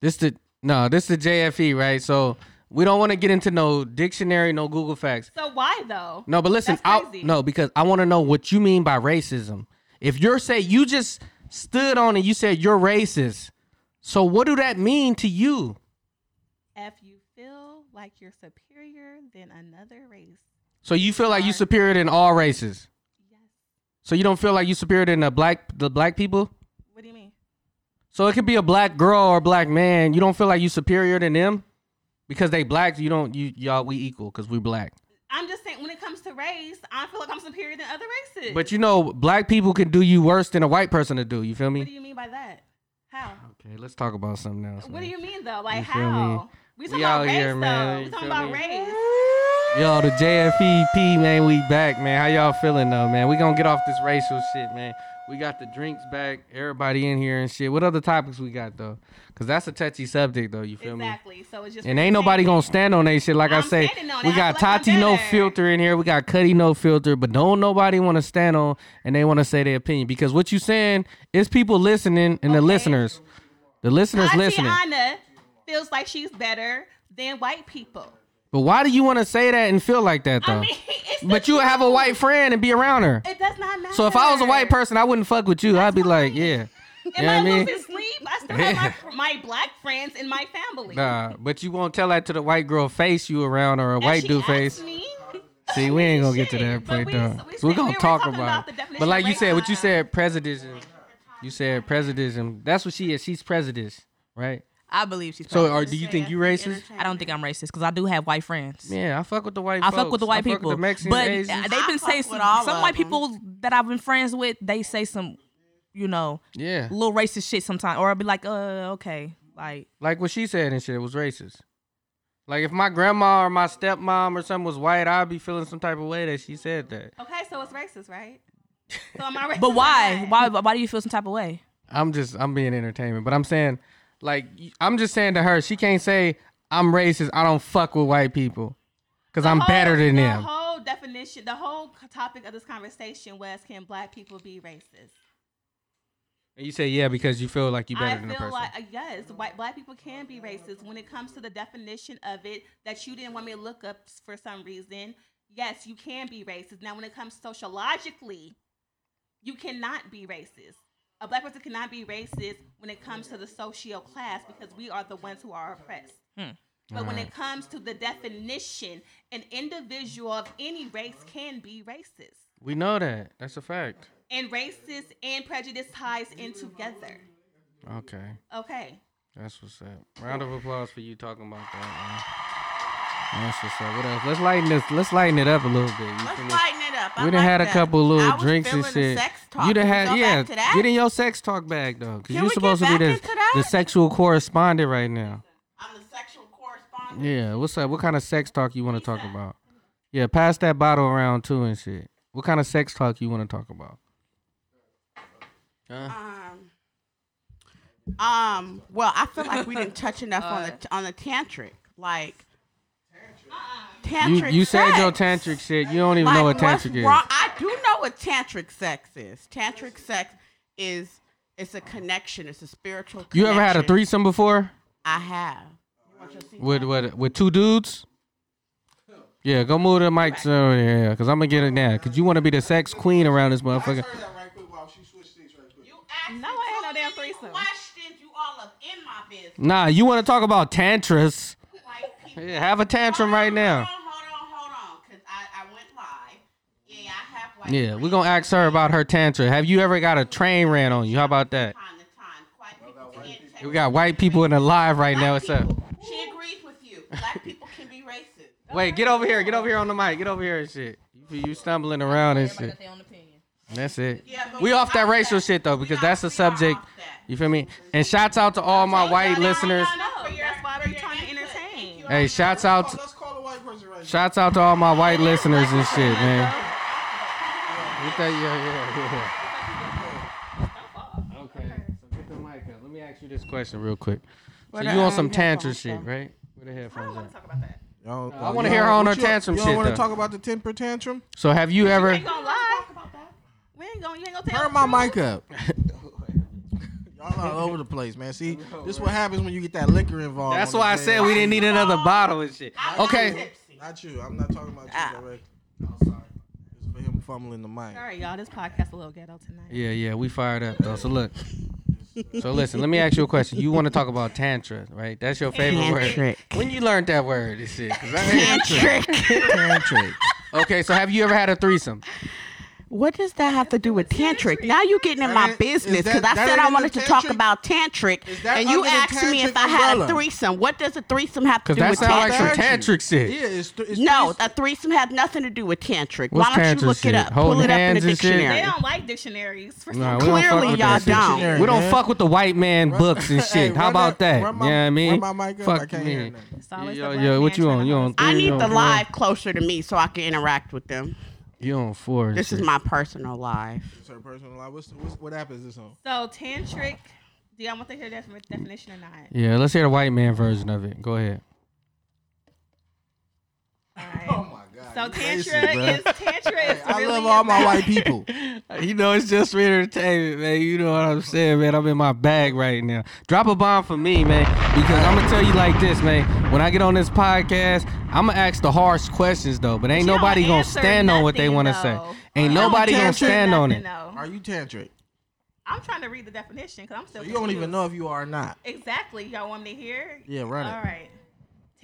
B: This the no. This the JFE, right? So we don't want to get into no dictionary, no Google facts.
G: So why though?
B: No, but listen,
G: That's
B: I
G: crazy.
B: no because I want to know what you mean by racism. If you're say you just stood on and you said you're racist, so what do that mean to you?
G: If you feel like you're superior than another race,
B: So you feel like you superior than all races.
G: yes.
B: So you don't feel like you superior than the black the black people.
G: What do you mean?
B: So it could be a black girl or a black man. You don't feel like you superior than them because they black. You don't you y'all we equal because we black.
G: I'm just saying when it comes to race, I feel like I'm superior than other races.
B: But you know, black people can do you worse than a white person to do. You feel
G: What
B: me?
G: do you mean by that? How?
B: Okay, let's talk about something else.
G: What
B: man.
G: do you mean though? Like
B: You feel me?
G: how? We talking
B: We out
G: about race
B: here,
G: though.
B: man. You
G: We talking
B: feel
G: about
B: me?
G: race.
B: Yo, E the JFEP, man, we back, man. How y'all feeling though, man? We gonna get off this racial shit, man. We got the drinks back. Everybody in here and shit. What other topics we got though? Cause that's a touchy subject though. You feel me?
G: Exactly. So it's just
B: And ain't nobody gonna stand on that shit. Like i
G: I'm
B: say,
G: standing on it.
B: we
G: I
B: got
G: feel like I'm
B: Tati no
G: better.
B: filter in here. We got Cuddy no filter. But don't nobody want to stand on and they want to say their opinion because what you saying is people listening and the listeners, the listeners listening.
G: Tatiana feels like she's better than white people.
B: But why do you want to say that and feel like that though?
G: I mean, it's the
B: but you would have a
G: truth.
B: white friend and be around her.
G: It does not matter.
B: So if I was a white person, I wouldn't fuck with you. I'd be like, yeah. You know
G: am
B: what I
G: I
B: mean?
G: losing sleep? I still have my, my black friends in my family.
B: Nah, but you won't tell that to the white girl face you around or a
G: And
B: white
G: she
B: dude
G: asked
B: face.
G: me-
B: See, we ain't gonna get to
G: Shit,
B: that
G: but
B: point
G: we-
B: though.
G: we
B: So we're
G: said-
B: gonna
G: we were
B: talk
G: talking about
B: about
G: the
B: it.
G: definition
B: But like
G: of
B: you said, what you
G: racism.
B: said, presidism. You said presidism. That's what she is. She's prejudiced, right?
I: I believe she's.
B: So,
I: So
B: are, do you think you racist?
I: I don't think I'm racist because I do have white friends.
B: Yeah, I fuck with the white.
I: I fuck
B: folks.
I: with the
B: I
I: white
B: fuck
I: people,
B: With the Mexicans,
I: but
B: Asians.
I: uh, they've been
D: fuck
I: saying some,
D: with all
I: some
D: of
I: white
D: 'em.
I: people that I've been friends with. They say some, you know,
B: yeah,
I: little racist shit sometimes, or I'll be like, uh, okay, like
B: like what she said and shit was racist. Like if my grandma or my stepmom or something was white, I'd be feeling some type of way that she said that.
G: Okay, so it's racist, right? So am I racist?
I: But
G: or
I: why?
G: not?
I: Why? Why do you feel some type of way?
B: I'm just I'm being entertainment, but I'm saying like y- I'm just saying to her, she can't say I'm racist. I don't fuck with white people because I'm
G: whole-
B: better than
G: the
B: them.
G: whole definition, the whole topic of this conversation was: Can black people be racist?
B: And you say yeah because you feel like you better
G: I
B: than the
G: feel
B: person.
G: like uh, yes, white black people can be racist when it comes to the definition of it that you didn't want me to look up s- for some reason. Yes, you can be racist. Now, when it comes sociologically, you cannot be racist. A black person cannot be racist when it comes to the socio class because we are the ones who are oppressed. But when it comes to the definition, an individual of any race can be racist.
B: we know that. That's a fact.
G: And racist and prejudice ties in together.
B: Okay,
G: Okay.
B: that's what's up. Round of applause for you talking about that. Man. That's what's up. What else? Let's lighten this. Let's lighten it up a little bit. You
D: Let's
B: feel me?
D: lighten it up. I
B: we done
D: like
B: had a
D: that.
B: couple little
D: I was
B: drinks and
D: feeling the
B: shit.
D: Sex talk.
B: You done
D: Can we
B: had
D: go
B: yeah.
D: back to that?
B: Get in your sex talk bag though, because
D: Can
B: you're
D: we get
B: supposed to be
D: back
B: this,
D: into that?
B: the sexual correspondent right now.
D: I'm the sexual correspondent.
B: Yeah, what's up? What kind of sex talk you want to talk about? Yeah, pass that bottle around too and shit. What kind of sex talk you want to talk about?
D: Um, um. Well, I feel like we didn't touch enough on the on the tantric, like
B: You
D: tantric.
B: you said
D: sex.
B: your tantric shit. You don't even
D: Like,
B: know what
D: what's
B: tantric is.
D: wrong- I do know what tantric sex is. Tantric sex is it's a connection. It's a spiritual. Connection.
B: You ever had a threesome before
D: I have.
B: with what with two dudes? Yeah, go move the mics over here, cause I'm gonna get it now. Cause you want to be the sex queen around this motherfucker.
F: that right quick while she switched things right quick.
D: You asked
G: No, I had no damn threesome.
D: questions. You all up in my business.
B: Nah, you want to talk about tantras?
D: Like, people-
B: Yeah, have a tantrum right now.
D: Hold on, hold on, hold on, because I, I went live. Yeah, I have white
B: Yeah, we're
D: friends
B: gonna ask her about her tantra. Have you ever got a train ran on you? How about that?
D: from time to time. White people can take
B: We got white people in the live right now. What's up?
D: She agrees with you. Black people can be racist.
B: Wait, get over here. Get over here on the mic. Get over here and shit. You, you stumbling around and shit. That's it. We off that racial shit though, because that's a subject. You feel me? And shouts out to all my white listeners.
G: No, Oh, that's why we're trying to entertain.
B: Hey, shouts out,
F: Let's call the white person right
B: shouts out to all my white listeners and shit, man. Get that, yeah, yeah, yeah. Okay. So get the mic up. Let me ask you this question real quick. So you on some tantra shit, right? Where the headphones at?
F: now.
B: I wanna hear her on her tantrum
F: You
B: shit,
F: don't want
B: though.
F: to talk about the temper tantrum?
B: So have you ever?
G: ain't gonna lie. We ain't gonna, you ain't gonna tell
F: Turn my mic up. Y'all all over the place, man. See, this is what happens when you get that liquor involved.
B: That's
F: on the
B: why I
F: table.
B: said we didn't need another bottle and shit. Okay.
F: Not you. I'm not talking about you
D: Ah.
F: directly. I'm sorry. It's for him fumbling the mic.
G: All right, y'all. This podcast a little ghetto tonight.
B: Yeah, yeah, we fired up though. So look. So listen, let me ask you a question. You want to talk about tantra, right? That's your favorite word.
D: Tantric.
B: When you learned that word, and shit. 'cause I-
D: Tantric.
F: Tantric.
B: okay, so have you ever had a threesome?
D: What does that have to do with tantric? Now you're getting in
F: That
D: my
F: ain't- is
D: business
F: that-
D: because I
F: that
D: said I
F: ain't
D: wanted to
F: under
D: talk
F: tantric?
D: about tantric,
F: Is that
D: and you
F: under the
D: asked me if
F: tantric
D: I had a
F: umbrella?
D: threesome. What does a threesome have to
B: Because
D: do
B: that
D: with
B: sounds like
D: tantric?
B: some
F: Tantric.
B: tantric shit.
F: Yeah, it's, th- it's
D: No,
F: threes-
D: a threesome had nothing to do with tantric.
B: What's
D: Why don't
B: tantric
D: you look
B: shit?
D: it up?
B: Holding
D: Pull it up in
B: hands
D: the
B: and shit?
G: They
D: dictionary.
G: don't like dictionaries. For
B: Nah,
G: some
B: we don't fuck
D: Clearly
B: with
D: y'all
B: that shit.
D: don't.
B: We don't
F: Man.
B: fuck with the white man books and
F: Hey,
B: shit. How
F: run
B: about that?
F: run
B: yeah, I mean,
F: Run my mic up. I
B: fuck
F: can't hear
B: me.
F: nothing.
G: It's always
B: Yo,
G: the
B: yo,
G: black
B: what
G: man
B: you on?
G: trying to
B: You on
G: hustle.
B: three?
D: I
B: You
D: need
B: on
D: the
B: four?
D: live closer to me so I can interact with them.
B: You on four?
D: This is my personal life.
F: It's her personal life. What's, what's what happens this song?
G: So tantric. Do y'all want to hear that from a definition or not?
B: Yeah, let's hear the white man version of it. Go ahead.
F: Oh my god.
G: So
F: you racist,
G: tantra
F: bruh.
G: is tantra is
F: I
G: really
F: love all my
G: about-
F: white people.
B: You know, it's just for entertainment, man. You know what I'm saying, man. I'm in my bag right now. Drop a bomb for me, man. Because I'm gonna tell you like this, man. When I get on this podcast, I'm gonna ask the harsh questions though. But ain't
G: You don't
B: nobody gonna
G: answer
B: stand on what they
G: nothing,
B: wanna
G: though.
B: say. Ain't
G: You don't
B: nobody gonna
G: answer
B: stand on
G: nothing,
B: it.
G: though.
F: Are you tantric?
G: I'm trying to read the definition because I'm still.
F: You don't even
G: confused.
F: know if you are or not.
G: Exactly. Y'all want me to hear?
F: Yeah, run it.
G: All right.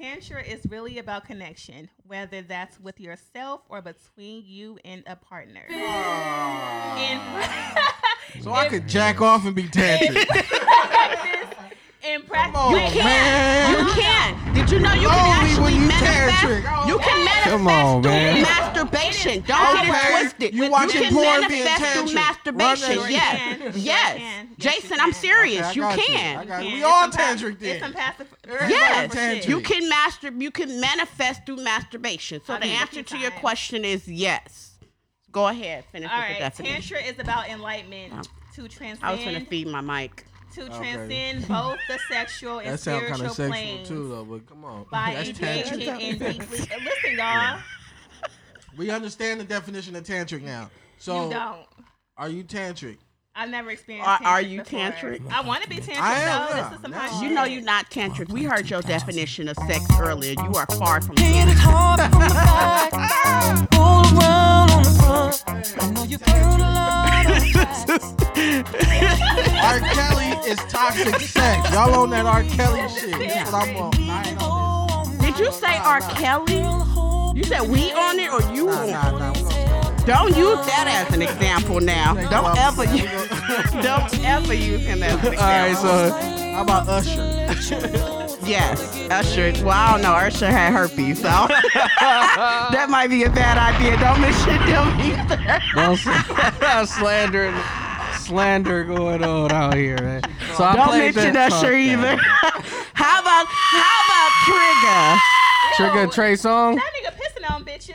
G: Tantra is really about connection, whether that's with yourself or between you and a partner. In,
F: So I could jack off and be tantric.
G: in
F: on,
G: practice,
F: You Oh, man.
D: You can. Did you know you can
F: Only
D: actually
F: when you
D: manifest?
F: tantric.
D: You can manifest
B: Come on,
D: through
B: man.
D: masturbation. Don't get
F: Okay.
D: it twisted.
F: You watching
D: can
F: porn being
D: manifest through
F: tantric.
D: masturbation.
F: Run that
D: yes. yes.
G: shit. You can. Yes, you
D: Jason, I'm
G: can.
D: serious.
F: Okay, I
D: you
F: got you.
D: can.
F: I got you.
G: Yeah,
F: We
G: it's
F: all
G: some pa-
F: tantric then.
G: It's some passive.
F: Yes.
G: passive shit.
F: Tantric.
D: You can master you can manifest through masturbation. So
G: I'll
D: the
G: be with
D: answer
G: you,
D: to your
G: Zion.
D: question is yes. Go ahead, finish
G: All
D: with
G: right.
D: the definition.
G: Tantra is about enlightenment to transcend.
D: I was gonna feed my mic.
G: to
F: Oh. Okay.
G: transcend both the sexual and
F: That sounds kind
G: spiritual
F: of sexual
G: planes
F: too, though. But come on,
G: by
F: that's
G: engaging
F: tantric.
G: in deeply. Listen, y'all,
F: We understand the definition of tantric now. So
G: you don't.
F: are you tantric?
G: I've never experienced.
D: Are- are
G: tantric
D: you
G: before.
D: tantric?
G: I want to be tantric.
F: I am
G: though.
F: now.
G: This is some
F: Now
G: hot
D: You
G: shit.
D: know you're not tantric. We heard your definition of sex earlier. You are far from
A: Hit
D: tantric.
A: it hard from the back, pull around on the front. I know you put a lot on
F: R. Kelly is toxic sex. Y'all on that R. Kelly shit? That's what I'm on. I ain't on
D: Did you say R. Kelly? You said we on it or you
F: this.
D: on it?
F: Nah, nah, we don't-
D: Don't use that as an example now. Don't ever use don't ever use him as an example.
B: All right, so
F: How about Usher?
D: Yes, Usher. Well, I don't know. Usher had herpes, so that might be a bad idea. Don't mention them either.
B: don't sl- slander, slander going on out here, man. So I
D: Don't
B: played
D: mention
B: that
D: Usher
B: fuck,
D: either.
B: man.
D: how about how about Trigger?
B: Trigger Trey song.
G: That nigga pissing on bitches.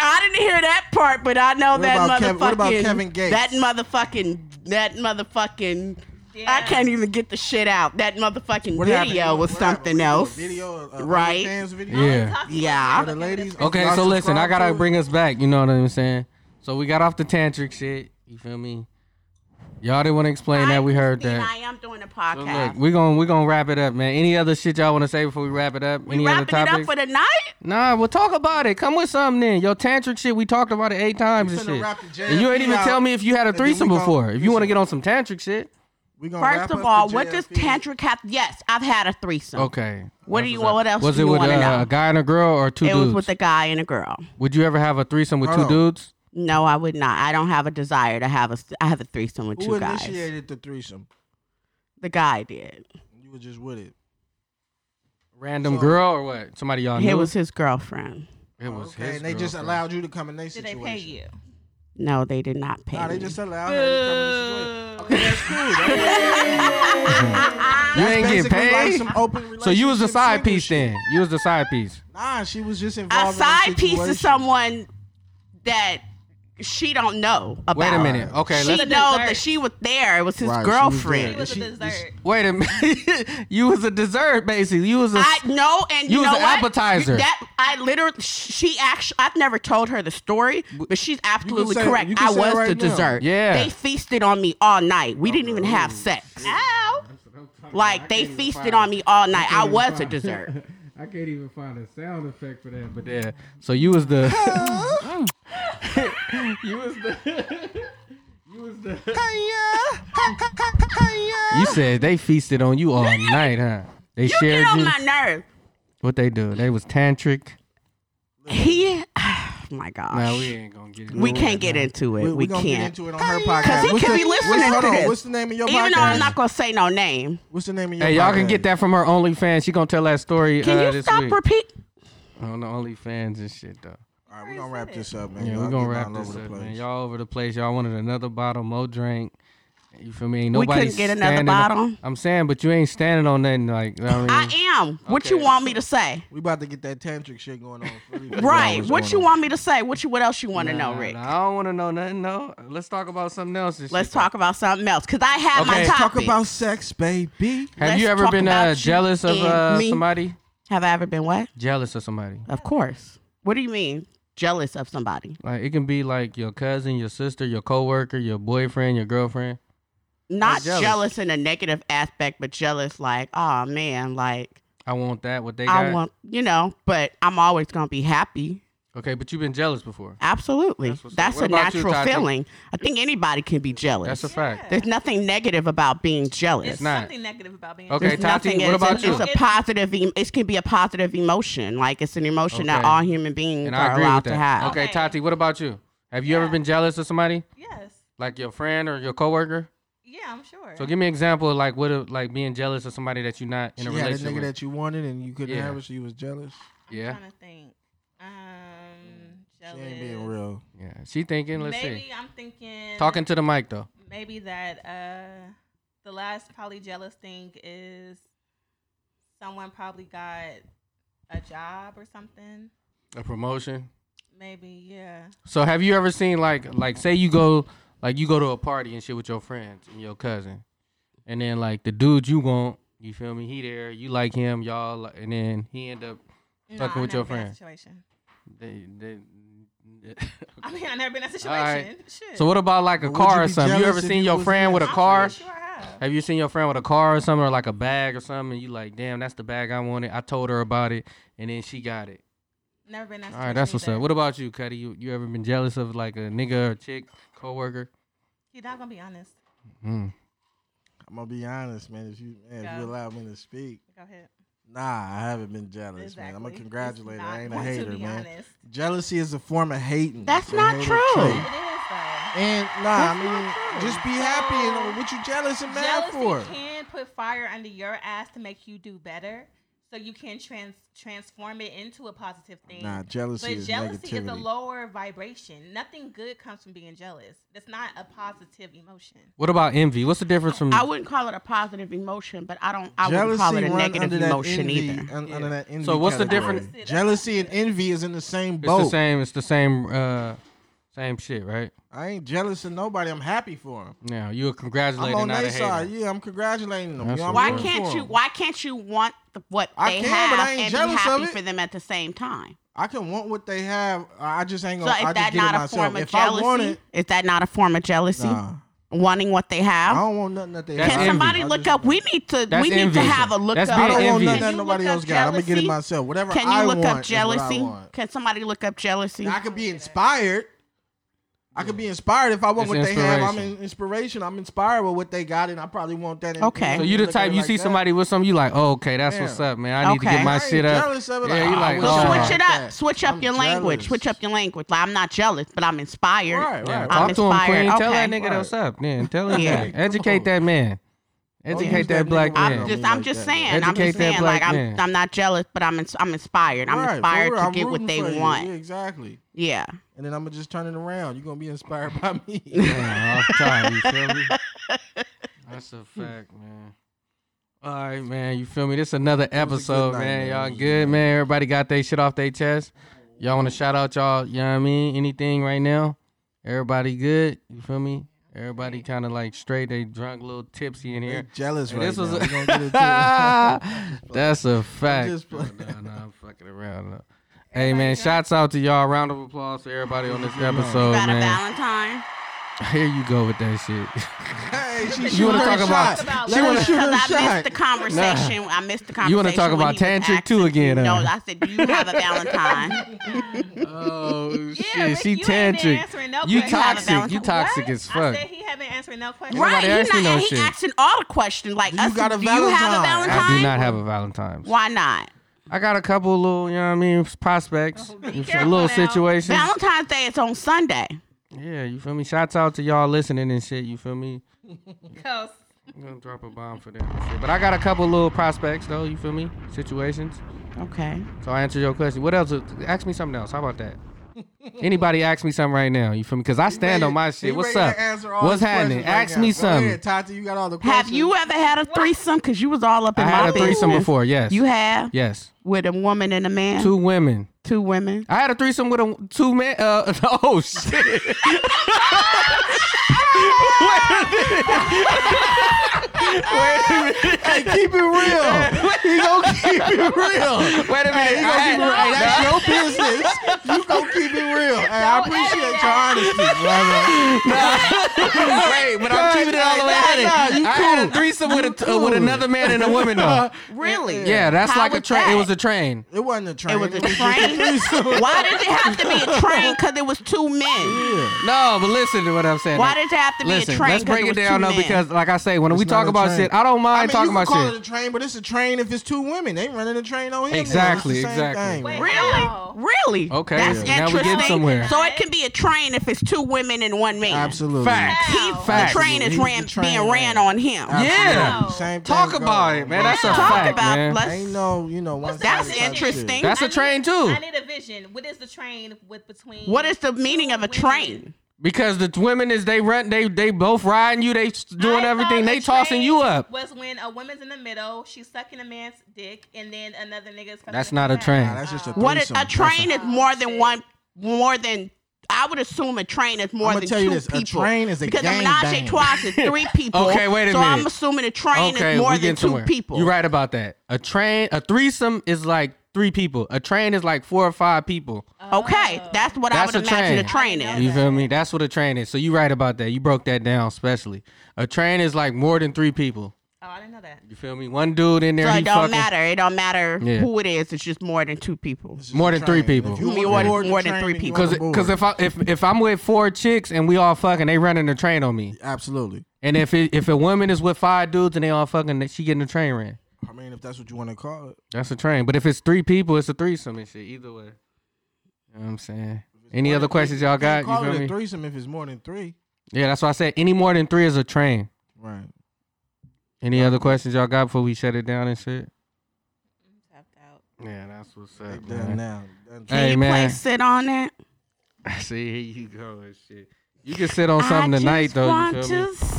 D: I didn't hear that part, but I know that
F: about
D: motherfucking.
F: Kev- what about Kevin Gates?
D: That motherfucking. That motherfucking. I
G: Yeah.
D: can't even get the shit out. That motherfucking
F: What happened?
D: video was
F: What
D: something
F: happened?
D: else.
F: Video, uh,
D: Right.
F: OnlyFans video.
B: Yeah.
G: Talk to
D: Yeah.
G: you.
F: For the ladies.
B: Okay,
F: Y'all
B: so listen, I
F: subscribe
B: gotta
F: to it?
B: bring us back. You know what I'm saying? So we got off the tantric shit. You feel me? Y'all didn't want to explain that. We heard
D: Christine, I
B: that.
D: am doing a
B: So
D: podcast.
B: look, we gon' we gonna wrap it up, man. Any other shit y'all want to say before we wrap it up? Any other
D: Wrapping it up
B: topics?
D: for the night.
B: Nah, we'll talk about it. Come with something then. Your tantric shit, we talked about it eight times and
F: finna
B: shit.
F: wrap the
B: And you ain't
F: JFP
B: even
F: out,
B: tell me if you had a
F: and then we
B: threesome
F: gon'
B: before. If
F: do
B: you want to
F: some-
B: get on some tantric shit,
F: We gonna wrap
D: First
F: up
D: of
F: the
D: all, what does
F: JFP.
D: tantric have? Yes, I've had a threesome.
B: okay.
D: What do
B: That's
D: you?
B: what's up.
D: What else
B: Was
D: do
B: it
D: you
B: with
D: want to
B: uh, a
D: know?
B: guy and a girl or two
D: It
B: dudes?
D: was with a guy and a girl.
B: Would you ever have a threesome with
F: Hold
B: two
F: on.
B: dudes?
D: No, I would not. I don't have a desire to have a. I have a threesome with
F: Who
D: two guys.
F: initiated the threesome?
D: The guy did.
F: You were just with it.
B: Random girl or what? Somebody y'all knew.
D: It was his girlfriend.
B: It was
F: Okay,
B: his
F: and they just
B: girlfriend.
F: allowed you to come in their
G: Did they
F: situation.
G: pay you?
D: No, they did not pay.
F: Nah, they
D: me.
F: just allowed her to come in their situation. Okay, that's cool.
B: You ain't
F: That's
B: get
F: basically
B: paid.
F: Like some open
B: so you was the
F: relationship
B: side
F: swinging
B: piece
F: shit.
B: then. You was the side piece.
F: Nah, she was just involved.
D: a side
F: in the
D: piece
F: situation.
D: of someone that she don't know about.
B: Wait a minute. Okay,
D: she
B: let's
D: know
G: She deserves-
D: that she was there. It was his
F: Right, she was
D: girlfriend.
G: He was a
F: She-
G: dessert.
B: wait a minute. you was a dessert basically. You was a
D: I know, and
B: You
D: you,
B: was
D: know
B: an
D: what?
B: appetizer.
D: That I literally, she actually, I've never told her the story, but she's absolutely
F: say it-
D: correct.
F: you can
D: I
F: say it
D: was
F: right
D: the
F: now.
D: dessert.
B: Yeah.
D: they feasted on me all night. We didn't even have sex.
G: Ow.
D: Like they feasted on me all night. I was a dessert.
B: I can't even find a sound effect for that, but yeah. So you was the You was the You was the You said they feasted on you all night, huh? They
D: You
B: shared
D: get on
B: you.
D: my nerve.
B: What they do? They was tantric.
D: He, oh my gosh,
B: Nah, we ain't gonna get it.
D: we can't get into it.
F: We,
D: We,
F: we, gonna
D: can't.
F: get into it on her podcast.
D: he
F: What's
D: could
F: the-
D: be listening
F: what's,
D: to
F: hold on,
D: this.
F: What's the name of your
D: Even
F: podcast?
D: though I'm not gonna say no name,
F: what's the name of your?
B: Hey, y'all can
F: podcast?
B: get that from her OnlyFans. She gonna tell that story.
D: can
B: uh,
D: you
B: this
D: stop
B: week.
D: repeat?
B: on the OnlyFans and shit though.
F: All right, we're gonna wrap this up, man.
B: Yeah,
F: Y'all
B: we're
F: getting
B: gonna wrap
F: all
B: this
F: over the
B: up,
F: place.
B: man. Y'all over the place. Y'all wanted another bottle, more drink, You feel me? Ain't
D: We
B: nobody
D: couldn't get another
B: standing-
D: bottle?
B: I'm saying, but you ain't standing on nothing. Like, you know what I mean?
D: I am. What you
B: Mm. Okay.
D: want me to say?
F: We about to get that tantric shit going on. for real.
D: Right.
F: What's
D: What
F: going
D: you
F: on?
D: want me to say? What you? What else you want to know,
B: Nah,
D: Rick?
B: nah, I don't want to know nothing. No, let's talk about something else. and
D: Let's
B: shit.
D: talk about something else because I have my
B: Okay.
D: topic.
F: Talk about sex, baby.
B: Have
D: let's
B: you ever
D: talk
B: been
D: about
B: uh,
D: you
B: jealous of
D: and
B: uh,
D: me.
B: somebody?
D: have I ever been what?
B: Jealous of somebody?
D: Of course. What do you mean? Jealous of somebody?
B: Like it can be like your cousin, your sister, your coworker, your boyfriend, your girlfriend.
D: Not
B: jealous.
D: jealous. in a negative aspect, but jealous like, oh man, like
B: I want that. What they got.
D: I want, you know. But I'm always gonna be happy.
B: okay, but you've been jealous before.
D: Absolutely.
B: That's
D: That's,
B: what's up.
D: a
B: What about you,
D: natural
B: Tati?
D: feeling. I think anybody can be jealous.
B: That's a fact.
D: There's nothing negative about being
G: There's
D: jealous.
B: not.
G: something negative about being
B: Okay,
D: There's
B: Tati,
D: nothing.
B: what
D: it's
B: about
D: a,
B: you?
D: It's a positive. em- It can be a positive emotion. Like it's an emotion that
B: Okay.
D: all human beings
B: and I
D: are
B: agree with
D: allowed to
B: that.
D: have.
B: Okay,
G: Okay.
B: Tati, what about you? Have you ever
G: Yeah.
B: been jealous of somebody,
G: Yes.
B: like your friend or your coworker?
G: Yeah, I'm sure.
B: So give me an example of like what of like being jealous of somebody that you're not in
F: She
B: a
F: had a
B: relationship
F: nigga
B: with.
F: that you wanted and you couldn't
B: Yeah.
F: have it, so you was jealous.
B: yeah,
G: I'm trying to think. Um, jealous.
F: She ain't being real.
B: yeah. She thinking. Let's
G: maybe
B: see.
G: I'm thinking.
B: Talking to the mic though.
G: Maybe that uh, the last probably jealous thing is someone probably got a job or something.
B: A promotion.
G: Maybe yeah.
B: So have you ever seen like like say you go like you go to a party and shit with your friends and your cousin, and then like the dude you want, you feel me? He there, you like him, y'all, like- and then he end up
G: No,
B: fucking
G: I've
B: with your
G: never been in
B: friend.
G: that Situation.
B: They, they,
G: I mean, I never been in that
B: All right.
G: situation. Shit.
B: so what about like a
F: But would
B: car
F: you
B: or
F: be
B: something? You ever
F: jealous if
B: seen
F: you
B: your
F: was
B: friend
F: there?
B: with a
G: I'm
B: car?
G: pretty Sure I have.
B: Have you seen your friend with a car or something, or like a bag or something? And you like, damn, that's the bag I wanted. I told her about it, and then she got it.
G: Never been in that
B: All
G: situation.
B: right, that's what's
G: either.
B: up. What about you, Cuddy? You you ever been jealous of like a nigga or chick coworker?
G: You're not gonna be honest.
B: Mm.
F: I'm gonna be honest, man. If you man, if
G: Yeah.
F: you allow me to speak,
G: Go ahead.
F: nah, I haven't been jealous, man. I'm a
G: It's
F: congratulator.
G: not
F: I ain't a
G: going to
F: hater,
G: be
F: man.
G: honest.
F: Jealousy is a form of hating.
D: That's
F: It's a
D: not
F: hater
D: true.
F: trait.
G: It is though.
F: And nah, I mean, just be happy and uh, what you jealous and mad for.
G: Jealousy can put fire under your ass to make you do better, so you can trans transform it into a positive thing.
F: Nah, jealousy
G: but
F: is
G: jealousy
F: negativity.
G: is a lower vibration. Nothing good comes from being jealous. That's not a positive emotion.
B: What about envy? What's the difference from
D: I wouldn't call it a positive emotion, but I don't. I wouldn't call it a
F: run
D: negative
F: under that
D: emotion
F: envy- uh,
D: either.
F: un- under that envy
B: So what's the
F: category.
B: difference-
F: Jealousy and envy is in the same
B: It's
F: boat.
B: the same. It's the same. Uh, same shit, right?
F: I ain't jealous of nobody. I'm happy for them.
B: Now you a
F: I'm
B: congratulator,
F: on
B: not
F: their
B: a
F: side.
B: hater.
F: Yeah, I'm congratulating them.
B: That's
F: You know, I'm
D: Why
B: Sure.
F: rooting
D: can't
F: for
D: you?
F: 'em.
D: Why can't you want the, what
F: I
D: they
F: can, but I
D: have
F: ain't
D: and be
F: jealous of
D: happy
F: it.
D: for them at the same time?
F: I can want what they have. I I just ain't
D: So
F: gonna. I
D: is
F: just
D: that
F: get
D: not
F: it
D: a
F: myself.
D: form of
F: if
D: jealousy?
F: I want it,
D: Is that not a form of jealousy?
F: nah,
D: Wanting what they
F: I
D: have.
F: don't want nothing that they
B: That's
F: have.
D: Can
B: envy.
D: somebody
F: I
D: look
F: just-
D: up? We need to.
B: That's
D: we need
B: envy.
D: to have a look
B: That's
D: up.
B: being
F: I don't want
B: envy.
F: nothing
B: Can
F: that
D: you
F: nobody
D: look up
F: else got. I'm gonna get it
D: jealousy?
F: myself. Whatever
D: Can
F: I
D: you look
F: want
D: up
F: is what I
D: jealousy?
F: want.
D: Can somebody look up jealousy?
F: I could be inspired. I could be inspired if I want
B: It's
F: what they have. I'm
B: inspiration.
F: in inspiration. I'm inspired with what they got, and I probably want that. in-
D: Okay.
B: So you the
F: look at
B: type
F: it
B: you
F: like
B: see
F: that.
B: somebody with something, you like, oh, okay, that's
F: Yeah.
B: what's up, man. I need to get
D: Okay.
B: my
F: I
B: shit
F: ain't
B: up.
F: jealous of it.
B: Yeah,
F: Like,
B: you
F: I
B: like,
F: wish
D: So
F: I
B: oh.
F: had
D: switch it up.
F: that.
D: Switch up
F: I'm
D: your language.
F: jealous.
D: Switch up your language. Like, I'm not jealous, but I'm inspired.
F: Right,
B: Yeah,
F: right.
B: talk
D: I'm
B: to him,
D: inspired.
B: Queen. Tell that
D: Okay.
B: nigga that's up. Then tell him
D: Yeah.
B: that.
F: Come
B: Educate
F: on.
B: that man.
F: Don't
B: Educate
F: use
B: that,
F: nigga
B: black
F: word
B: man.
F: on
D: I'm just,
F: me
D: I'm
F: like
D: just
F: that.
D: saying. I'm
B: Educate
D: just
B: that
D: saying. Like,
B: black
D: I'm,
B: man.
D: I'm not jealous, but I'm, ins- I'm inspired. I'm
F: Right, for
D: inspired
F: real,
D: to
F: I'm
D: get what
F: rooting
D: they
F: for you.
D: want.
F: Yeah,
D: Yeah.
F: exactly. And then I'm gonna just turn it around. You're gonna be inspired by me.
B: Yeah, off top, you feel me? That's a fact, man. All right, man. You feel me? This another episode,
F: night,
B: man.
F: man. It
B: Y'all
F: was a
B: good, man. Everybody got their shit off their chest. Y'all want to shout out y'all, you know what I mean? Anything right now? Everybody good? You feel me? Everybody kind of like straight. They drunk, a little tipsy in
F: They
B: here.
F: jealous
B: And
F: right
B: this was
F: now.
B: a-
F: We gonna get into it.
B: That's a fact.
F: just
B: no,
F: playing.
B: no, I'm fucking around. no. Hey, man. Shouts out to y'all. Round of applause for everybody on this episode,
D: Got a
B: Oh, man.
D: Valentine.
B: Here you go with that shit.
F: hey, she
B: You wanna
F: shoot her
B: talk about-
F: shot.
B: she
F: Let
B: wanna-
F: her shoot
D: Because
F: her
D: I missed
F: shot.
D: the conversation. I missed the conversation.
B: You wanna talk
D: when
B: about
D: he was
B: tantric too
D: asking-
B: again,
D: No,
B: huh?
D: I said, do you have a Valentine?
B: Oh
G: Yeah,
B: shit,
G: Rick,
B: she
G: you ain't been
B: tantric.
G: answering no
B: you
G: questions.
B: toxic. You
D: Valentine.
B: toxic as
G: I
B: fuck.
G: said he haven't answered no question.
D: right.
B: nobody
D: He,
B: asked me
D: not,
B: no
D: he
B: shit.
D: asking all the questions. Like,
F: You
D: us,
F: got a
D: do you have a
F: Valentine.
D: Valentine?
B: I do not have a Valentine's.
D: Why not?
B: I got a couple little, you know what I mean, prospects.
G: be
B: You feel-
G: careful
B: little
G: now.
B: situations.
D: Valentine's Day is on Sunday.
B: yeah, you feel me? Shouts out to y'all listening and shit. You feel me?
G: Because
B: I'm gonna drop a bomb for them. and shit. But I got a couple little prospects though. You feel me? Situations.
D: Okay.
B: So I answered your question. What else? Ask me something else. How about that? Anybody ask me something right now? You feel me? Because I stand on my
F: He
B: shit. What's
F: ready
B: up?
F: to answer all
B: What's
F: these
B: happening?
F: questions right
B: ask
F: now.
B: me
F: Go
B: something.
F: ahead, Tati, you got all the questions.
D: Have you ever had a threesome? Because you was all up in
B: I
D: my
B: had a threesome
D: business.
B: before. Yes.
D: You have
B: Yes.
D: with a woman and a man,
B: Two women.
D: two women.
B: I had a threesome with a two man. Uh, oh shit! Wait a minute. Wait a minute.
F: Hey, keep it real. He gonna keep it real.
B: Wait a minute.
F: Hey, he
B: I
F: gonna keep it real. Hey,
B: had-
F: that's your business. You gonna keep it real. Hey, I appreciate your honesty, brother.
B: Wait, but I'm keeping it all the way
F: Nah,
B: at it.
F: nah, you
B: I had a threesome with a t- uh, with another man and a woman though.
D: Really?
B: Yeah, that's
D: How
B: like a
D: was
B: train. It
D: that?
B: was a train.
F: It wasn't a train.
D: It was a
F: just
D: train?
F: threesome.
D: Why did it have to be a train? Because it was two men.
B: No, but listen to what I'm saying.
D: Why did it have to be
B: listen?
D: a train?
B: let's
D: 'cause
B: break
D: it
B: it
D: was
B: down
D: two
B: though,
D: men?
B: because like I say, when we
F: not
B: talk
F: a
B: about
F: train.
B: shit, I don't
F: I
B: mind
F: mean,
B: talking
F: you can
B: about
F: call
B: shit.
F: it a train, but it's a train if it's two women. They running a train on him.
B: Exactly,
F: it's the same
B: exactly.
F: Thing.
G: Wait, no.
D: really,
B: Okay,
D: that's
B: yeah. now we
D: interesting.
B: get somewhere.
D: So it can be a train if it's two women and one man.
F: Absolutely.
B: Facts.
D: He,
B: Facts.
D: The train is
F: He's the
D: ran,
F: train
D: being ran
F: man.
D: on him.
B: Yeah,
G: No.
F: Same thing
B: talk about
F: going
B: it,
F: on.
B: man. That's a
D: Talk
B: fact,
D: about
B: man.
D: let's.
F: Ain't no, you know, one
D: That's
F: sided type shit.
D: interesting.
B: That's a
G: I need-
B: train too,
G: I need a vision. What is the train with between?
D: What is the meaning of a
G: women?
D: train?
B: because the women is they run, they they both riding you, they s- doing
G: I
B: everything,
G: thought
B: they
G: a
B: tossing
G: train
B: you up.
G: Was when a woman's in the middle, she's sucking a man's dick, and then another nigga's. fucking
B: That's not a
G: her back.
B: train.
F: Nah, that's just a
D: What is
F: threesome.
D: a train
F: That's
D: is more than
G: shit.
D: one, more than. I would assume a train is more
F: I'ma
D: than
F: tell
D: two
F: you this, a
D: people.
F: train is a
D: because
F: gang
D: a menage
F: bang.
D: a trois is three people.
B: Okay, wait a
D: so I'm
B: minute.
D: assuming a train
B: okay,
D: is more
B: we
D: than
B: getting
D: two
B: somewhere.
D: people.
B: You're right about that. A train, a threesome is like three people. A train is like four or five people.
D: Okay, that's what
B: That's
D: I would
B: a
D: imagine a
B: train.
D: train is.
B: You feel me? That's what a train is. So you're right about that. You broke that down, especially. A train is like more than three people.
G: Oh, I didn't know that.
B: You feel me? One dude in there,
D: So
B: he
D: it don't
B: fucking
D: matter. It don't matter
B: Yeah.
D: who it is. It's just more than two people.
F: It's just
B: more
F: a
B: than three
F: train.
B: people.
F: If you
D: You mean
F: on
D: more than-
F: board
D: more
F: the
D: than
F: train,
D: three
F: then you
D: people.
F: on
B: because
F: the board.
B: because if I if if I'm with four chicks and we all fucking, they running the train on me.
F: absolutely,
B: And if it, if a woman is with five dudes and they all fucking, she getting a train ran.
F: I mean, if that's what you want to call it,
B: That's a train. But if it's three people, it's a threesome and shit. Either way, you know what I'm saying. Any
F: More
B: other
F: than
B: questions
F: three.
B: y'all
F: You
B: got?
F: can't
B: You
F: Call
B: feel
F: it a
B: me?
F: threesome if it's more than three.
B: Yeah, that's why I said any more than three is a train.
F: Right.
B: Any other questions y'all got before we shut it down and shit?
G: Tapped out.
B: Yeah, that's what's
F: They
B: up,
F: done
B: man.
F: now. Done
D: Can
B: Hey,
D: you
B: man.
D: play sit on it?
B: See, here you go and shit. You can sit on something
D: I
B: tonight
D: just
B: though.
D: want
B: You feel me?
D: to sit.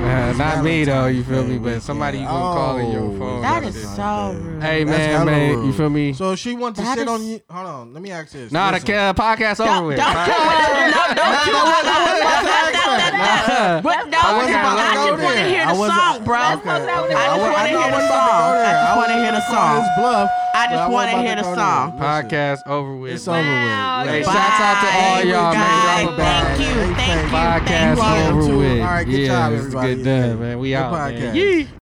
B: Uh, not me though. You feel me?
F: Valentine's Day
B: But somebody you
F: weekend.
B: gonna call in your
F: Oh,
B: phone.
D: That
B: and
D: is
B: shit.
D: so rude.
B: Hey
F: That's
B: man,
F: hella
B: man. You
F: rude.
B: feel me?
F: So if she wants to
D: That
F: sit
D: is-
F: on you. Hold on, let me ask this.
B: Nah, the
F: Listen.
B: ca- podcast over with.
D: Don't do it. No, don't do it.
B: Nah.
D: But no,
B: I wasn't about to
D: I
B: go
D: just want to
B: there.
D: hear the
F: I wasn't-
D: song, bro. I
F: Okay,
D: just
F: okay.
D: want to
F: I wa- I know I
D: hear the
F: wasn't about
D: song.
F: to go
D: I just
F: there. I
D: want to
F: wasn't
D: hear the
F: gonna call
D: song.
F: His bluff.
D: I just
F: but wasn't
D: wanna
F: about
D: hear the
F: go
D: song.
F: there. Listen.
B: Podcast over with.
F: It's over
G: Wow,
F: with.
B: Hey,
F: Listen.
B: shout out to all
D: Bye, you
B: y'all, man.
D: guys.
B: Y'all the
D: Thank
B: best.
D: you.
F: They
D: Thank
F: fake
D: you. Thank
B: Podcast
D: you.
F: Thank you.
B: over
F: All
B: with.
F: right, good
B: yeah,
F: job,
B: this is
F: everybody.
B: good done, man. We
F: Good
B: out, man.
F: podcast.
B: Yee.